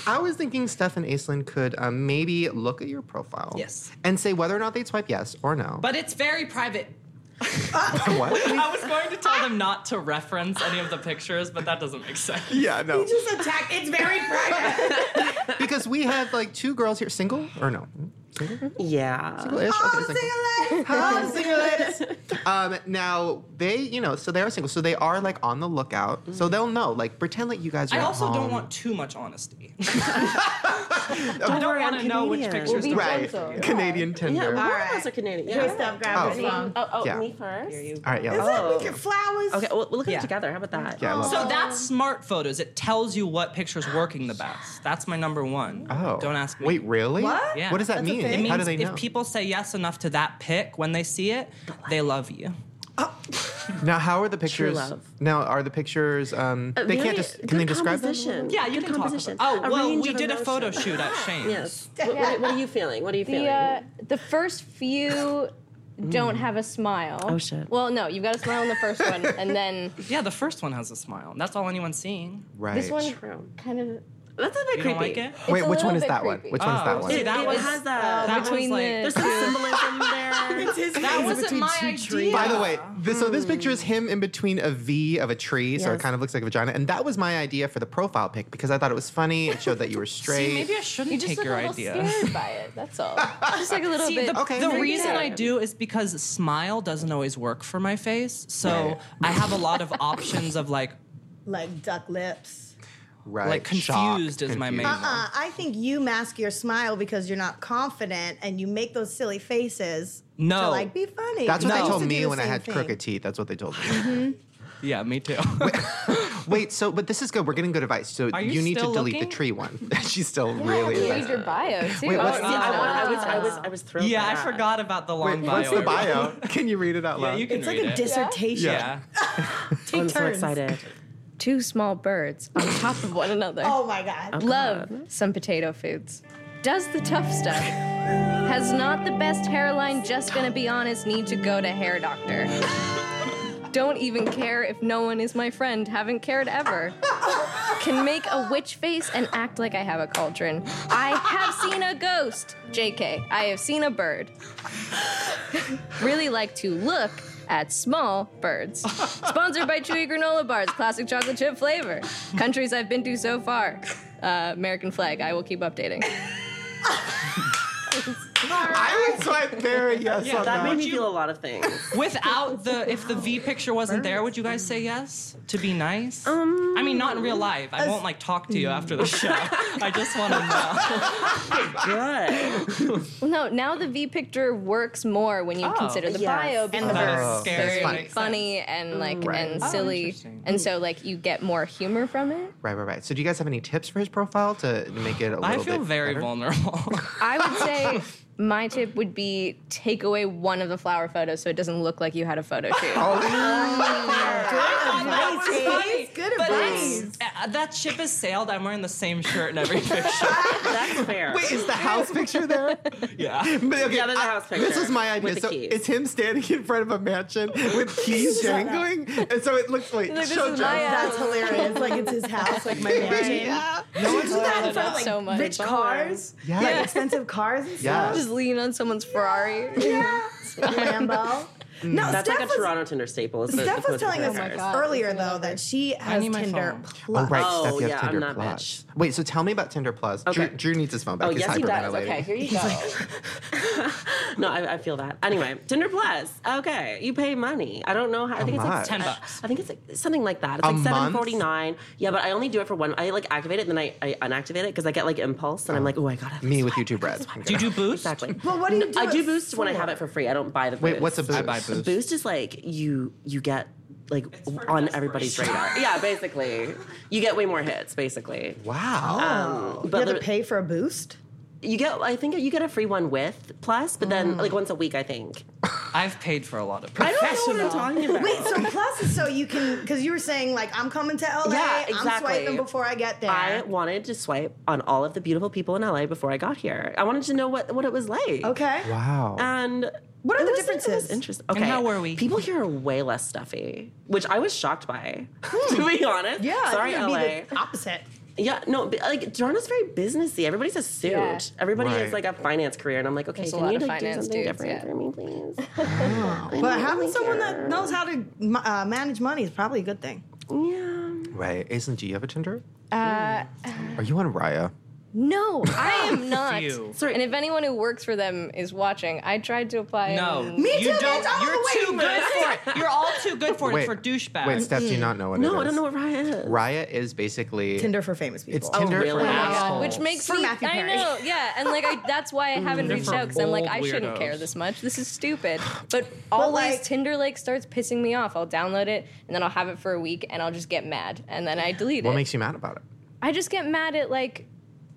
Speaker 1: I was thinking Stefan Aislinn could um, maybe look at your profile,
Speaker 3: Yes.
Speaker 1: and say whether or not they'd swipe yes or no.
Speaker 3: But it's very private.
Speaker 1: what?
Speaker 3: I was going to tell them not to reference any of the pictures, but that doesn't make sense.
Speaker 1: yeah, no,
Speaker 2: Just attack. It's very private.
Speaker 1: because we have like two girls here, single or no, single,
Speaker 5: Yeah.
Speaker 1: single-ish. Okay,
Speaker 2: I'm
Speaker 1: single.
Speaker 2: single. I'm single.
Speaker 1: Um, now they, you know, so they are single, so they are like on the lookout, so they'll know. Like, pretend like you guys are.
Speaker 3: Mm-hmm. I
Speaker 1: at
Speaker 3: also
Speaker 1: home.
Speaker 3: don't want too much honesty. I don't
Speaker 5: worry, I'm
Speaker 3: want to know which
Speaker 5: Canadian.
Speaker 3: pictures
Speaker 4: We'll
Speaker 3: to
Speaker 4: be
Speaker 1: right
Speaker 4: gentle. Yeah.
Speaker 1: Canadian Tinder.
Speaker 5: Yeah,
Speaker 2: All
Speaker 5: all
Speaker 2: right.
Speaker 5: right. are Canadian.
Speaker 2: Your
Speaker 5: Yeah.
Speaker 2: stuff grab
Speaker 1: Oh.
Speaker 2: your phone.
Speaker 5: Oh, oh,
Speaker 1: Yeah.
Speaker 5: me first.
Speaker 1: All right, yeah. let's-
Speaker 2: Look with your flowers.
Speaker 5: Okay, well, look at
Speaker 3: Yeah.
Speaker 5: it together. How about that?
Speaker 1: Yeah, I love
Speaker 3: So that's smart photos. It tells you what picture's working the best. That's my number one.
Speaker 1: Oh.
Speaker 3: Don't ask me.
Speaker 1: Wait, really?
Speaker 2: What?
Speaker 3: Yeah.
Speaker 1: What does that
Speaker 2: That's a
Speaker 1: mean?
Speaker 2: thing?
Speaker 3: It means
Speaker 1: How do they
Speaker 3: if
Speaker 1: know?
Speaker 3: people say yes enough to that pic when they see it, they love you.
Speaker 1: now, how are the pictures?
Speaker 5: love.
Speaker 1: Now, are the pictures? Um, they
Speaker 5: Very
Speaker 1: can't just.
Speaker 5: good
Speaker 1: Can they describe them?
Speaker 5: Uh, composition.
Speaker 3: Yeah, you
Speaker 5: Good
Speaker 3: can talk about.
Speaker 5: composition.
Speaker 3: Oh,
Speaker 5: A
Speaker 3: well,
Speaker 5: range
Speaker 3: we
Speaker 5: of
Speaker 3: did a photo
Speaker 5: emotions.
Speaker 3: shoot at Shane's.
Speaker 5: Yes. What, what, what are you feeling? What are you feeling?
Speaker 4: The uh, the first few don't have a smile.
Speaker 5: Mm. Oh, shit.
Speaker 4: Well, no, you've got a smile on the first one, and then
Speaker 3: Yeah, the first one has a smile. That's all anyone's seeing.
Speaker 1: Right.
Speaker 4: this one
Speaker 5: True.
Speaker 4: kind of
Speaker 5: That's a bit
Speaker 3: You
Speaker 5: creepy.
Speaker 3: don't like it?
Speaker 1: Wait,
Speaker 4: a
Speaker 1: which
Speaker 4: little
Speaker 1: one is
Speaker 4: bit
Speaker 1: that one?
Speaker 4: creepy.
Speaker 1: Which one's that Oh.
Speaker 3: Oh,
Speaker 1: one?
Speaker 3: see,
Speaker 5: It,
Speaker 3: that
Speaker 5: it
Speaker 3: was-
Speaker 5: has that.
Speaker 3: that was
Speaker 4: between
Speaker 3: like-
Speaker 5: there's
Speaker 4: the
Speaker 5: some symbolism there.
Speaker 2: It's his
Speaker 3: That
Speaker 2: face
Speaker 3: wasn't
Speaker 2: between
Speaker 3: my
Speaker 2: two
Speaker 3: idea.
Speaker 2: trees.
Speaker 1: By the way, this, so this picture is him in between a V of a tree, so it
Speaker 5: Yes.
Speaker 1: kind of looks like a vagina. And that was my idea for the profile pic because I thought it was funny. It showed that you were straight.
Speaker 3: See, maybe I
Speaker 4: you
Speaker 3: shouldn't
Speaker 4: just
Speaker 3: take
Speaker 4: look
Speaker 3: your
Speaker 4: a little
Speaker 3: idea.
Speaker 4: scared by it. That's all. Just like a little
Speaker 3: See,
Speaker 4: bit.
Speaker 3: the,
Speaker 1: Okay.
Speaker 3: the
Speaker 1: Freaked
Speaker 3: reason
Speaker 5: out.
Speaker 3: I do is because smile doesn't always work for my face. So
Speaker 1: Right.
Speaker 3: I have a lot of options of like,
Speaker 2: Like duck lips.
Speaker 1: right.
Speaker 3: like,
Speaker 1: shock,
Speaker 3: confused is my
Speaker 1: confused.
Speaker 3: main
Speaker 2: Uh uh I think you mask your smile because you're not confident and you make those silly faces to
Speaker 3: No.
Speaker 2: like be funny.
Speaker 1: That's what
Speaker 2: I
Speaker 1: they
Speaker 2: used
Speaker 1: told
Speaker 2: to do
Speaker 1: me
Speaker 2: the
Speaker 1: when I
Speaker 2: same
Speaker 1: had
Speaker 2: thing.
Speaker 1: crooked teeth. That's what they told me.
Speaker 3: yeah, me too.
Speaker 1: Wait, so but this is good. We're getting good advice. So
Speaker 3: Are
Speaker 1: you,
Speaker 3: you
Speaker 1: need to
Speaker 3: still
Speaker 1: delete
Speaker 3: looking?
Speaker 1: the tree one. She's still
Speaker 4: yeah,
Speaker 1: really.
Speaker 4: you
Speaker 1: invested.
Speaker 4: read your bio too.
Speaker 1: Wait, what's
Speaker 5: See,
Speaker 1: the-
Speaker 5: I,
Speaker 1: Oh.
Speaker 5: wa- I was, I was, I was thrilled.
Speaker 3: yeah,
Speaker 5: by
Speaker 3: I
Speaker 5: that.
Speaker 3: forgot about the long
Speaker 1: Wait,
Speaker 3: bio.
Speaker 1: what's the
Speaker 3: everyone.
Speaker 1: bio? Can you read it out
Speaker 3: Yeah,
Speaker 1: loud?
Speaker 3: you can
Speaker 2: It's
Speaker 3: read
Speaker 2: like a
Speaker 3: it.
Speaker 2: dissertation.
Speaker 3: yeah.
Speaker 2: Take
Speaker 5: I'm so
Speaker 2: turns.
Speaker 5: excited.
Speaker 4: Two small birds on top of one another.
Speaker 2: Oh my god.
Speaker 4: Love some potato foods. Does the tough stuff. Has not the best hairline, just gonna be honest, need to go to hair doctor. Don't even care if no one is my friend, haven't cared ever. Can make a witch face and act like I have a cauldron. I have seen a ghost! JK, I have seen a bird. really like to look at small birds. Sponsored by Chewy Granola Bars, classic chocolate chip flavor. Countries I've been to so far. Uh, American flag. I will keep updating.
Speaker 1: I would swipe very yes
Speaker 3: Yeah,
Speaker 1: on
Speaker 5: That
Speaker 1: that.
Speaker 5: made me feel a lot of things.
Speaker 3: Without the, if the V picture wasn't there, would you guys say yes to be nice? Um, I mean, not in real life. I won't like talk to you after the show. I just want to know.
Speaker 5: Good.
Speaker 4: Well, no, now the V picture works more when you
Speaker 3: Oh.
Speaker 4: consider the
Speaker 5: Yes.
Speaker 4: bio
Speaker 5: And the
Speaker 4: because
Speaker 3: That
Speaker 4: it's
Speaker 3: is scary.
Speaker 1: That's funny.
Speaker 3: Makes
Speaker 4: funny and like
Speaker 1: Right.
Speaker 4: and
Speaker 1: Oh,
Speaker 4: silly,
Speaker 3: interesting.
Speaker 4: and so like you get more humor from it.
Speaker 1: Right, right, right. So, do you guys have any tips for his profile to to make it a little
Speaker 3: sense. I feel
Speaker 1: bit
Speaker 3: very
Speaker 1: better?
Speaker 3: vulnerable.
Speaker 4: I would say my tip would be take away one of the flower photos so it doesn't look like you had a photo shoot.
Speaker 2: advice, Hayes. Good
Speaker 3: but
Speaker 2: advice.
Speaker 3: it's- uh, that ship has sailed. I'm wearing the same shirt in every picture.
Speaker 5: That's fair.
Speaker 1: Wait, is the house picture there?
Speaker 3: yeah.
Speaker 1: But, okay,
Speaker 5: Yeah, there's a
Speaker 1: I-
Speaker 5: house
Speaker 1: This
Speaker 5: picture
Speaker 1: was my idea.
Speaker 5: with the
Speaker 1: So
Speaker 5: keys.
Speaker 1: it's him standing in front of a mansion with keys dangling, and so it looks like,
Speaker 4: Like, this
Speaker 1: show
Speaker 4: is
Speaker 1: Joe.
Speaker 4: my house.
Speaker 2: That's hilarious. Like it's his house, like my mansion.
Speaker 1: uh, Yeah.
Speaker 3: No one's
Speaker 2: Do that in
Speaker 3: allowed
Speaker 2: front of
Speaker 3: it.
Speaker 2: like
Speaker 4: so much.
Speaker 2: rich
Speaker 4: Bummer.
Speaker 2: cars,
Speaker 1: Yeah.
Speaker 2: like expensive cars and
Speaker 1: Yeah.
Speaker 2: stuff.
Speaker 4: Just lean on someone's Ferrari.
Speaker 2: Yeah. Lambo. No,
Speaker 5: That's
Speaker 2: Steph
Speaker 5: like a
Speaker 2: was,
Speaker 5: Toronto Tinder staple. is the-
Speaker 2: Steph
Speaker 5: the
Speaker 2: was telling us
Speaker 5: Toronto
Speaker 4: my
Speaker 5: Stars.
Speaker 4: God.
Speaker 2: earlier though that she has
Speaker 3: need my
Speaker 2: Tinder
Speaker 3: phone.
Speaker 1: Oh,
Speaker 2: Plus.
Speaker 1: right.
Speaker 5: Oh,
Speaker 1: Steph, you have
Speaker 5: yeah, I'm
Speaker 1: Tinder
Speaker 5: not
Speaker 1: Plus.
Speaker 5: bitch.
Speaker 1: Wait, so tell me about Tinder Plus.
Speaker 5: Okay.
Speaker 1: Drew, Drew needs his phone back.
Speaker 5: Oh,
Speaker 1: He's
Speaker 5: yes, he does.
Speaker 1: hyperventilating.
Speaker 4: Okay, here you go.
Speaker 5: No, I, I feel that. Anyway, Tinder Plus. Okay, you pay money. I don't know how. I think it's like
Speaker 1: much?
Speaker 3: 10 bucks.
Speaker 5: I think it's like something like that. It's
Speaker 1: A
Speaker 5: like
Speaker 1: month?
Speaker 5: seven forty nine. Yeah, but I only do it for one. I like activate it and then I, I unactivate it because I get like impulse and I'm like, oh, I got it.
Speaker 1: Me with you too, Brad.
Speaker 3: Do you do boost?
Speaker 5: Exactly.
Speaker 2: Well, what do you
Speaker 5: No,
Speaker 2: do
Speaker 5: I do
Speaker 2: it
Speaker 5: boost when I
Speaker 2: for?
Speaker 5: have it for free. I don't buy the boost.
Speaker 1: Wait, what's a boost?
Speaker 3: I buy boost.
Speaker 5: Boost is like you you get like
Speaker 3: for
Speaker 5: on everybody's
Speaker 3: desperation.
Speaker 5: radar. yeah, basically, you get way more hits. Basically,
Speaker 1: Wow.
Speaker 2: Oh, you
Speaker 5: but
Speaker 2: have to
Speaker 5: there-
Speaker 2: pay for a boost.
Speaker 5: you get. I think you get a free one with plus, but then like once a week, I think.
Speaker 3: I've paid for a lot of
Speaker 5: I don't know what I'm talking about.
Speaker 2: Wait, so plus is so you can because you were saying like I'm coming to LA.
Speaker 5: Yeah,
Speaker 2: I'm
Speaker 5: exactly.
Speaker 2: swiping before I get there.
Speaker 5: I wanted to swipe on all of the beautiful people in LA before I got here. I wanted to know what, what it was like.
Speaker 2: okay.
Speaker 1: Wow.
Speaker 5: And
Speaker 2: What are
Speaker 5: it
Speaker 2: the
Speaker 5: was- it was
Speaker 2: differences?
Speaker 5: Interesting. Okay.
Speaker 3: how were we?
Speaker 5: People here are way less stuffy, which I was shocked by, to be honest.
Speaker 2: Yeah, I
Speaker 5: Sorry,
Speaker 2: think
Speaker 5: LA.
Speaker 2: it'd be the opposite.
Speaker 5: Yeah, no, but, like Toronto's very businessy. Everybody's a suit.
Speaker 4: Yeah.
Speaker 5: Everybody
Speaker 1: Right.
Speaker 5: has like a finance career, and I'm like, okay,
Speaker 4: There's a
Speaker 5: can
Speaker 4: lot
Speaker 5: you
Speaker 4: of
Speaker 5: like, do
Speaker 4: finance
Speaker 5: something
Speaker 4: dudes,
Speaker 5: different
Speaker 4: yeah.
Speaker 5: for me, please?
Speaker 1: Oh.
Speaker 2: But having
Speaker 5: Thank
Speaker 2: someone
Speaker 5: you.
Speaker 2: that knows how to uh, manage money is probably a good thing.
Speaker 5: yeah.
Speaker 1: right. Aislinn, do you have a Tinder? Are you on Raya?
Speaker 4: No, I am not.
Speaker 3: you.
Speaker 5: Sorry.
Speaker 4: And if anyone who works for them is watching, I tried to apply.
Speaker 3: No,
Speaker 4: and-
Speaker 2: Me
Speaker 3: you
Speaker 2: too,
Speaker 3: don't.
Speaker 2: bitch, all
Speaker 3: you're
Speaker 2: the way
Speaker 3: too
Speaker 2: to
Speaker 3: good for it. You're all too good for it. It's for douchebags.
Speaker 1: Wait, Steph, do you not know what it is?
Speaker 5: No, I don't know what Raya is.
Speaker 1: Raya is basically
Speaker 2: Tinder for famous people.
Speaker 1: It's Tinder
Speaker 5: really?
Speaker 1: for
Speaker 5: Oh my
Speaker 4: Yeah,
Speaker 1: assholes.
Speaker 3: God.
Speaker 4: which makes
Speaker 2: For
Speaker 4: me.
Speaker 2: Matthew
Speaker 4: I
Speaker 2: Perry.
Speaker 4: know. Yeah, and like I, that's why I haven't reached
Speaker 3: for
Speaker 4: out because I'm like
Speaker 3: bold
Speaker 4: I shouldn't care
Speaker 3: weirdos.
Speaker 4: this much. This is stupid. But always
Speaker 2: like-
Speaker 4: Tinder like starts pissing me off. I'll download it and then I'll have it for a week and I'll just get mad and then I delete
Speaker 1: What
Speaker 4: it.
Speaker 1: makes you mad about it?
Speaker 4: I just get mad at like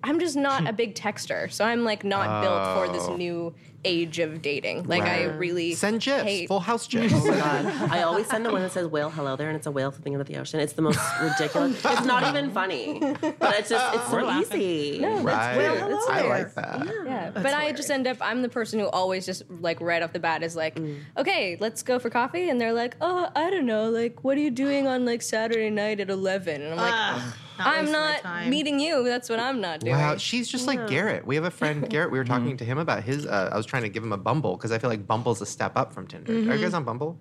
Speaker 4: I'm just not a big texter, so I'm like not built for
Speaker 1: Oh.
Speaker 4: this new age of dating. Like I
Speaker 1: Right.
Speaker 4: really
Speaker 1: Send gifs,
Speaker 4: hate-
Speaker 1: full house gifs.
Speaker 5: Oh my god! I always send the one that says "whale hello there" and it's a whale flipping into the ocean. It's the most ridiculous. It's not even funny, but it's just it's
Speaker 3: We're
Speaker 5: so
Speaker 3: laughing.
Speaker 5: easy.
Speaker 4: No,
Speaker 1: right.
Speaker 2: Well, hello
Speaker 1: I
Speaker 2: there.
Speaker 1: like that.
Speaker 4: Yeah, but I just end up I'm the person who always just like right off the bat is like,
Speaker 2: Mm.
Speaker 4: okay, let's go for coffee, and they're like, oh, I don't know, like what are you doing on like Saturday night at eleven? And I'm like,
Speaker 2: Oh, Ugh,
Speaker 4: I'm
Speaker 2: wasting Uh, my
Speaker 4: not
Speaker 2: time.
Speaker 4: meeting you. That's what I'm not doing.
Speaker 1: Wow, she's just like Garrett. We have a friend, Garrett. We were talking to him about his. Uh, I was trying to give him a Bumble because I feel like Bumble's a step up from Tinder. Are you guys on Bumble?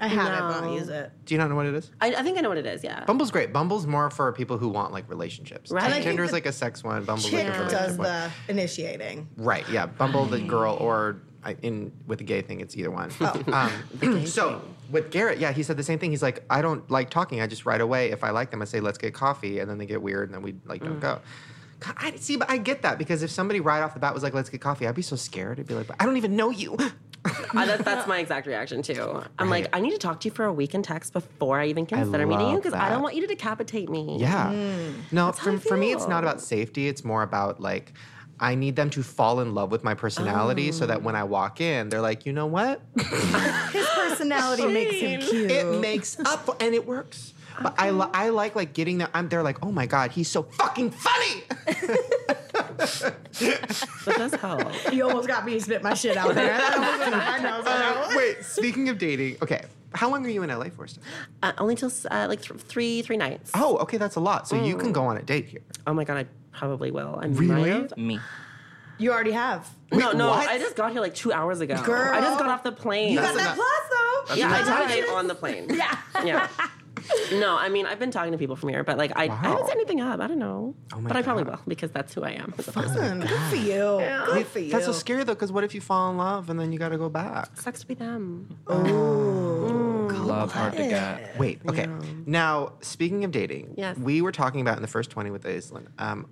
Speaker 2: I have it, but I
Speaker 5: No.
Speaker 2: don't use it.
Speaker 1: Do you not know what it is?
Speaker 5: I, I think I know what it is. Yeah.
Speaker 1: Bumble's great. Bumble's more for people who want like relationships.
Speaker 5: Right. And I think
Speaker 1: Tinder's
Speaker 2: the
Speaker 1: like a sex one. Bumble's
Speaker 2: Chick
Speaker 1: like a relationship
Speaker 2: does
Speaker 1: one.
Speaker 2: the initiating.
Speaker 1: Right. Yeah. Bumble the girl or I, in with the gay thing. It's either one. um, so with Garrett, yeah, he said the same thing. He's like, I don't like talking. I just right away if I like them, I say let's get coffee, and then they get weird, and then we like don't go. God, I see, but I get that because if somebody right off the bat was like, "Let's get coffee," I'd be so scared. I'd be like, "But I don't even know you."
Speaker 5: I, that, that's my exact reaction too. I'm like, I need to talk to you for a week in text before I even consider meeting you
Speaker 1: love
Speaker 5: because I
Speaker 1: that.
Speaker 5: don't want you to decapitate me.
Speaker 1: Yeah. No,
Speaker 5: Mm. how I
Speaker 1: for, for me, it's not
Speaker 5: feel.
Speaker 1: about safety. It's more about like, I need them to fall in love with my personality so that
Speaker 5: Oh.
Speaker 1: when I walk in, they're like, you know what?
Speaker 2: His personality makes him cute.
Speaker 1: It makes up for, and it works. But I, li- I like like getting there. I'm they're like, oh my god, he's so fucking funny.
Speaker 5: That does help.
Speaker 2: you almost got me to spit my shit out there. I know, I know.
Speaker 1: Wait, speaking of dating, okay, how long are you in LA for? Steph?
Speaker 5: Uh, only till uh, like th- three three nights.
Speaker 1: Oh, okay, that's a lot. So you can go on a date here.
Speaker 5: Oh my god, I probably will. I
Speaker 1: Really?
Speaker 5: might have.
Speaker 3: Me.
Speaker 2: You already have.
Speaker 5: No, no,
Speaker 1: what?
Speaker 5: I just got here like two hours ago.
Speaker 2: Girl.
Speaker 5: I just got off the plane.
Speaker 2: You
Speaker 1: That's
Speaker 2: got that
Speaker 1: enough.
Speaker 2: plus though.
Speaker 5: yeah, I
Speaker 1: That's
Speaker 5: got
Speaker 1: enough.
Speaker 5: it on the plane.
Speaker 2: Yeah.
Speaker 5: yeah. No, I mean I've been talking to people from here, but like I, I
Speaker 1: Wow.
Speaker 5: haven't set anything up. I don't know,
Speaker 1: Oh my
Speaker 5: but I probably
Speaker 1: God.
Speaker 5: will because that's who I am.
Speaker 2: Listen, good for you. Good for you.
Speaker 1: That's so scary though, because what if you fall in love and then you got to go back?
Speaker 5: Sucks to be them.
Speaker 2: Ooh.
Speaker 6: love hard to get.
Speaker 1: Wait, okay. Now, speaking of dating,
Speaker 5: Yes.
Speaker 1: we were talking about in the first 20 with Aislinn. Um,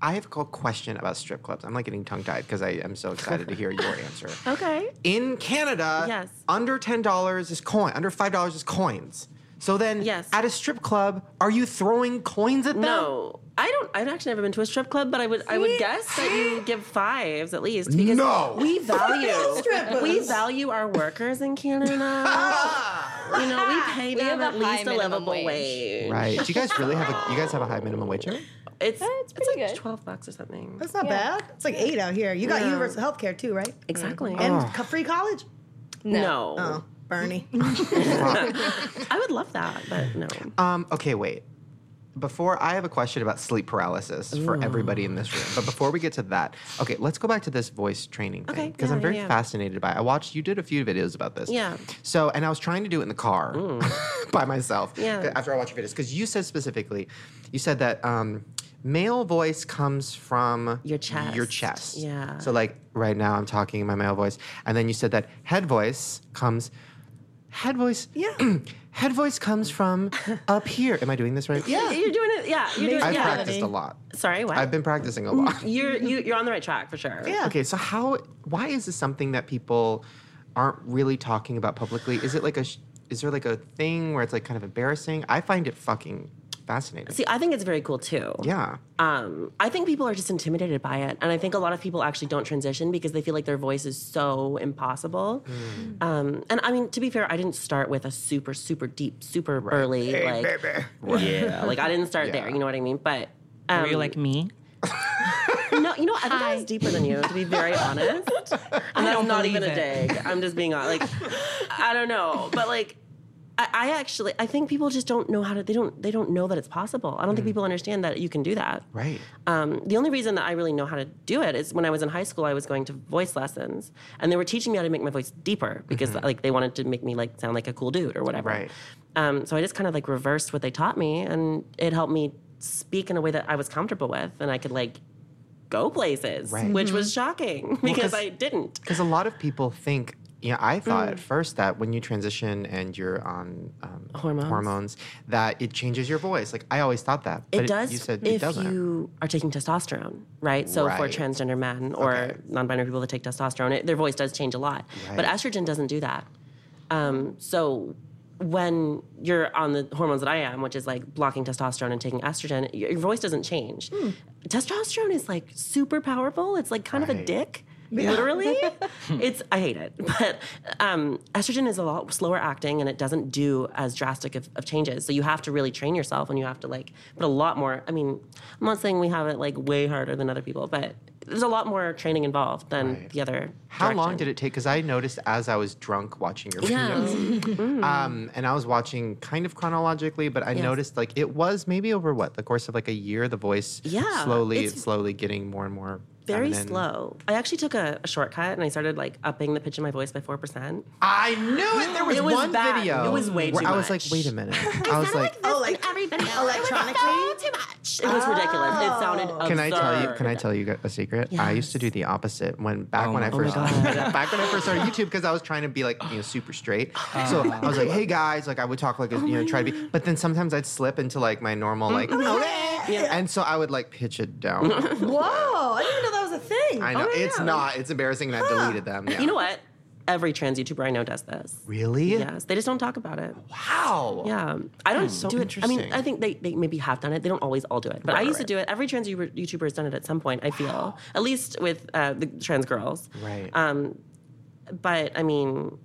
Speaker 1: I have a cool question about strip clubs. I'm like getting tongue tied because I am so excited to hear your answer.
Speaker 5: Okay.
Speaker 1: In Canada,
Speaker 5: Yes.
Speaker 1: under $10 is coin, under $5 is coins. So then
Speaker 5: Yes.
Speaker 1: at a strip club, are you throwing coins at them?
Speaker 5: No, I don't. I've actually never been to a strip club, but I would. I would guess that you give fives at least because
Speaker 1: No.
Speaker 5: we value
Speaker 2: Strippers.
Speaker 5: we value our workers in Canada. you know, we pay
Speaker 4: We
Speaker 5: them
Speaker 4: have
Speaker 5: at
Speaker 4: a
Speaker 5: least
Speaker 4: high
Speaker 5: a
Speaker 4: minimum
Speaker 5: livable wage.
Speaker 4: wage.
Speaker 1: Right. Do you guys really have a you guys have a high minimum wage here?
Speaker 5: It's
Speaker 4: That's
Speaker 5: it's
Speaker 4: pretty
Speaker 5: like
Speaker 4: good.
Speaker 5: twelve bucks or something.
Speaker 2: That's not bad. It's like eight out here. You got
Speaker 5: Yeah.
Speaker 2: universal health care too, right?
Speaker 5: Exactly.
Speaker 1: Oh.
Speaker 2: And co- free college?
Speaker 5: no,
Speaker 2: Oh, Bernie.
Speaker 1: Oh.
Speaker 5: I would love that, but no.
Speaker 1: Um, okay, wait. Before I have a question about sleep paralysis for everybody in this room, but before we get to that, okay, let's go back to this voice training thing
Speaker 5: Okay,
Speaker 1: because
Speaker 5: yeah,
Speaker 1: I'm very
Speaker 5: yeah, yeah.
Speaker 1: fascinated by. It. I watched you did a few videos about this,
Speaker 5: Yeah.
Speaker 1: So, and I was trying to do it in the car by myself,
Speaker 5: Yeah.
Speaker 1: After I watched your videos, because you said specifically, you said that um, male voice comes from
Speaker 5: Your chest.
Speaker 1: your chest,
Speaker 5: Yeah.
Speaker 1: So, like right now, I'm talking in my male voice, and then you said that head voice comes Head voice.
Speaker 2: Yeah.
Speaker 1: head voice comes from up here. Am I doing this right?
Speaker 5: Yeah, you're doing it. Yeah, you're doing
Speaker 1: I've
Speaker 5: it. Yeah.
Speaker 1: practiced a lot.
Speaker 5: Sorry, what?
Speaker 1: I've been practicing a lot.
Speaker 5: You're you, you're on the right track for sure.
Speaker 2: Yeah.
Speaker 1: Okay, so how? Why is this something that people aren't really talking about publicly? Is it like a? sh- Is there like a thing where it's like kind of embarrassing? I find it fucking fascinating.
Speaker 5: See, I think it's very cool too.
Speaker 1: yeah.
Speaker 5: um, I think people are just intimidated by it, and I think a lot of people actually don't transition because they feel like their voice is so impossible.
Speaker 1: Mm.
Speaker 5: Um, and I mean, to be fair, I didn't start with a super, super deep, super burly like yeah, like I didn't start there. You know what I mean? But um,
Speaker 6: Were you like me?
Speaker 5: no, you know, I think I was deeper than you. To be very honest, and that's
Speaker 6: don't
Speaker 5: not
Speaker 6: believe
Speaker 5: even a
Speaker 6: it.
Speaker 5: dig. I'm just being honest. Like, I don't know, but like. I, I actually, I think people just don't know how to. They don't. They don't know that it's possible. I don't think people understand that you can do that.
Speaker 1: Right.
Speaker 5: Um, the only reason that I really know how to do it is when I was in high school, I was going to voice lessons, and they were teaching me how to make my voice deeper because like they wanted to make me like sound like a cool dude or whatever.
Speaker 1: Mm-hmm. Right.
Speaker 5: Um, so I just kind of like reversed what they taught me, and it helped me speak in a way that I was comfortable with, and I could like go places,
Speaker 1: Right.
Speaker 5: which was shocking because
Speaker 1: 'cause-
Speaker 5: I didn't.
Speaker 1: Because a lot of people think, you know, I thought
Speaker 5: Mm.
Speaker 1: at first that when you transition and you're on um,
Speaker 5: Hormones.
Speaker 1: that it changes your voice. Like I always thought that. but
Speaker 5: it does
Speaker 1: You said
Speaker 5: if
Speaker 1: it doesn't.
Speaker 5: you are taking testosterone, right? So for
Speaker 1: Right.
Speaker 5: transgender men or
Speaker 1: Okay.
Speaker 5: non-binary people that take testosterone, it, their voice does change a lot. But
Speaker 1: Right.
Speaker 5: estrogen doesn't do that. Um, so when you're on the hormones that I am, which is like blocking testosterone and taking estrogen, your, your voice doesn't change. Testosterone is like super powerful. It's like kind of a
Speaker 1: Right.
Speaker 5: dick. Literally, it's I hate it, but um, estrogen is a lot slower acting and it doesn't do as drastic of, of changes. So you have to really train yourself and you have to like put a lot more. I mean, I'm not saying we have it like way harder than other people, but there's a lot more training involved than
Speaker 1: Right.
Speaker 5: the other.
Speaker 1: How long did it take? Because I noticed as I was drunk watching your videos, um, and I was watching kind of chronologically, but I
Speaker 5: Mm. Yes.
Speaker 1: noticed like it was maybe over what the course of like a year, the voice
Speaker 5: Yeah,
Speaker 1: slowly,
Speaker 5: it's-
Speaker 1: slowly getting more and more
Speaker 5: Very
Speaker 1: feminine.
Speaker 5: slow. I actually took a, a shortcut and I started like upping the pitch in my voice by four percent.
Speaker 1: I knew it. There was,
Speaker 5: It was
Speaker 1: one
Speaker 5: bad.
Speaker 1: video.
Speaker 5: It was way
Speaker 1: where
Speaker 5: too
Speaker 1: I was like,
Speaker 5: much.
Speaker 1: wait a minute. I was like,
Speaker 2: Oh, like electronically?
Speaker 5: It was ridiculous. It sounded absurd.
Speaker 1: Can I tell you? Can I tell you g- a secret? I used to do the opposite when back when I
Speaker 6: my- oh my
Speaker 1: first back when I first started YouTube because I was trying to be like you know super straight. so
Speaker 6: Oh.
Speaker 1: I was like, hey guys, like I would talk like a, you know try to be, but then sometimes I'd slip into like my normal like,
Speaker 5: Mm-hmm.
Speaker 1: and so I would like pitch it down.
Speaker 2: Whoa, I didn't even know that was a thing.
Speaker 5: Oh.
Speaker 1: I know it's not. It's embarrassing, and I have deleted them. Yeah.
Speaker 5: You know what? Every trans YouTuber I know does this.
Speaker 1: Really?
Speaker 5: Yes, they just don't talk about it.
Speaker 1: Wow.
Speaker 5: Yeah, I don't do it. I mean,
Speaker 1: interesting.
Speaker 5: I think they, they maybe have done it. They don't always all do it, but I used to do it. Every trans YouTuber YouTuber has done it at some point. I feel at least with uh, the trans girls.
Speaker 1: Right.
Speaker 5: Um, but I mean,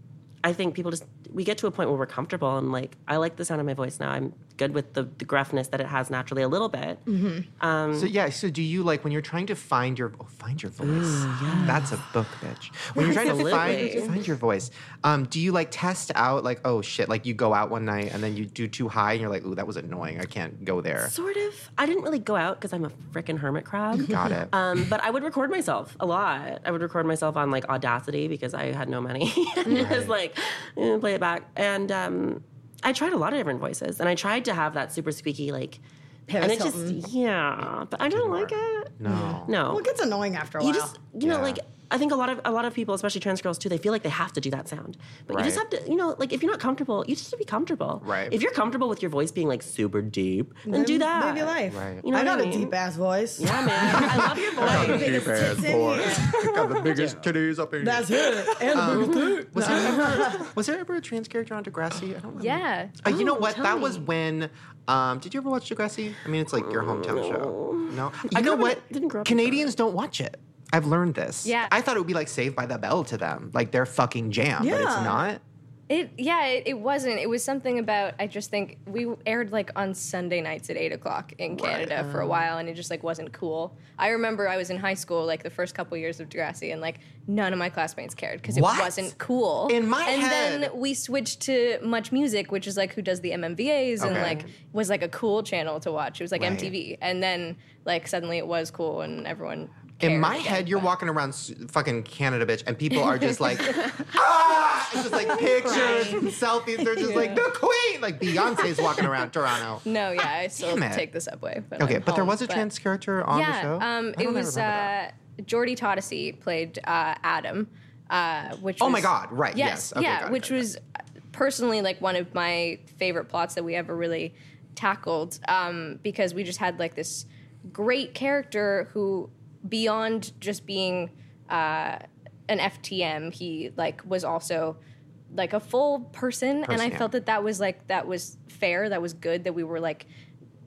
Speaker 5: I think people just we get to a point where we're comfortable and like I like the sound of my voice now. I'm good with the, the gruffness that it has naturally a little bit.
Speaker 1: So yeah, so do you like when you're trying to find your oh, find your voice? That's a book, bitch. When you're trying to find
Speaker 5: Absolutely.
Speaker 1: find your voice, um, do you like test out like oh shit, like you go out one night and then you do too high and you're like ooh that was annoying, I can't go there.
Speaker 5: Sort of. I didn't really go out because I'm a freaking hermit crab.
Speaker 1: Mm-hmm. Got it.
Speaker 5: Um, but I would record myself a lot. I would record myself on like Audacity because I had no money. and it was like, eh, play it back. And um, I tried a lot of different voices, and I tried to have that super squeaky like.
Speaker 2: Paris
Speaker 5: and it just yeah, but I don't like it.
Speaker 1: no.
Speaker 5: No,
Speaker 2: Well, it gets annoying after a while.
Speaker 5: you just you know
Speaker 1: Yeah.
Speaker 5: like I think a lot of a lot of people, especially trans girls too, they feel like they have to do that sound. But you just have
Speaker 1: Right.
Speaker 5: to, you know, like if you're not comfortable, you just have to be comfortable.
Speaker 1: Right.
Speaker 5: If you're comfortable with your voice being like super deep, then, do
Speaker 2: Live-
Speaker 5: that.
Speaker 2: Live your life.
Speaker 1: Right.
Speaker 5: You know
Speaker 2: I
Speaker 5: what I
Speaker 2: got a
Speaker 5: mean?
Speaker 2: deep ass voice.
Speaker 5: Yeah, man. I love your voice.
Speaker 2: biggest
Speaker 1: Deep-ass
Speaker 2: tits in
Speaker 1: voice. Got the biggest titties up in
Speaker 2: That's it. And
Speaker 1: Was there, ever, was there ever a trans character on Degrassi? I don't remember.
Speaker 4: Yeah.
Speaker 1: Uh, you know what?
Speaker 5: tell
Speaker 1: That was
Speaker 5: me.
Speaker 1: when. Um, did you ever watch Degrassi? I mean, it's like your hometown show. No, you
Speaker 5: grew
Speaker 1: know
Speaker 5: up in-
Speaker 1: what?
Speaker 5: didn't grow up in
Speaker 1: Canadians don't watch it. I've learned this.
Speaker 4: Yeah.
Speaker 1: I thought it would be like Saved by the Bell to them, like their fucking jam, but it's
Speaker 2: Yeah.
Speaker 1: not.
Speaker 4: It yeah, it, it wasn't. It was something about I just think we aired like on Sunday nights at eight o'clock in Canada for a while, and it just like wasn't cool. I remember I was in high school, like the first couple years of Degrassi, and like none of my classmates cared because it
Speaker 1: What?
Speaker 4: wasn't cool.
Speaker 1: In my
Speaker 4: and
Speaker 1: head-
Speaker 4: then we switched to Much Music, which is like who does the MMVAs, and
Speaker 1: Okay.
Speaker 4: like was like a cool channel to watch. It was like
Speaker 1: Right.
Speaker 4: MTV, and then like suddenly it was cool, and everyone.
Speaker 1: In
Speaker 4: cared
Speaker 1: my
Speaker 4: again,
Speaker 1: head, you're
Speaker 4: but-
Speaker 1: walking around s- fucking Canada, bitch, and people are just like, ah! It's just like pictures and selfies. They're just like, the queen! Like Beyonce's walking around Toronto.
Speaker 4: No, yeah, I still
Speaker 1: Ah, Damn it.
Speaker 4: take the subway. when
Speaker 1: Okay,
Speaker 4: I'm
Speaker 1: but there
Speaker 4: home,
Speaker 1: was a trans character on the show?
Speaker 4: Um,
Speaker 1: I
Speaker 4: it
Speaker 1: don't
Speaker 4: was
Speaker 1: ever remember that.
Speaker 4: uh, Jordy Toddessy played uh, Adam, uh, which
Speaker 1: Oh
Speaker 4: was-
Speaker 1: my God, right, yes. Okay,
Speaker 4: yeah,
Speaker 1: got it,
Speaker 4: which
Speaker 1: got it,
Speaker 4: was personally like one of my favorite plots that we ever really tackled um, because we just had like this great character who beyond just being uh, an FTM, he like was also like a full person, and
Speaker 1: Person,
Speaker 4: I
Speaker 1: yeah.
Speaker 4: felt that that was like that was fair, that was good, that we were like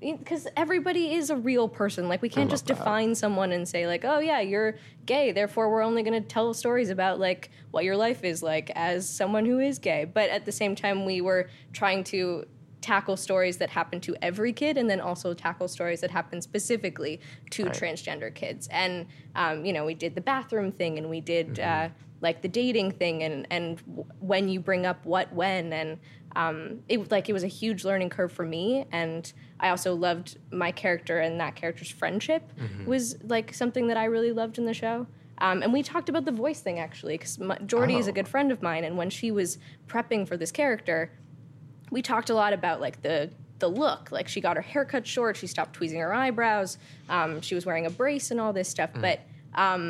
Speaker 4: because everybody is a real person. Like we can't just define someone and say like, oh yeah, you're gay. Therefore, we're only going to tell stories about like what your life is like as someone who is gay. But at the same time, we were trying to tackle stories that happen to every kid and then also tackle stories that happen specifically to transgender kids and um, you know we did the bathroom thing and we did uh, like the dating thing and and w- when you bring up what when and um, it like it was a huge learning curve for me and i also loved my character and that character's friendship was like something that i really loved in the show um, and we talked about the voice thing actually because jordy is a
Speaker 1: Oh.
Speaker 4: good friend of mine and when she was prepping for this character we talked a lot about like the the look like she got her hair cut short she stopped tweezing her eyebrows um, she was wearing a brace and all this stuff
Speaker 1: Mm.
Speaker 4: but um,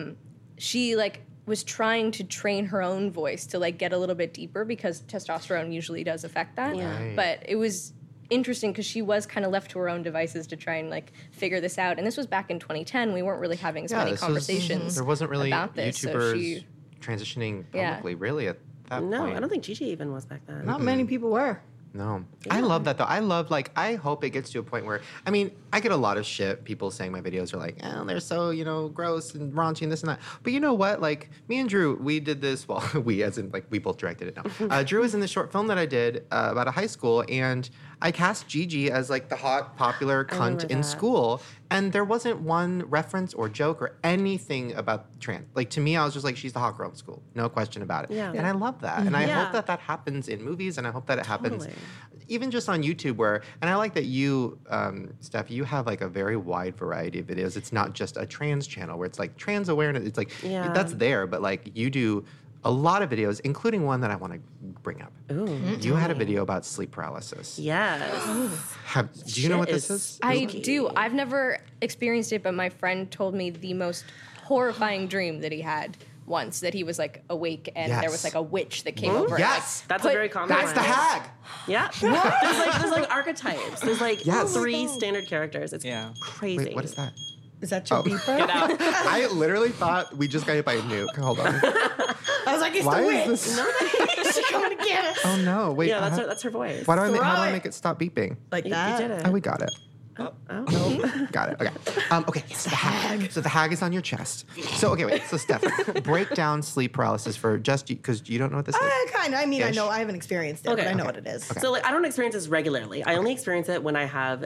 Speaker 4: she like was trying to train her own voice to like get a little bit deeper because testosterone usually does affect that.
Speaker 1: Right.
Speaker 4: But it was interesting because she was kind of left to her own devices to try and like figure this out. And this was back in 2010. We weren't really having as
Speaker 1: this
Speaker 4: many
Speaker 1: was-
Speaker 4: conversations.
Speaker 1: there wasn't really
Speaker 4: about this, so
Speaker 1: YouTubers
Speaker 4: she-
Speaker 1: transitioning
Speaker 4: Yeah.
Speaker 1: publicly, really, at that
Speaker 5: No,
Speaker 1: point.
Speaker 5: I don't think Gigi even was back then.
Speaker 2: not many people were.
Speaker 1: No. I love that though. I love like I hope it gets to a point where I mean, I get a lot of shit. People saying my videos are like, oh, they're so, you know, gross and raunchy and this and that. But you know what? Like me and Drew, we did this well, we as in like we both directed it now. Uh, Drew was in the short film that I did uh, about a high school and I cast Gigi as like the hot popular cunt
Speaker 5: remember
Speaker 1: in
Speaker 5: that.
Speaker 1: school and there wasn't one reference or joke or anything about trans. Like to me I was just like she's the hot girl in school. No question about it.
Speaker 5: Yeah. Mm-hmm.
Speaker 1: And I love that. And I
Speaker 5: Yeah.
Speaker 1: hope that that happens in movies and I hope that it happens
Speaker 5: Totally.
Speaker 1: even just on YouTube, where and I like that you, um, Steph, you have like a very wide variety of videos. It's not just a trans channel where it's like trans awareness. It's like
Speaker 5: Yeah.
Speaker 1: that's there, but like you do a lot of videos, including one that I want to bring up.
Speaker 5: Ooh. Mm-hmm.
Speaker 1: You had a video about sleep paralysis.
Speaker 5: Yes.
Speaker 1: Have, do you know
Speaker 5: Shit
Speaker 1: what this
Speaker 5: is
Speaker 1: is?
Speaker 4: I
Speaker 5: spooky.
Speaker 4: do. I've never experienced it, but my friend told me the most horrifying dream that he had once that he was like awake and there
Speaker 1: Yes.
Speaker 4: was like a witch that came over. and, like,
Speaker 1: Yes.
Speaker 5: That's a
Speaker 4: put-
Speaker 5: very common
Speaker 1: That's
Speaker 5: one.
Speaker 1: the hag.
Speaker 5: Yeah. There's like there's like archetypes. There's like
Speaker 1: Yes.
Speaker 5: three standard characters. It's
Speaker 3: Yeah.
Speaker 5: crazy.
Speaker 1: Wait, what is that?
Speaker 2: Is that
Speaker 1: Oh.
Speaker 2: your beeper?
Speaker 1: I literally thought we just got hit by a nuke. Hold on.
Speaker 2: I was like, it's
Speaker 1: Why
Speaker 2: the
Speaker 1: is
Speaker 2: witch.
Speaker 1: this?
Speaker 2: She's coming to get us.
Speaker 1: Oh no! Wait.
Speaker 5: Yeah, that's
Speaker 1: uh,
Speaker 5: her that's her voice.
Speaker 1: why do I? ma- How
Speaker 2: Throw
Speaker 1: do I
Speaker 2: it.
Speaker 1: make it stop beeping?
Speaker 2: Like
Speaker 5: you, you
Speaker 2: that.
Speaker 5: did it.
Speaker 1: Oh, we got it.
Speaker 5: Oh, no.
Speaker 1: Got it. Okay. Um, okay. So the hag. So the hag is on your chest. So okay, wait. So Steph, break down sleep paralysis for just because you don't know what this is.
Speaker 2: I kind of. Uh, I mean, I
Speaker 1: Ish.
Speaker 2: know I haven't experienced it, but
Speaker 5: Okay.
Speaker 2: I know
Speaker 5: Okay.
Speaker 2: what it is.
Speaker 5: So like I don't experience this regularly. I only experience it when I have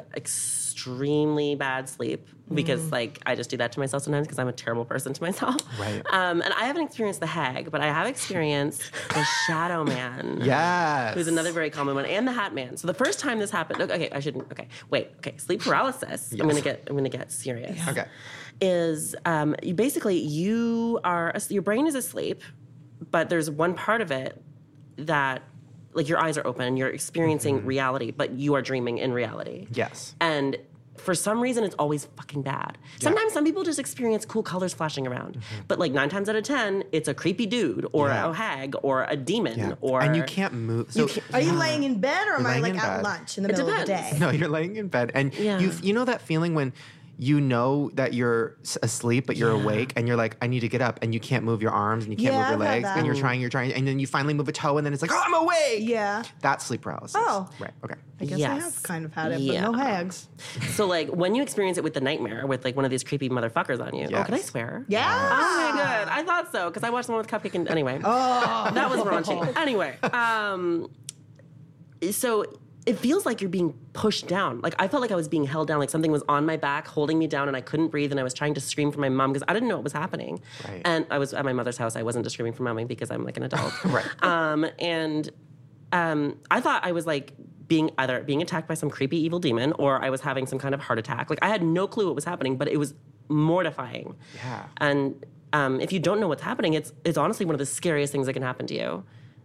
Speaker 5: extremely bad sleep because
Speaker 1: Mm.
Speaker 5: like I just do that to myself sometimes because I'm a terrible person to myself.
Speaker 1: Right.
Speaker 5: Um, and I haven't experienced the hag, but I have experienced the shadow man.
Speaker 1: Yes.
Speaker 5: Who's another very common one, and the Hat Man. So the first time this happened, okay, I shouldn't. Okay, wait, okay, sleep paralysis. I'm gonna get, I'm gonna get serious
Speaker 1: Okay.
Speaker 5: is um, you basically you are as- your brain is asleep, but there's one part of it that
Speaker 1: Mm-hmm.
Speaker 5: like your eyes are open, you're experiencing reality, but you are dreaming in reality.
Speaker 1: Yes.
Speaker 5: And for some reason it's always fucking bad. Sometimes some people just experience cool colors flashing around, but like nine times out of ten, it's a creepy dude or
Speaker 1: Mm-hmm. Yeah.
Speaker 5: a hag or a demon
Speaker 1: Yeah.
Speaker 5: or
Speaker 1: and you can't move. So
Speaker 5: can't-
Speaker 2: Are you laying in bed or am
Speaker 1: You're
Speaker 2: I
Speaker 1: laying
Speaker 2: like
Speaker 1: in
Speaker 2: at
Speaker 1: bed.
Speaker 2: lunch in the
Speaker 5: It
Speaker 2: middle of the
Speaker 5: depends.
Speaker 2: day?
Speaker 1: No, you're laying in bed, and
Speaker 5: Yeah.
Speaker 1: you you know that feeling when you know that you're s- asleep but you're awake, and you're like, I need to get up, and you can't move your arms and you can't
Speaker 2: Yeah,
Speaker 1: move your
Speaker 2: I've had
Speaker 1: legs,
Speaker 2: that.
Speaker 1: and you're trying, you're trying, and then you finally move a toe, and then it's like, oh, I'm awake.
Speaker 2: Yeah.
Speaker 1: that's sleep paralysis.
Speaker 2: Oh.
Speaker 1: right, okay.
Speaker 2: I guess I
Speaker 5: Yes.
Speaker 2: have kind of had it,
Speaker 5: Yeah.
Speaker 2: but no hags.
Speaker 5: So like when you experience it with the nightmare with like one of these creepy motherfuckers on you. Oh, can I
Speaker 1: Yes.
Speaker 5: swear?
Speaker 2: Yeah.
Speaker 5: Oh my god, I thought so because I watched the one with Cupcake and anyway. Oh, that was raunchy. Anyway, um, so it feels like you're being pushed down. Like I felt like I was being held down. Like something was on my back, holding me down, and I couldn't breathe. And I was trying to scream for my mom because I didn't know what was happening.
Speaker 1: Right.
Speaker 5: And I was at my mother's house. I wasn't screaming for mommy because I'm like an adult.
Speaker 1: Right.
Speaker 5: Um, and um, I thought I was like being either being attacked by some creepy evil demon or I was having some kind of heart attack. Like I had no clue what was happening, but it was mortifying.
Speaker 1: Yeah.
Speaker 5: And um, if you don't know what's happening, it's it's honestly one of the scariest things that can happen to you,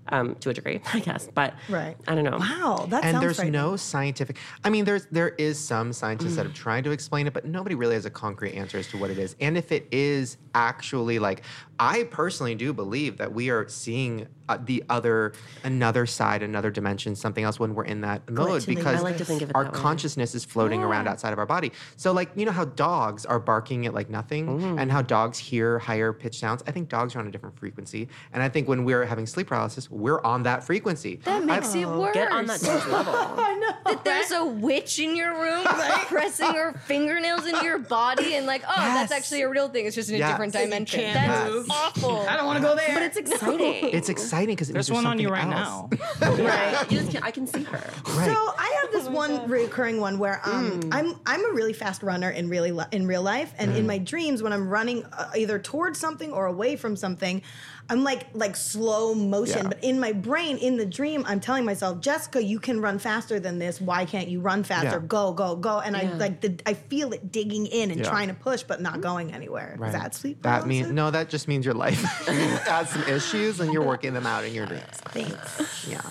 Speaker 5: um, to a degree, I guess. But
Speaker 2: Right.
Speaker 5: I don't know.
Speaker 2: Wow, that
Speaker 1: and
Speaker 2: sounds
Speaker 1: there's
Speaker 2: frightening.
Speaker 1: no scientific. I mean, there's there is some scientists
Speaker 5: Mm.
Speaker 1: that have tried to explain it, but nobody really has a concrete answer as to what it is. And if it is actually like, I personally do believe that we are seeing uh, the other, another side, another dimension, something else when we're in that mode
Speaker 2: in the
Speaker 1: because
Speaker 5: I like to think of it
Speaker 1: our
Speaker 5: that way.
Speaker 1: consciousness is floating around outside of our body. So like, you know how dogs are barking at like nothing,
Speaker 5: Mm.
Speaker 1: and how dogs hear higher pitch sounds. I think dogs are on a different frequency, and I think when we're having sleep paralysis, we're on that frequency.
Speaker 4: That makes it worse.
Speaker 5: Oh. Get on that next level.
Speaker 2: I know.
Speaker 4: That there's a witch in your room pressing her fingernails into your body and like, oh, that's
Speaker 1: Yes.
Speaker 4: actually a real thing. It's just in a
Speaker 1: Yes.
Speaker 4: different
Speaker 1: You
Speaker 4: dimension.
Speaker 2: can't
Speaker 4: That's
Speaker 1: move.
Speaker 4: awful.
Speaker 2: I don't want to go there.
Speaker 5: But it's exciting.
Speaker 1: It's exciting because
Speaker 3: There's one on you right now.
Speaker 5: right. You just can't, I can see her.
Speaker 1: Right. Hmm.
Speaker 2: So I have this one recurring one where um, I'm I'm a really fast runner in really li- in real life, and in my dreams when I'm running uh, either towards something or away from something, I'm like like slow motion.
Speaker 1: Yeah.
Speaker 2: But in my brain, in the dream, I'm telling myself, Jessica, you can run faster than this. Why can't you run faster?
Speaker 1: Yeah.
Speaker 2: Go go go! And I
Speaker 5: Yeah.
Speaker 2: like the, I feel it digging in and
Speaker 1: Yeah.
Speaker 2: trying to push, but not going anywhere. Is that sleep?
Speaker 1: That means
Speaker 2: paralysis?
Speaker 1: no. That just means your life has some issues, and you're working them out in your dreams.
Speaker 2: Thanks.
Speaker 1: Yeah,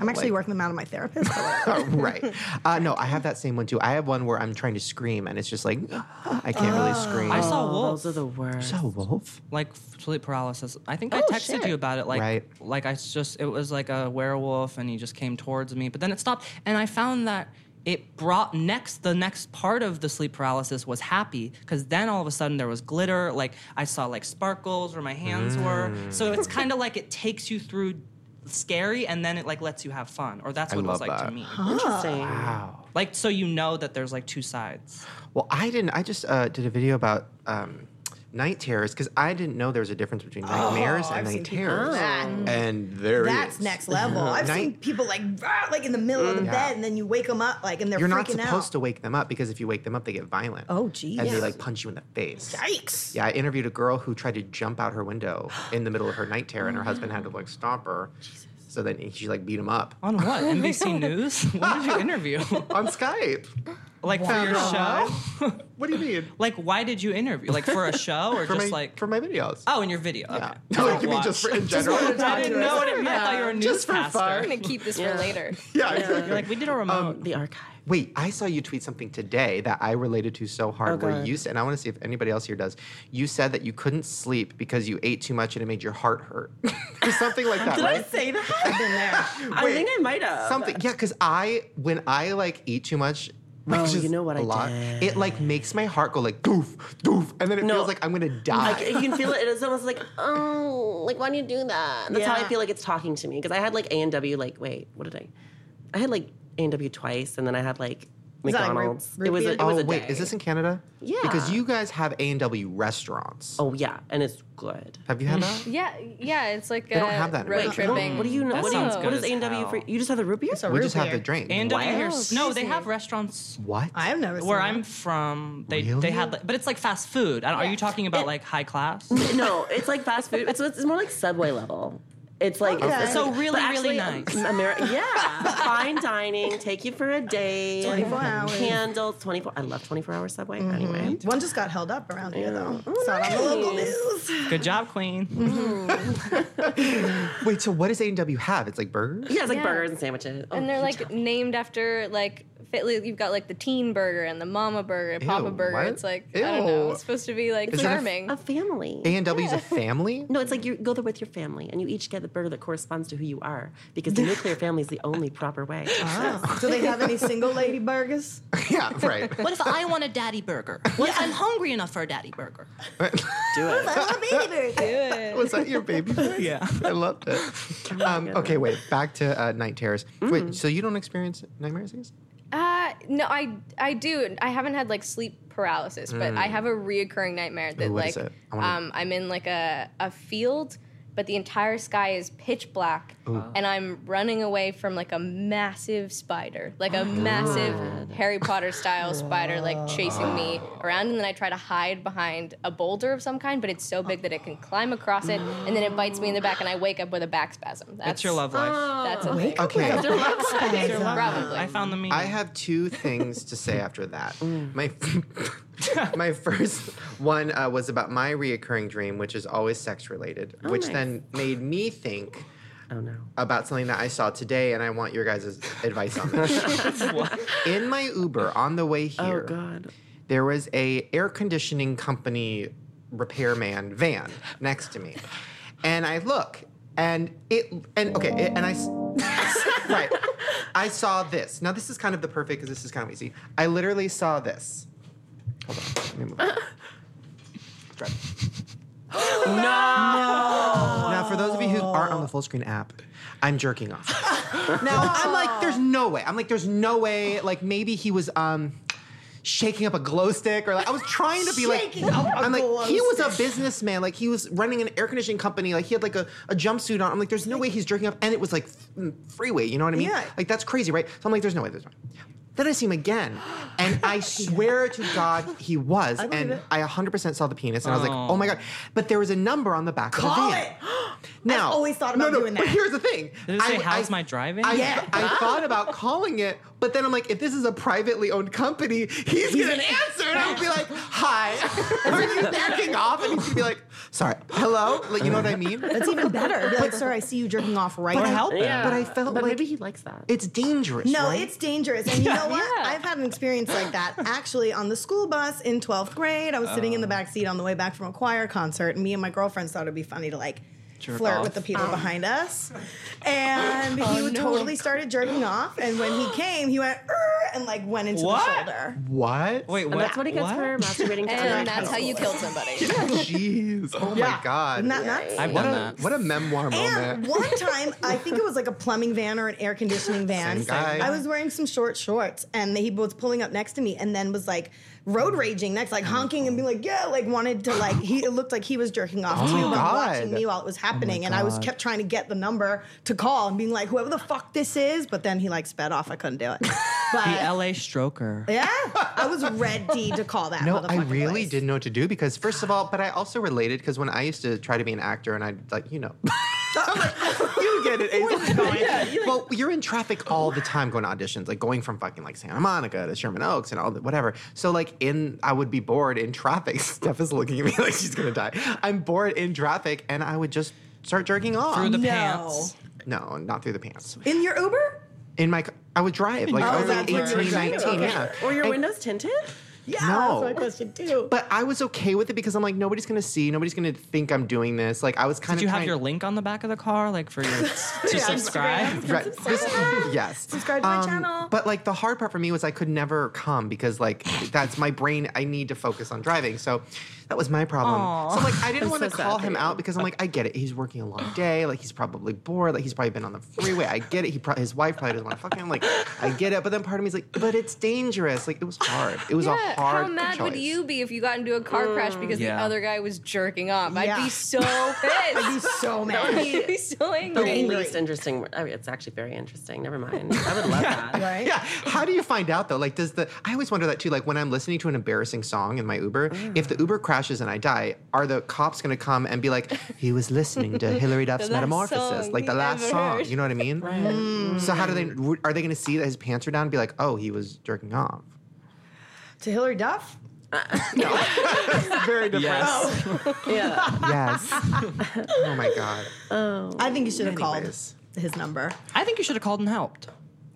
Speaker 2: I'm actually
Speaker 1: like-
Speaker 2: working them out on my therapist. but whatever.
Speaker 1: right. Uh, no, I have that same one too. I have one where I'm trying to scream, and it's just like "Ah," I can't really
Speaker 2: Oh.
Speaker 1: scream.
Speaker 3: I saw
Speaker 5: Those
Speaker 3: wolves.
Speaker 5: are the worst.
Speaker 1: a wolf.
Speaker 3: like sleep paralysis. I think I
Speaker 5: Oh,
Speaker 3: texted
Speaker 5: shit.
Speaker 3: you about it. Like,
Speaker 1: Right.
Speaker 3: like I s- just it was like a werewolf, and he just came towards me. But then it stopped, and I found that it brought next the next part of the sleep paralysis was happy because then all of a sudden there was glitter. Like I saw like sparkles where my hands
Speaker 1: Mm.
Speaker 3: were. So it's kind of like it takes you through scary, and then it like lets you have fun. Or that's
Speaker 1: I
Speaker 3: what it was
Speaker 1: love
Speaker 3: like to
Speaker 1: that.
Speaker 3: me.
Speaker 5: Interesting.
Speaker 1: Wow.
Speaker 3: Like so you know that there's like two sides.
Speaker 1: Well, I didn't. I just uh, did a video about um, night terrors because I didn't know there was a difference between nightmares and
Speaker 2: Oh, I've seen
Speaker 1: night
Speaker 2: people do
Speaker 1: terrors.
Speaker 2: that.
Speaker 1: And there
Speaker 2: That's
Speaker 1: is.
Speaker 2: next level. I've seen
Speaker 1: Night-
Speaker 2: people like rah, like in the middle of the
Speaker 1: Yeah.
Speaker 2: bed, and then you wake them up like, and they're
Speaker 1: You're
Speaker 2: freaking
Speaker 1: not supposed
Speaker 2: out.
Speaker 1: to wake them up because if you wake them up, they get violent.
Speaker 2: Oh, geez.
Speaker 1: And they like punch you in the face.
Speaker 2: Yikes!
Speaker 1: Yeah, I interviewed a girl who tried to jump out her window in the middle of her night terror,
Speaker 5: Oh,
Speaker 1: and her husband had to like stop her. So then she like beat him up
Speaker 5: Oh.
Speaker 3: On what NBC News? What did you interview?
Speaker 1: on Skype.
Speaker 3: like for your show?
Speaker 1: What do you mean?
Speaker 3: Like, why did you interview? Like for a show or
Speaker 1: For
Speaker 3: just
Speaker 1: my
Speaker 3: like?
Speaker 1: for my videos.
Speaker 3: oh, in your video.
Speaker 1: yeah.
Speaker 3: Okay.
Speaker 1: No, like, you mean just for in general?
Speaker 3: I didn't know what it meant. I thought you were a
Speaker 1: Just for
Speaker 4: I'm
Speaker 3: newscaster.
Speaker 4: gonna keep this
Speaker 5: Yeah.
Speaker 4: for later.
Speaker 1: yeah, exactly.
Speaker 3: You're like, we did a remote.
Speaker 1: Um,
Speaker 5: The archive.
Speaker 1: Wait, I saw you tweet something today that I related to so hard.
Speaker 5: Oh,
Speaker 1: where
Speaker 5: God.
Speaker 1: you said, and I want to see if anybody else here does. You said that you couldn't sleep because you ate too much and it made your heart hurt, or something like that.
Speaker 5: Did
Speaker 1: right?
Speaker 5: I say that?
Speaker 2: There.
Speaker 5: I think I might have.
Speaker 1: something yeah because i when i like eat too much which
Speaker 5: Oh,
Speaker 1: is
Speaker 5: you know what
Speaker 1: a
Speaker 5: I
Speaker 1: lot
Speaker 5: did.
Speaker 1: it like makes my heart go like doof doof and then it
Speaker 5: No.
Speaker 1: feels like i'm gonna die
Speaker 5: Like you can feel it. It's almost like, oh, like why do you do that? That's how I
Speaker 2: Yeah.
Speaker 5: feel like it's talking to me because I had like A and W. Like, wait, what did I? I had like A and W twice, and then I had like
Speaker 2: that like root-
Speaker 5: McDonald's.
Speaker 2: root
Speaker 5: it was. A,
Speaker 2: beer?
Speaker 5: it was
Speaker 1: oh
Speaker 5: a
Speaker 1: wait
Speaker 5: day.
Speaker 1: is this in canada
Speaker 5: Yeah.
Speaker 1: because you guys have a&w restaurants
Speaker 5: Oh yeah, and it's good.
Speaker 1: have you had that
Speaker 4: Yeah, yeah. It's like
Speaker 1: don't
Speaker 4: uh,
Speaker 1: have that in
Speaker 4: road
Speaker 1: Wait,
Speaker 5: you don't-
Speaker 4: tripping.
Speaker 5: What do you know?
Speaker 3: That
Speaker 5: What, do you,
Speaker 3: sounds
Speaker 5: what
Speaker 3: good
Speaker 5: is
Speaker 3: as
Speaker 5: A and W for?
Speaker 3: hell.
Speaker 5: You just have the root beer.
Speaker 2: a
Speaker 1: we
Speaker 2: root
Speaker 1: just have the
Speaker 2: beer.
Speaker 1: drink
Speaker 3: And
Speaker 1: What?
Speaker 3: W here.
Speaker 5: Wow,
Speaker 3: No, they
Speaker 5: crazy.
Speaker 3: have restaurants
Speaker 1: what
Speaker 2: I've never seen
Speaker 3: where
Speaker 2: that.
Speaker 3: I'm from. They
Speaker 1: Really?
Speaker 3: they had, like, but it's like fast food. I don't, Are you talking about like high class?
Speaker 5: no, it's like fast food. It's it's more like Subway level. It's like it's-
Speaker 2: Okay.
Speaker 5: it's
Speaker 2: So
Speaker 5: like-
Speaker 3: really,
Speaker 5: but
Speaker 3: really
Speaker 5: actually,
Speaker 3: nice.
Speaker 5: um, Ameri- yeah, fine dining. Take you for a day.
Speaker 2: 24 hours.
Speaker 5: Candles. Twenty four. I love twenty four hour Subway. Anyway.
Speaker 2: One just got held up around here though. Saw it on the local news.
Speaker 3: Good job, Queen.
Speaker 1: Mm-hmm. wait so what does a&w have it's like burgers
Speaker 5: Yeah, it's like
Speaker 4: Yeah.
Speaker 5: burgers and sandwiches. Oh,
Speaker 4: and they're
Speaker 5: you
Speaker 4: like named after like fit. like, You've got like the teen burger and the mama burger and papa
Speaker 1: Ew,
Speaker 4: burger.
Speaker 1: what?
Speaker 4: It's like I don't know.
Speaker 1: Ew.
Speaker 4: It's supposed to be like
Speaker 1: Is it a f-
Speaker 4: charming.
Speaker 5: A family.
Speaker 1: A and W is a family.
Speaker 5: No, it's like you go there with your family, and you each get the burger that corresponds to who you are, because the nuclear family is the only proper way.
Speaker 2: Do they have any single lady burgers?
Speaker 1: yeah, right.
Speaker 3: What if I want a daddy burger? What if I'm hungry enough for a daddy burger?
Speaker 5: Do it.
Speaker 2: A baby burger.
Speaker 1: Was that your baby? voice?
Speaker 3: Yeah.
Speaker 1: I loved
Speaker 5: Oh
Speaker 1: it. Um, okay, wait. Back to uh, night terrors.
Speaker 5: Mm-hmm.
Speaker 1: Wait, so you don't experience nightmares? I guess?
Speaker 4: Uh, no, I I do. I haven't had like sleep paralysis, but I have a reoccurring nightmare that
Speaker 1: Mm. Ooh, what
Speaker 4: like
Speaker 1: is it? I wanna-
Speaker 4: um, I'm in like a a field, but the entire sky is pitch black,
Speaker 3: Oh.
Speaker 4: and I'm running away from like a massive spider, like a massive Harry Potter style spider, like chasing me
Speaker 1: Oh.
Speaker 4: around, and then I try to hide behind a boulder of some kind, but it's so big that it can climb across it, and then it bites me in the back, and I wake up with a back spasm. That's
Speaker 3: That's your love life.
Speaker 4: That's a thing.
Speaker 1: Okay.
Speaker 4: Probably.
Speaker 3: I found the meme.
Speaker 1: I have two things to say after that.
Speaker 5: Mm.
Speaker 1: My my first one uh, was about my reoccurring dream, which is always sex related, which
Speaker 5: Oh, nice.
Speaker 1: then made me think
Speaker 5: Oh no.
Speaker 1: about something that I saw today, and I want your guys' advice on this. In my Uber on the way
Speaker 5: Oh
Speaker 1: here,
Speaker 5: god.
Speaker 1: there was a air conditioning company repairman van next to me, and I look, and it, and okay, it- and I, s- right, I saw this. Now this is kind of the perfect because this is kind of easy. I literally saw this. Hold on, let me move. on. Drive. no. Now, for those of you who aren't on the full screen app, I'm jerking off. now, I'm like, there's no way. I'm like, there's no way. Like, maybe he was um shaking up a glow stick or like I was trying to be like
Speaker 2: Shaking up a
Speaker 1: I'm like
Speaker 2: glow
Speaker 1: he was a businessman like he was running an air conditioning company like he had like a, a jumpsuit on I'm like there's no way he's jerking up and it was like f- mm, freeway you know what I mean
Speaker 2: Yeah.
Speaker 1: like that's crazy right so I'm like there's no way there's no way then I see him again and I swear to God he was
Speaker 2: believe
Speaker 1: and
Speaker 2: it.
Speaker 1: I 100% saw the penis and I was like oh my God but there was a number on the back
Speaker 2: Call
Speaker 1: of the van
Speaker 2: it.
Speaker 1: now
Speaker 2: I've always thought
Speaker 1: no,
Speaker 2: about
Speaker 1: no,
Speaker 2: doing
Speaker 1: but
Speaker 2: that.
Speaker 1: here's the thing
Speaker 3: Did it say, "How's my driving?"
Speaker 1: I,
Speaker 2: Yeah.
Speaker 1: I thought about calling it, but then I'm like, if this is a privately owned company, he's gonna answer, and I'll be like, "Hi, are you backing off?" And he's gonna be like, "Sorry, hello," like you know what I mean?
Speaker 2: That's even better. Be like, sir, I see you jerking off right
Speaker 3: or
Speaker 2: now.
Speaker 3: help him.
Speaker 1: But I felt
Speaker 5: But
Speaker 1: like
Speaker 5: maybe he likes that.
Speaker 1: it's dangerous.
Speaker 2: No,
Speaker 1: right?
Speaker 2: it's dangerous. And you know what?
Speaker 4: Yeah.
Speaker 2: I've had an experience like that actually on the school bus in 12th grade. I was sitting in
Speaker 3: Oh.
Speaker 2: the back seat on the way back from a choir concert, and me and my girlfriends thought it'd be funny to like
Speaker 3: Jerk
Speaker 2: flirt
Speaker 3: off. Oh.
Speaker 2: with the people behind us. And he would totally started jerking off. And when he came, he went "Er," and like went into the
Speaker 3: What?
Speaker 2: shoulder.
Speaker 1: Oh what?
Speaker 3: Wait, what?
Speaker 5: and that's what he gets
Speaker 3: what?
Speaker 5: for masturbating to
Speaker 4: And
Speaker 5: other
Speaker 4: that's how you
Speaker 5: couples.
Speaker 4: killed somebody.
Speaker 1: jeez, oh my god,
Speaker 2: Isn't that nuts?
Speaker 3: I've
Speaker 1: what
Speaker 3: done
Speaker 1: a
Speaker 3: that.
Speaker 1: what a memoir
Speaker 2: And
Speaker 1: moment.
Speaker 2: one time, I think it was like a plumbing van or an air conditioning van.
Speaker 1: Same guy.
Speaker 2: I was wearing some short shorts, and he was pulling up next to me, and then was like road raging next, like honking and being like, "Yeah!" Like wanted to like he. It looked like he was jerking off too,
Speaker 1: my
Speaker 2: but
Speaker 1: Oh, God. Oh,
Speaker 2: watching me while it was happening, and I was
Speaker 1: God.
Speaker 2: kept trying to get the number to call and being like, "Whoever the fuck this is," but then he like sped off. I couldn't do it. But
Speaker 3: The LA stroker.
Speaker 2: yeah, I was ready to call that.
Speaker 1: No, I
Speaker 2: motherfucking
Speaker 1: really
Speaker 2: place.
Speaker 1: didn't know what to do because first of all, but I also related because when I used to try to be an actor and I'd like, you know, I'm like, you get it. Ace. well, you're in traffic all the time going to auditions, like going from fucking like Santa Monica to Sherman Oaks and all the whatever. So like in, I would be bored in traffic. Steph is looking at me like she's gonna die. I'm bored in traffic and I would just start jerking off.
Speaker 3: Through the
Speaker 2: No.
Speaker 3: pants.
Speaker 1: no, not through the pants.
Speaker 2: In your Uber?
Speaker 1: In my, ca- I would drive like I was like
Speaker 2: Oh, that's where you were
Speaker 1: 18,
Speaker 2: driving.
Speaker 1: 19, yeah.
Speaker 5: Or your
Speaker 1: And-
Speaker 5: windows tinted?
Speaker 2: Yeah,
Speaker 1: No.
Speaker 2: that's my question too.
Speaker 1: But I was okay with it because I'm like, nobody's gonna see, nobody's gonna think I'm doing this. Like I was kind
Speaker 3: Did
Speaker 1: of
Speaker 3: you have
Speaker 1: trying-
Speaker 3: your link on the back of the car, like for your to subscribe?
Speaker 1: Right. This- yes. Um,
Speaker 2: Subscribe to my channel.
Speaker 1: But like the hard part for me was I could never come because like that's my brain. I need to focus on driving, so that was my problem.
Speaker 3: Aw.
Speaker 1: So like I didn't
Speaker 5: I'm
Speaker 1: want to
Speaker 5: so sad
Speaker 1: call
Speaker 5: for
Speaker 1: him
Speaker 5: you.
Speaker 1: out because I'm like I get it. He's working a long day. Like he's probably bored. Like he's probably been on the freeway. I get it. He pro- his wife probably doesn't want to fuck him. Like I get it. But then part of me is like, but it's dangerous. Like it was hard. It was a hard.
Speaker 4: How mad would
Speaker 1: choice.
Speaker 4: you be if you got into a car crash because the
Speaker 3: Yeah.
Speaker 4: other guy was jerking off? I'd
Speaker 2: Yeah.
Speaker 4: be so pissed. I'd
Speaker 2: He's so mad.
Speaker 4: be, so
Speaker 5: The
Speaker 4: angry.
Speaker 5: least interesting. I mean, it's actually very interesting. Never mind. I would love that.
Speaker 2: right?
Speaker 1: Yeah. How do you find out though? Like, does the I always wonder that too. Like when I'm listening to an embarrassing song in my Uber,
Speaker 4: Mm.
Speaker 1: if the Uber crashes and I die, are the cops gonna come and be like, he was listening to Hillary Duff's
Speaker 4: last
Speaker 1: Metamorphosis,
Speaker 4: song
Speaker 1: like the
Speaker 4: he
Speaker 1: last
Speaker 4: ever
Speaker 1: song?
Speaker 4: heard. Mm.
Speaker 1: You know what I mean?
Speaker 5: Mm.
Speaker 1: So how do they? Are they gonna see that his pants are down and be like, oh, he was jerking off?
Speaker 2: To Hillary Duff?
Speaker 1: Very different.
Speaker 3: Yes.
Speaker 5: Yeah.
Speaker 1: Yes. oh my god.
Speaker 2: I think you should have called
Speaker 1: Anyways.
Speaker 2: his number.
Speaker 3: I think you should have called and helped.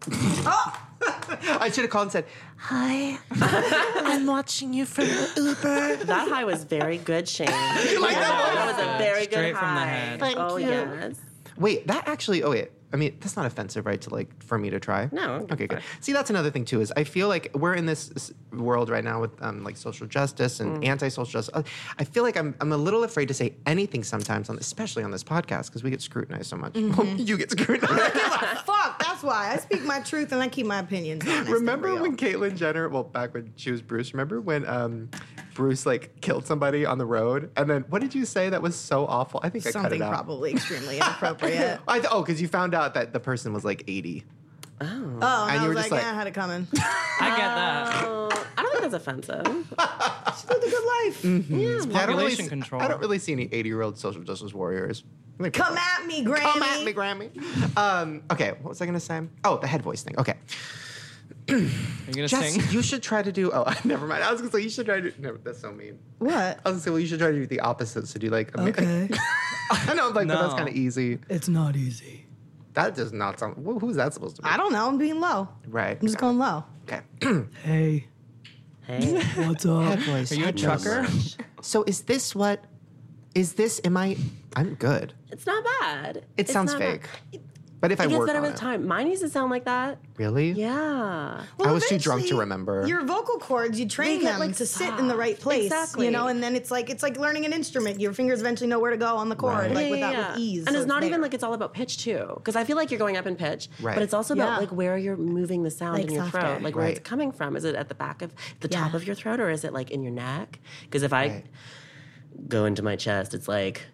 Speaker 1: I should have called and said, "Hi, I'm watching you from the Uber."
Speaker 5: That high was very good, Shane.
Speaker 1: You like that
Speaker 5: That was a very
Speaker 3: Straight
Speaker 5: good
Speaker 3: from the
Speaker 5: high.
Speaker 3: head.
Speaker 5: oh yes.
Speaker 1: one? Wait, that actually. Oh wait. I mean, that's not offensive, right? To like for me to try.
Speaker 5: No.
Speaker 1: Okay, good. See, that's another thing too. Is I feel like we're in this s- world right now with um, like social justice and anti-social justice. Uh, I feel like I'm I'm a little afraid to say anything sometimes, on, especially on this podcast, because we get scrutinized so much. Well, you get scrutinized.
Speaker 2: Fuck, that's why I speak my truth and I keep my opinions honest.
Speaker 1: Remember
Speaker 2: and real.
Speaker 1: when Caitlyn Jenner? Well, back when she was Bruce. Remember when um, Bruce like killed somebody on the road? And then what did you say that was so awful? I think I cut
Speaker 2: something
Speaker 1: it out.
Speaker 2: probably extremely inappropriate?
Speaker 1: I th- oh, because you found out that the person was like eighty.
Speaker 2: oh, and,
Speaker 1: And
Speaker 2: I
Speaker 1: you were
Speaker 2: was like,
Speaker 1: just
Speaker 2: "Eh,
Speaker 1: like-
Speaker 2: I had it coming.
Speaker 3: I get that.
Speaker 5: Oh, I don't think that's offensive.
Speaker 2: She lived a good life.
Speaker 1: I don't really,
Speaker 3: Population
Speaker 1: s-
Speaker 3: control.
Speaker 1: I don't really see any eighty-year-old social justice warriors. Like,
Speaker 2: Come at me, Granny.
Speaker 1: Come at me, Grammy. Um, okay, what was I gonna say? Oh, the head voice thing. Okay,
Speaker 3: Are you gonna
Speaker 1: Jess,
Speaker 3: sing?
Speaker 1: you should try to do. Oh, never mind. I was gonna say you should try to. No, that's so mean.
Speaker 2: What?
Speaker 1: I was gonna say, well, you should try to do the opposite. So do like. a-
Speaker 2: Okay.
Speaker 1: I know, I'm like, but that's
Speaker 3: No.
Speaker 1: kind of easy.
Speaker 2: it's not easy.
Speaker 1: That does not sound. Who, who's that supposed to be?
Speaker 2: I don't know. I'm being low.
Speaker 1: Right.
Speaker 2: I'm just going low.
Speaker 1: Okay.
Speaker 2: Hey,
Speaker 5: Hey.
Speaker 2: what's up?
Speaker 1: Voice.
Speaker 3: Are you a trucker?
Speaker 1: So is this what? Is this? Am I? I'm good.
Speaker 5: It's not bad.
Speaker 1: It
Speaker 5: It's
Speaker 1: sounds
Speaker 5: not bad.
Speaker 1: fake, but if I
Speaker 5: It gets
Speaker 1: work
Speaker 5: better
Speaker 1: on
Speaker 5: with
Speaker 1: it,
Speaker 5: time. Mine used to sound like that.
Speaker 1: really?
Speaker 5: Yeah.
Speaker 1: I was too drunk to
Speaker 2: eventually,
Speaker 1: remember.
Speaker 2: Your vocal cords, you train
Speaker 5: They get,
Speaker 2: them
Speaker 5: like,
Speaker 2: to sit in the right
Speaker 5: soft.
Speaker 2: place.
Speaker 5: Exactly.
Speaker 2: You know, and then it's like it's like learning an instrument. Your fingers eventually know where to go on the chord,
Speaker 1: Right.
Speaker 2: like
Speaker 5: Yeah,
Speaker 2: without
Speaker 5: yeah,
Speaker 2: with ease.
Speaker 5: And
Speaker 2: so
Speaker 5: it's not even
Speaker 2: there.
Speaker 5: like it's all about pitch too, because I feel like you're going up in pitch,
Speaker 1: Right.
Speaker 5: but it's also about
Speaker 2: Yeah.
Speaker 5: like where you're moving the sound
Speaker 2: Like
Speaker 5: in your
Speaker 2: softer.
Speaker 5: throat, like where it's
Speaker 1: Right.
Speaker 5: coming from. Is it at the back of the top
Speaker 2: Yeah.
Speaker 5: of your throat, or is it like in your neck? Because if I
Speaker 1: Right.
Speaker 5: go into my chest, it's like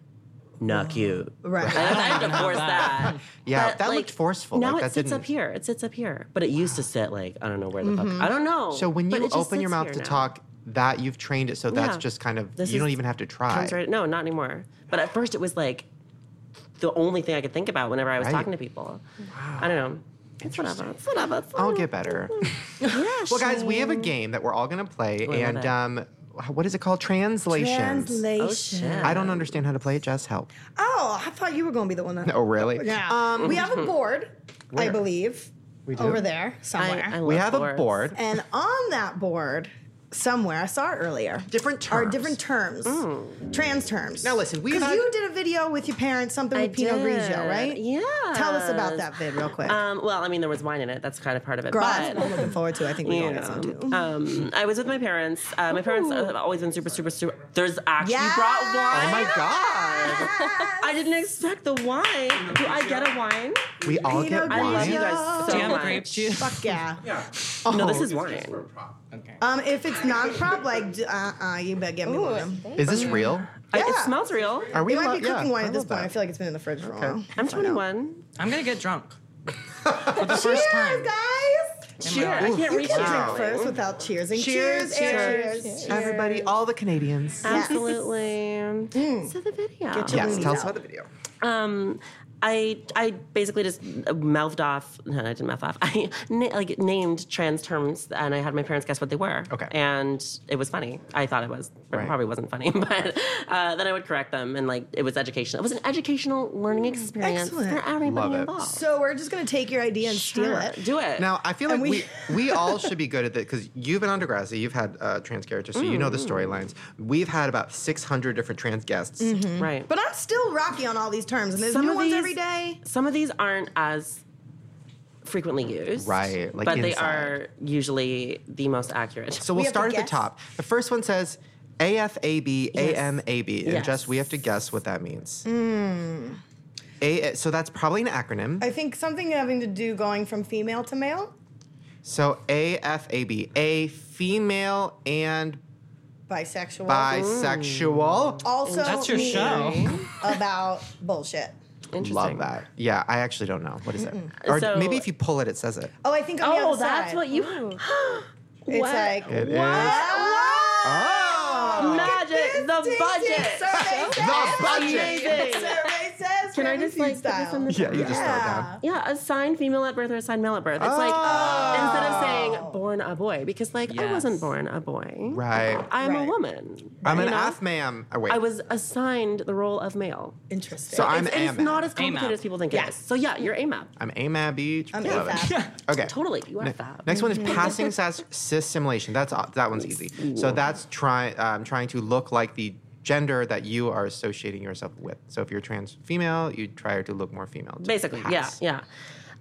Speaker 5: knock you.
Speaker 2: Right.
Speaker 5: I have to force that.
Speaker 1: Yeah, that
Speaker 5: like,
Speaker 1: looked forceful,
Speaker 5: Now
Speaker 1: like,
Speaker 5: it
Speaker 1: that
Speaker 5: sits up
Speaker 1: didn't-
Speaker 5: here. It sits up here, but it used to sit like I don't know where the
Speaker 2: Mm-hmm.
Speaker 5: fuck. I don't know.
Speaker 1: So when
Speaker 5: but
Speaker 1: you
Speaker 5: it just
Speaker 1: open your
Speaker 5: sits
Speaker 1: mouth
Speaker 5: here
Speaker 1: to
Speaker 5: now.
Speaker 1: talk, that you've trained it, so that's
Speaker 5: Yeah.
Speaker 1: just kind of
Speaker 5: This
Speaker 1: you don't
Speaker 5: is-
Speaker 1: even have to try.
Speaker 5: comes right. No, not anymore. But at first, it was like the only thing I could think about whenever I was
Speaker 1: Right.
Speaker 5: talking to people. I don't know. It's whatever. It's whatever. It's
Speaker 1: I'll
Speaker 5: whatever.
Speaker 1: get better.
Speaker 5: Yeah, Oh,
Speaker 1: well, guys, we have a game that we're all gonna play,
Speaker 5: love
Speaker 1: and
Speaker 5: it.
Speaker 1: um, what is it called? Translations.
Speaker 2: Translation.
Speaker 5: Oh, shit.
Speaker 1: I don't understand how to play it. Jess, help.
Speaker 2: Oh, I thought you were going to be the one that.
Speaker 1: Oh, really?
Speaker 2: Yeah. Um, we have a board, I
Speaker 1: Where?
Speaker 2: believe,
Speaker 1: We do?
Speaker 2: over there
Speaker 5: I,
Speaker 2: somewhere.
Speaker 5: I love
Speaker 1: We have a
Speaker 5: boards.
Speaker 1: board.
Speaker 2: and on that board, somewhere, I saw it earlier.
Speaker 1: Different
Speaker 2: Are
Speaker 1: terms.
Speaker 2: different terms,
Speaker 5: Mm.
Speaker 2: trans terms.
Speaker 1: Now listen, we've
Speaker 2: 'Cause
Speaker 1: had-
Speaker 2: you did a video with your parents, something
Speaker 5: I
Speaker 2: with Pinot
Speaker 5: did.
Speaker 2: Grigio, right?
Speaker 5: Yeah.
Speaker 2: Tell us about that vid real quick.
Speaker 5: Um, well, I mean, there was wine in it. That's kind of part of it.
Speaker 2: Girl,
Speaker 5: but
Speaker 2: that's what I'm looking forward to. I think we
Speaker 5: Yeah.
Speaker 2: all get some too.
Speaker 5: Um, I was with my parents. Uh, my parents have always been super, super, super. There's actually you brought
Speaker 2: Yes!
Speaker 5: wine.
Speaker 1: Oh my god.
Speaker 5: I didn't expect the wine. Do I get a wine?
Speaker 1: We all
Speaker 2: Pinot
Speaker 1: get
Speaker 5: I love you
Speaker 1: wine.
Speaker 5: guys so
Speaker 3: Do you have
Speaker 5: much.
Speaker 3: grape juice?
Speaker 2: Fuck yeah.
Speaker 5: No, this is wine.
Speaker 3: Okay.
Speaker 2: Um, if it's non-prop, like, uh, uh you better get me one of them.
Speaker 1: Is this real?
Speaker 5: I- it
Speaker 2: Yeah.
Speaker 5: smells real.
Speaker 1: Are we?
Speaker 2: It might
Speaker 1: allowed-
Speaker 2: be cooking
Speaker 1: yeah,
Speaker 2: wine
Speaker 1: I
Speaker 2: at this
Speaker 1: love
Speaker 2: point.
Speaker 1: that.
Speaker 2: I feel like it's been in the fridge for a while.
Speaker 5: I'm 21.
Speaker 3: I'm gonna get drunk for the first time.
Speaker 2: Cheers, guys!
Speaker 5: Cheer.
Speaker 3: life.
Speaker 5: I can't
Speaker 2: You
Speaker 5: reach
Speaker 2: can
Speaker 5: it.
Speaker 1: Wow.
Speaker 2: drink first without cheersing.
Speaker 1: Cheers,
Speaker 2: cheers,
Speaker 1: cheers. Everybody, all the Canadians.
Speaker 5: Absolutely. So the video.
Speaker 2: Mm. Get your
Speaker 1: Yes,
Speaker 2: Mooney's
Speaker 1: tell us
Speaker 2: out.
Speaker 1: about the video.
Speaker 5: um, I I basically just uh, mouthed off. No, I didn't mouth off. I na- like named trans terms, and I had my parents guess what they were.
Speaker 1: Okay.
Speaker 5: and it was funny. I thought it was, but
Speaker 1: Right.
Speaker 5: it probably wasn't funny. But uh, then I would correct them, and like it was educational. It was an educational learning experience
Speaker 2: Mm. excellent.
Speaker 5: for everybody
Speaker 1: Love it.
Speaker 5: involved.
Speaker 2: So we're just gonna take your idea and steal
Speaker 5: Sure.
Speaker 2: it.
Speaker 5: Do it
Speaker 1: Now I feel like
Speaker 2: And
Speaker 1: we,
Speaker 2: we-
Speaker 1: we, all should be good at that because you've been on Degrassi, you've had uh, trans characters, so you know the storylines. We've had about six hundred different trans guests.
Speaker 5: Right.
Speaker 2: But I'm still rocky on all these terms, and there's
Speaker 5: Some
Speaker 2: new
Speaker 5: of
Speaker 2: ones
Speaker 5: these-
Speaker 2: every day.
Speaker 5: Some of these aren't as frequently used.
Speaker 1: Right, like
Speaker 5: but they
Speaker 1: inside.
Speaker 5: are usually the most accurate.
Speaker 1: So
Speaker 2: We
Speaker 1: we'll
Speaker 2: have to
Speaker 1: start at the
Speaker 2: guess?
Speaker 1: top. The first one says AFAB AMAB, and
Speaker 5: Yes.
Speaker 1: Jess, we have to guess what that means. A, so that's probably an acronym.
Speaker 2: I think something having to do going from female to male,
Speaker 1: So AFAB, a female and
Speaker 2: bisexual,
Speaker 1: bisexual.
Speaker 2: also
Speaker 3: That's your
Speaker 2: mean
Speaker 3: show.
Speaker 2: about bullshit.
Speaker 5: Interesting.
Speaker 1: Love that. Yeah, I actually don't know. What is it? Or
Speaker 5: So-
Speaker 1: maybe if you pull it, it says it.
Speaker 2: Oh, I think on the
Speaker 5: Oh,
Speaker 2: other
Speaker 5: that's
Speaker 2: side,
Speaker 5: what you.
Speaker 2: it's
Speaker 5: what?
Speaker 2: like
Speaker 1: It is.
Speaker 2: Wow.
Speaker 1: Oh!
Speaker 5: magic. the budget.
Speaker 1: The budget.
Speaker 5: Amazing. Can I just like put this on the
Speaker 1: Yeah, you just throw it down.
Speaker 5: Yeah, assigned female at birth or assigned male at birth. It's like
Speaker 2: Oh.
Speaker 5: instead of saying born a boy, because like I wasn't
Speaker 3: Yes.
Speaker 5: born a boy.
Speaker 1: Right.
Speaker 5: I'm a
Speaker 2: Right.
Speaker 5: woman.
Speaker 1: I'm
Speaker 5: you
Speaker 1: an
Speaker 5: know?
Speaker 1: ass ma'am. Oh, wait.
Speaker 5: I was assigned the role of male.
Speaker 2: Interesting.
Speaker 1: So I'm
Speaker 5: it's, and it's
Speaker 1: AMAB.
Speaker 5: not as complicated
Speaker 3: AMAB.
Speaker 5: as people think
Speaker 2: Yeah.
Speaker 5: it is. So yeah, you're AMAB.
Speaker 1: I'm AMAB beach.
Speaker 2: I'm
Speaker 1: Love it.
Speaker 2: AFAB.
Speaker 1: Okay.
Speaker 5: Totally, you are
Speaker 1: Ne-
Speaker 5: fab.
Speaker 1: Next one is passing SAS cis simulation. That's uh, that one's easy. So that's trying um, trying to look like the gender that you are associating yourself with. So if you're trans female, you try to look more female. to
Speaker 5: Basically,
Speaker 1: pass.
Speaker 5: yeah,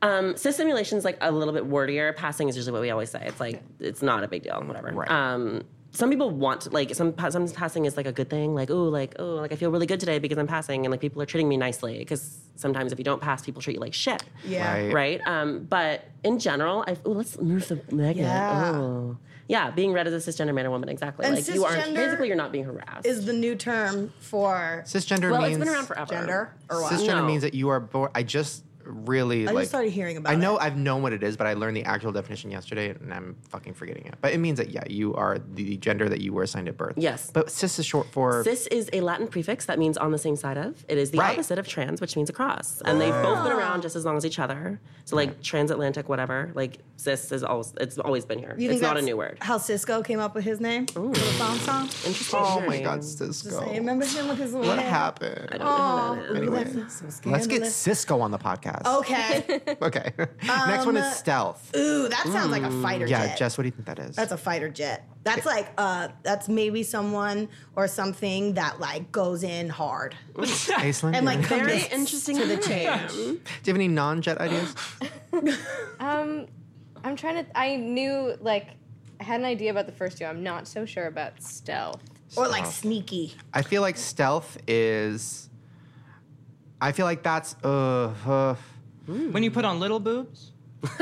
Speaker 5: yeah. Um, cis simulation is like a little bit wordier. Passing is usually what we always say. It's like it's not a big deal, whatever.
Speaker 1: Right.
Speaker 5: Um, some people want to, like some pa- sometimes passing is like a good thing. Like oh, like oh, like I feel really good today because I'm passing, and like people are treating me nicely. Because sometimes if you don't pass, people treat you like shit.
Speaker 2: yeah.
Speaker 1: Right.
Speaker 5: Right. Um, but in general, I oh let's move the magnet.
Speaker 2: Yeah.
Speaker 5: Oh. Yeah, being read as a cisgender man or woman, exactly.
Speaker 2: And
Speaker 5: like you aren't
Speaker 2: cisgender
Speaker 5: basically you're not being harassed.
Speaker 2: Is the new term for
Speaker 1: Cisgender
Speaker 5: well,
Speaker 1: means
Speaker 5: it's been around forever.
Speaker 2: gender or what?
Speaker 1: Cisgender
Speaker 5: No.
Speaker 1: means that you are born. I just really
Speaker 2: I
Speaker 1: like.
Speaker 2: just started hearing about
Speaker 1: I know
Speaker 2: it.
Speaker 1: I've known what it is, but I learned the actual definition yesterday, and I'm fucking forgetting it. But it means that yeah, you are the gender that you were assigned at birth.
Speaker 5: Yes.
Speaker 1: But cis is short for
Speaker 5: Cis is a Latin prefix that means on the same side of. It is the
Speaker 1: Right.
Speaker 5: opposite of trans, which means across. And they've both been
Speaker 2: Ah.
Speaker 5: around just as long as each other. So like transatlantic, whatever. Like cis is always it's always been here.
Speaker 2: You think
Speaker 5: it's not a
Speaker 2: that's
Speaker 5: new word.
Speaker 2: How Cisco came up with his name for the song song.
Speaker 5: Interesting.
Speaker 1: Oh my
Speaker 5: theory.
Speaker 1: God,
Speaker 2: Just
Speaker 1: Cisco.
Speaker 2: saying, remember him with his little
Speaker 1: What
Speaker 2: head?
Speaker 1: happened?
Speaker 5: I don't know
Speaker 2: Oh,
Speaker 5: how that is.
Speaker 1: Anyway.
Speaker 2: That's so
Speaker 1: Let's get
Speaker 2: scandalous.
Speaker 1: Cisco on the podcast.
Speaker 2: Oh, Okay.
Speaker 1: Okay. Next one is stealth.
Speaker 2: Ooh, that sounds like
Speaker 5: Mm,
Speaker 2: a fighter
Speaker 1: Yeah,
Speaker 2: jet.
Speaker 1: Jess, what do you think that is?
Speaker 2: That's a fighter jet. That's like uh that's maybe someone or something that like goes in hard.
Speaker 1: Aislinn,
Speaker 2: And
Speaker 1: do you
Speaker 2: like
Speaker 1: have any-
Speaker 5: Very
Speaker 2: commits
Speaker 5: interesting
Speaker 2: to the
Speaker 5: time.
Speaker 2: change.
Speaker 1: do you have any non-jet ideas?
Speaker 4: Um, I'm trying to. I knew like I had an idea about the first two. I'm not so sure about stealth.
Speaker 2: Or like
Speaker 1: Stealth.
Speaker 2: sneaky.
Speaker 1: I feel like stealth is. I feel like that's uh, uh
Speaker 3: When you put on little boobs,
Speaker 1: ra-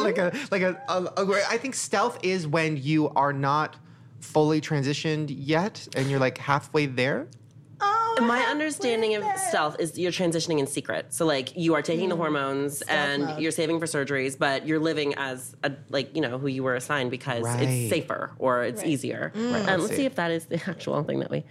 Speaker 1: like a like a, a, a- I think stealth is when you are not fully transitioned yet and you're like halfway there.
Speaker 2: Oh
Speaker 5: My understanding of stealth is you're transitioning in secret. So like you are taking the hormones and
Speaker 2: Mm-hmm. mode.
Speaker 5: you're saving for surgeries, but you're living as a like you know who you were assigned because
Speaker 1: Right.
Speaker 5: it's safer or it's easier.
Speaker 2: Mm.
Speaker 1: Right, let's
Speaker 5: Um, let's
Speaker 1: see.
Speaker 5: see if that is the actual thing that we.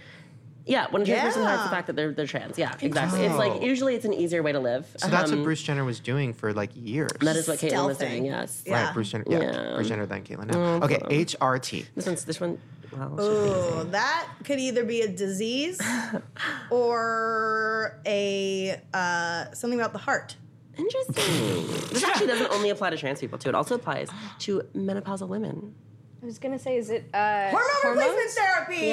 Speaker 5: Yeah, when a trans person hides the
Speaker 2: Yeah.
Speaker 5: fact that they're they're trans. Yeah, exactly. It's
Speaker 1: Oh.
Speaker 5: like usually it's an easier way to live.
Speaker 1: So that's
Speaker 5: Um,
Speaker 1: what Bruce Jenner was doing for like years.
Speaker 5: That is what Caitlyn was
Speaker 2: Stealthing.
Speaker 5: doing. Yes.
Speaker 2: Yeah.
Speaker 1: Right, Bruce Jenner. Yeah,
Speaker 5: Yeah.
Speaker 1: Bruce Jenner then Caitlyn. now. Okay, HRT.
Speaker 5: This one's this one. Well,
Speaker 2: Ooh, that could either be a disease or a uh, something about the heart.
Speaker 5: interesting. this actually doesn't only apply to trans people too. It also applies to menopausal women.
Speaker 4: I was gonna say, is it uh,
Speaker 2: Hormone replacement
Speaker 4: hormones?
Speaker 2: therapy.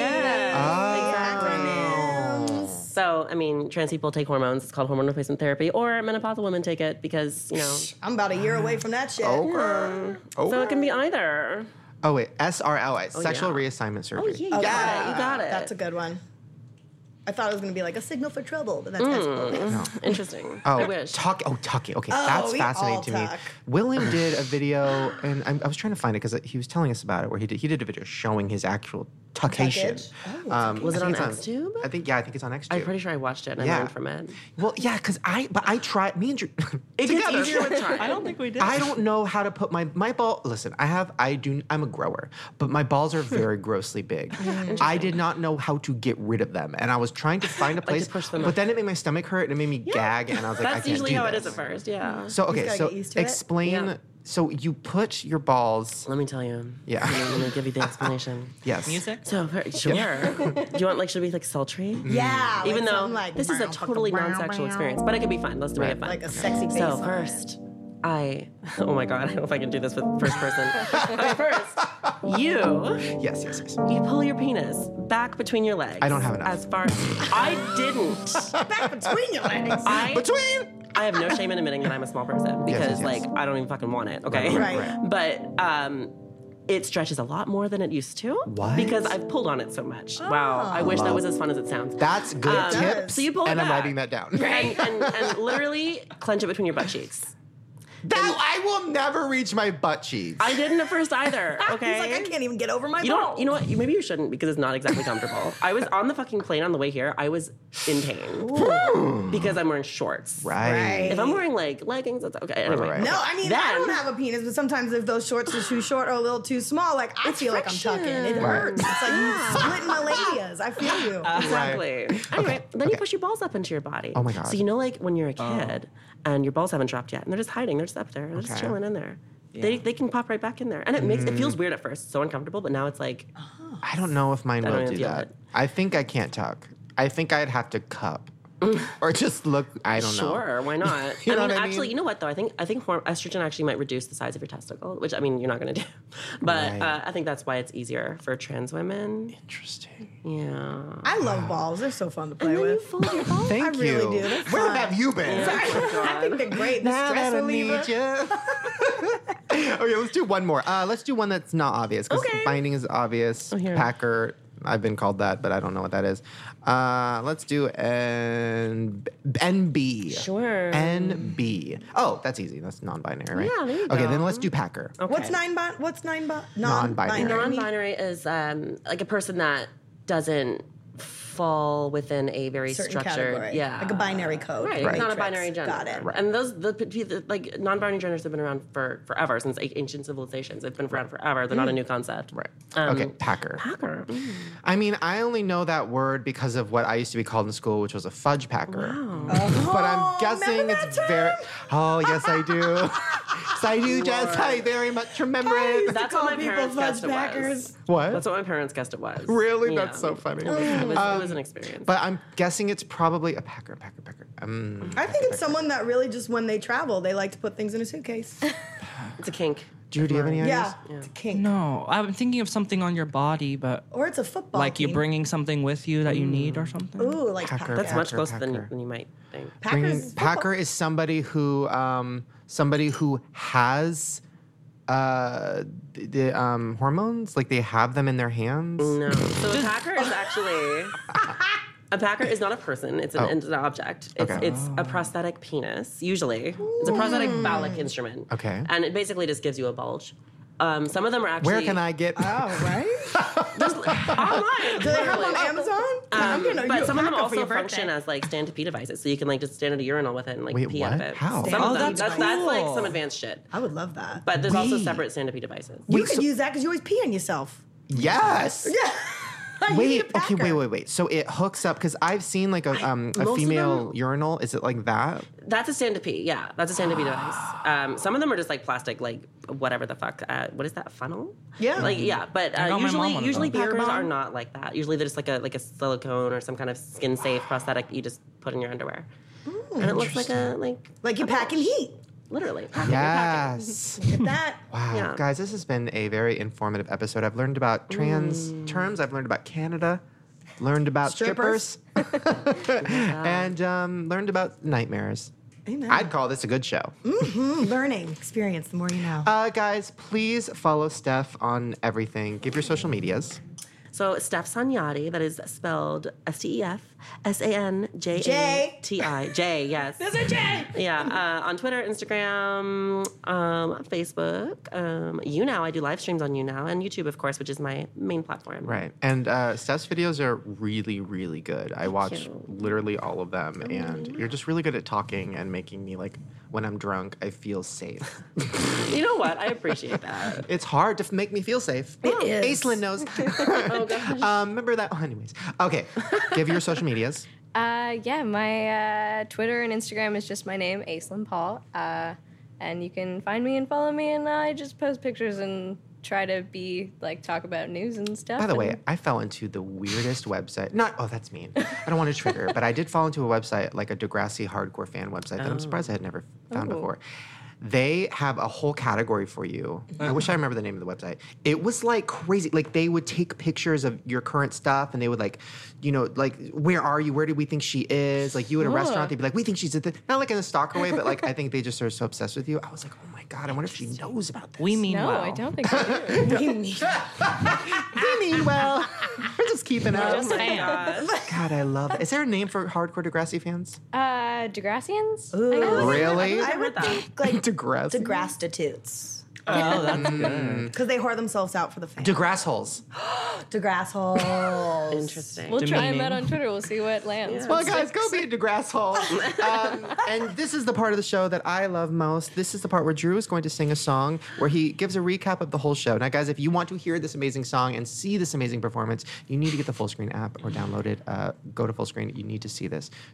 Speaker 2: Acronyms.
Speaker 5: So, I mean, trans people take hormones. It's called hormone replacement therapy, or menopausal women take it because, you know.
Speaker 2: I'm about a year away from that shit.
Speaker 1: Oh. Over.
Speaker 5: So
Speaker 1: Over.
Speaker 5: it can be either.
Speaker 1: Oh wait, SRLI, sexual
Speaker 5: yeah. Oh,
Speaker 1: reassignment
Speaker 2: Oh,
Speaker 1: surgery.
Speaker 5: yeah, you got it. You got it.
Speaker 2: That's a good one. I thought it was going to be like a signal for trouble, but that's mm.
Speaker 5: interesting.
Speaker 1: Oh,
Speaker 5: I wish.
Speaker 1: Tuck. Oh, Tucky. Okay, that's
Speaker 2: we
Speaker 1: fascinating
Speaker 2: all
Speaker 1: to me.
Speaker 2: tuck.
Speaker 1: Willem did a video, and I, I was trying to find it because he was telling us about it. Where he did, he did a video showing his actual tuckation.
Speaker 2: Tuckage?
Speaker 1: um,
Speaker 5: Oh, Was
Speaker 1: I
Speaker 5: it
Speaker 1: think
Speaker 5: on
Speaker 1: it's
Speaker 5: Xtube?
Speaker 1: I think yeah, I think it's on XTube.
Speaker 5: I'm pretty sure I watched it and
Speaker 1: Yeah.
Speaker 5: I learned from it.
Speaker 1: Well, yeah, because I but I tried me and Drew
Speaker 5: It gets
Speaker 1: together.
Speaker 5: easier with time.
Speaker 3: I don't think we did.
Speaker 1: I don't know how to put my my ball. Listen, I have I do I'm a grower, but my balls are very grossly big. I did not know how to get rid of them, and I was trying to find a place.
Speaker 5: push them
Speaker 1: but
Speaker 5: up.
Speaker 1: then it made my stomach hurt, and it made me gag, and I was like, I
Speaker 5: That's
Speaker 1: can't
Speaker 5: usually
Speaker 1: do
Speaker 5: how it
Speaker 1: this. Mm-hmm.
Speaker 5: is at first, yeah.
Speaker 1: So okay,
Speaker 2: gotta
Speaker 1: so
Speaker 2: get used to it.
Speaker 1: explain.
Speaker 5: Yeah.
Speaker 1: So you put your balls.
Speaker 5: Let me tell you.
Speaker 1: Yeah.
Speaker 5: I'm going to give you the explanation.
Speaker 1: Yes.
Speaker 3: music.
Speaker 5: So, sure. Do you want, like, should we, like, sultry?
Speaker 1: Mm-hmm.
Speaker 2: Yeah. like
Speaker 5: Even though
Speaker 2: something like,
Speaker 5: this is a totally non sexual experience, but it could be fun. Let's make it fun.
Speaker 2: Like a sexy bass.
Speaker 5: So
Speaker 2: on it.
Speaker 5: first, I oh my god, I don't know if I can do this with first person. okay, first, you
Speaker 1: Yes. Yes. Yes.
Speaker 5: you pull your penis back between your legs.
Speaker 1: I don't have enough.
Speaker 5: As far I didn't.
Speaker 2: Back between your legs.
Speaker 5: I
Speaker 1: Between.
Speaker 5: I have no shame in admitting that I'm a small person
Speaker 1: Yes, yes,
Speaker 5: because
Speaker 1: yes.
Speaker 5: like I don't even fucking want it. Okay,
Speaker 2: Right, right.
Speaker 5: But um. It stretches a lot more than it used to.
Speaker 1: What?
Speaker 5: Because I've pulled on it so much.
Speaker 2: Oh.
Speaker 5: Wow. I wish that was as fun as it sounds.
Speaker 1: That's good
Speaker 5: Um,
Speaker 1: tips.
Speaker 5: so you pull it
Speaker 1: and I'm
Speaker 5: back.
Speaker 1: writing that down.
Speaker 5: and, and, and literally clench it between your butt cheeks.
Speaker 1: That I will never reach my butt cheeks.
Speaker 5: I didn't at first either. Okay.
Speaker 2: He's like, I can't even get over my
Speaker 5: You
Speaker 2: ball.
Speaker 5: don't. You know what? Maybe you shouldn't because it's not exactly comfortable. I was on the fucking plane on the way here. I was in pain because I'm wearing shorts.
Speaker 1: right.
Speaker 5: If I'm wearing like leggings, that's okay. Anyway.
Speaker 1: right, right.
Speaker 2: No, I mean I
Speaker 5: Then-
Speaker 2: don't have a penis, but sometimes if those shorts are too short or a little too small, like I feel like I'm tucking. It
Speaker 5: friction. Ah.
Speaker 2: hurts. It's like splitting my ladias. I feel you.
Speaker 5: Exactly. Anyway, then you push your balls up into your body.
Speaker 1: Oh my God. Oh.
Speaker 5: So you know, like when you're a kid and your balls haven't dropped yet, and they're just hiding, they're just up there, they're
Speaker 1: Okay.
Speaker 5: just
Speaker 1: Mm-hmm.
Speaker 5: chilling in there. They, they can pop right back in there, and it makes it feels weird at first, so uncomfortable. But now it's like
Speaker 1: Uh-huh. I don't know if mine
Speaker 5: I don't
Speaker 1: will
Speaker 5: even
Speaker 1: do
Speaker 5: feel
Speaker 1: that.
Speaker 5: it.
Speaker 1: I think I can't tuck. I think I'd have to cup or just look. I don't know.
Speaker 5: Sure, why not?
Speaker 1: You
Speaker 5: I
Speaker 1: know
Speaker 5: mean,
Speaker 1: what I
Speaker 5: actually,
Speaker 1: mean?
Speaker 5: you know what though? I think I think horm- estrogen actually might reduce the size of your testicle, which I mean you're not going to do. But
Speaker 1: Right.
Speaker 5: uh, I think that's why it's easier for trans women.
Speaker 1: Interesting.
Speaker 5: Yeah.
Speaker 2: I love balls. They're so fun to play
Speaker 5: And then you
Speaker 2: with.
Speaker 5: fold your balls.
Speaker 1: Thank
Speaker 2: really
Speaker 1: you.
Speaker 2: do. That's
Speaker 1: Where
Speaker 2: fun.
Speaker 1: have you been?
Speaker 2: I think they're great. The
Speaker 1: Now
Speaker 2: stress
Speaker 1: that I
Speaker 2: reliever.
Speaker 1: need you. okay, let's do one more. Uh, let's do one that's not obvious because
Speaker 5: Okay. Oh,
Speaker 1: binding is obvious.
Speaker 5: here.
Speaker 1: Packer, I've been called that, but I don't know what that is. Uh, let's do N- NB.
Speaker 5: Sure.
Speaker 1: NB. Oh, that's easy. That's non-binary, right?
Speaker 5: Yeah, there you
Speaker 1: Okay,
Speaker 5: go.
Speaker 1: then let's do Packer.
Speaker 2: What's nine bi- What's nine bi-
Speaker 1: Non-binary.
Speaker 5: Non-binary is um, like a person that doesn't fall within a very
Speaker 2: Certain
Speaker 5: structured,
Speaker 2: category.
Speaker 5: yeah,
Speaker 2: Like a binary code.
Speaker 5: Right, it's not a
Speaker 2: Matrix.
Speaker 5: binary gender.
Speaker 2: Got it.
Speaker 5: And those the, the like non-binary genders have been around for forever since like, ancient civilizations. They've been around forever. They're not a new concept.
Speaker 1: Mm. Right.
Speaker 5: Um,
Speaker 1: okay, Packer.
Speaker 5: Packer. Mm.
Speaker 1: I mean, I only know that word because of what I used to be called in school, which was a fudge packer. But I'm guessing
Speaker 2: Oh, remember
Speaker 1: it's
Speaker 2: that
Speaker 1: very. Oh, yes, I do. yes, I do, Jess. I very much remember it.
Speaker 5: That's what my parents guessed it was.
Speaker 1: What?
Speaker 5: That's what my parents guessed it was.
Speaker 1: really?
Speaker 5: Yeah.
Speaker 1: That's so funny. Um,
Speaker 5: It was, it was an experience.
Speaker 1: But I'm guessing it's probably a packer, packer, packer. Um,
Speaker 2: I think it's someone that really just when they travel, they like to put things in a suitcase.
Speaker 5: it's a kink.
Speaker 1: Drew, do you have any
Speaker 2: yeah,
Speaker 1: ideas?
Speaker 2: it's a kink.
Speaker 3: No, I'm thinking of something on your body, but
Speaker 2: Or it's a football.
Speaker 3: like you
Speaker 2: team.
Speaker 3: bringing something with you that you need or something.
Speaker 2: Ooh, like
Speaker 1: Packer.
Speaker 2: Packer.
Speaker 5: That's much
Speaker 1: Packer,
Speaker 5: closer than you,
Speaker 1: packer.
Speaker 5: than you might think.
Speaker 1: Bringing-
Speaker 2: Packers.
Speaker 1: Packer is somebody who um, somebody who has uh, the- the um, hormones, like they have them in their hands.
Speaker 5: No. So a packer is actually a packer is not a person. It's an,
Speaker 1: Oh.
Speaker 5: it's an object. It's,
Speaker 1: Okay. Hmm.
Speaker 5: it's a prosthetic penis. Usually, it's a prosthetic phallic instrument.
Speaker 1: Okay.
Speaker 5: And it basically just gives you a bulge. Um, some of them are actually.
Speaker 1: Where can I get?
Speaker 2: Oh, right?
Speaker 5: There's,
Speaker 2: Do
Speaker 5: online.
Speaker 2: they have
Speaker 5: literally.
Speaker 2: on
Speaker 1: Oh,
Speaker 2: Amazon?
Speaker 5: Oh. Um,
Speaker 2: gonna- you
Speaker 5: but some of them
Speaker 2: packer for
Speaker 5: also
Speaker 2: your
Speaker 5: function
Speaker 2: birthday.
Speaker 5: as like stand to pee devices, so you can like just stand at a urinal with it and like
Speaker 1: Wait,
Speaker 5: pee out
Speaker 1: what?
Speaker 5: of it.
Speaker 1: How?
Speaker 5: Some
Speaker 3: Oh,
Speaker 5: of them.
Speaker 3: that's
Speaker 5: that's, that's like
Speaker 3: cool.
Speaker 5: some advanced shit.
Speaker 2: I would love that.
Speaker 5: But there's also
Speaker 1: Wait.
Speaker 5: separate stand to pee devices.
Speaker 2: you
Speaker 1: Wait,
Speaker 2: could
Speaker 1: so-
Speaker 2: use that because you always pee on yourself.
Speaker 1: Yes.
Speaker 2: You need
Speaker 1: Wait.
Speaker 2: a
Speaker 1: Okay. Wait.
Speaker 2: packer.
Speaker 1: Wait. Wait. So it hooks up because I've seen like a um
Speaker 5: most
Speaker 1: a
Speaker 5: of
Speaker 1: female
Speaker 5: them-
Speaker 1: urinal. Is it like that?
Speaker 5: That's a stand to pee. Yeah, that's a stand to pee device. Um, some of them are just like plastic, like whatever the fuck. Uh, what is that funnel?
Speaker 2: Yeah.
Speaker 5: like yeah. But
Speaker 3: got my
Speaker 5: uh,
Speaker 3: mom
Speaker 5: usually,
Speaker 3: one of
Speaker 5: usually
Speaker 3: those.
Speaker 2: Beer
Speaker 5: packers
Speaker 2: bong?
Speaker 5: are not like that. Usually they're just like a like a silicone or some kind of skin safe prosthetic that you just put in your underwear, and it looks like a like
Speaker 2: Like you're packing heat.
Speaker 5: literally. Packing,
Speaker 1: Yes.
Speaker 2: Get that.
Speaker 1: Wow,
Speaker 5: Yeah.
Speaker 1: guys, this has been a very informative episode. I've learned about trans
Speaker 2: Mm.
Speaker 1: terms. I've learned about Canada. Learned about
Speaker 2: Strippers.
Speaker 1: strippers, and um, learned about nightmares.
Speaker 2: Amen.
Speaker 1: I'd call this a good show.
Speaker 2: Mm, learning experience. The more you know.
Speaker 1: Uh, guys, please follow Steph on everything. Give your social medias.
Speaker 5: So Steph Sanyati, that is spelled S T E F S A N J
Speaker 2: J.
Speaker 5: A T I J. Yes. yeah, uh, on Twitter, Instagram, um, Facebook. Um, you now, I do live streams on you now, and YouTube, of course, which is my main platform.
Speaker 1: Right. And uh, Steph's videos are really, really good. I watch
Speaker 5: you.
Speaker 1: literally all of them, and you're just really good at talking and making me like when I'm drunk, I feel safe.
Speaker 5: You know what? I appreciate that.
Speaker 1: it's hard to f- make me feel safe. It
Speaker 2: is.
Speaker 1: Aislinn knows. um, remember that? Oh, anyways, okay. Give your social medias.
Speaker 4: Uh, yeah, my uh, Twitter and Instagram is just my name, Aislinn Paul. Uh, and you can find me and follow me, and I just post pictures and try to be like talk about news and stuff.
Speaker 1: By the
Speaker 4: and-
Speaker 1: way, I fell into the weirdest website. Not oh, that's mean. I don't want to trigger, but I did fall into a website like a Degrassi hardcore fan website
Speaker 3: Oh.
Speaker 1: that I'm surprised I had never found before. They have a whole category for you.
Speaker 3: Uh-huh.
Speaker 1: I wish I remember the name of the website. It was like crazy. Like they would take pictures of your current stuff, and they would like, you know, like where are you? Where do we think she is? Like you at a restaurant, they'd be like, we think she's at the not like in a stalker way, but like I think they just are so obsessed with you. I was like, oh my God, I wonder if she knows about this.
Speaker 3: We mean
Speaker 4: No,
Speaker 3: well.
Speaker 4: I don't think I do.
Speaker 1: We mean well. We're just keeping
Speaker 4: Oh
Speaker 1: up.
Speaker 3: Just a fan.
Speaker 1: God, I love it. Uh, Is there a name for hardcore Degrassi fans?
Speaker 4: Uh, Degrassians?
Speaker 2: Ooh.
Speaker 1: really?
Speaker 2: I would think like
Speaker 1: Degrassi.
Speaker 2: degrastitutes.
Speaker 3: Oh, that's good.
Speaker 2: Because they whore themselves out for the fame.
Speaker 1: Degrass holes.
Speaker 2: Degrass holes.
Speaker 5: Interesting.
Speaker 4: We'll try
Speaker 3: Demeaning.
Speaker 4: him out on Twitter. We'll see what lands.
Speaker 1: Well, guys, go be a Degrass hole. Um, and this is the part of the show that I love most. This is the part where Drew is going to sing a song where he gives a recap of the whole show. Now, guys, if you want to hear this amazing song and see this amazing performance, you need to get the full screen app or download it. Uh, go to full screen. You need to see this.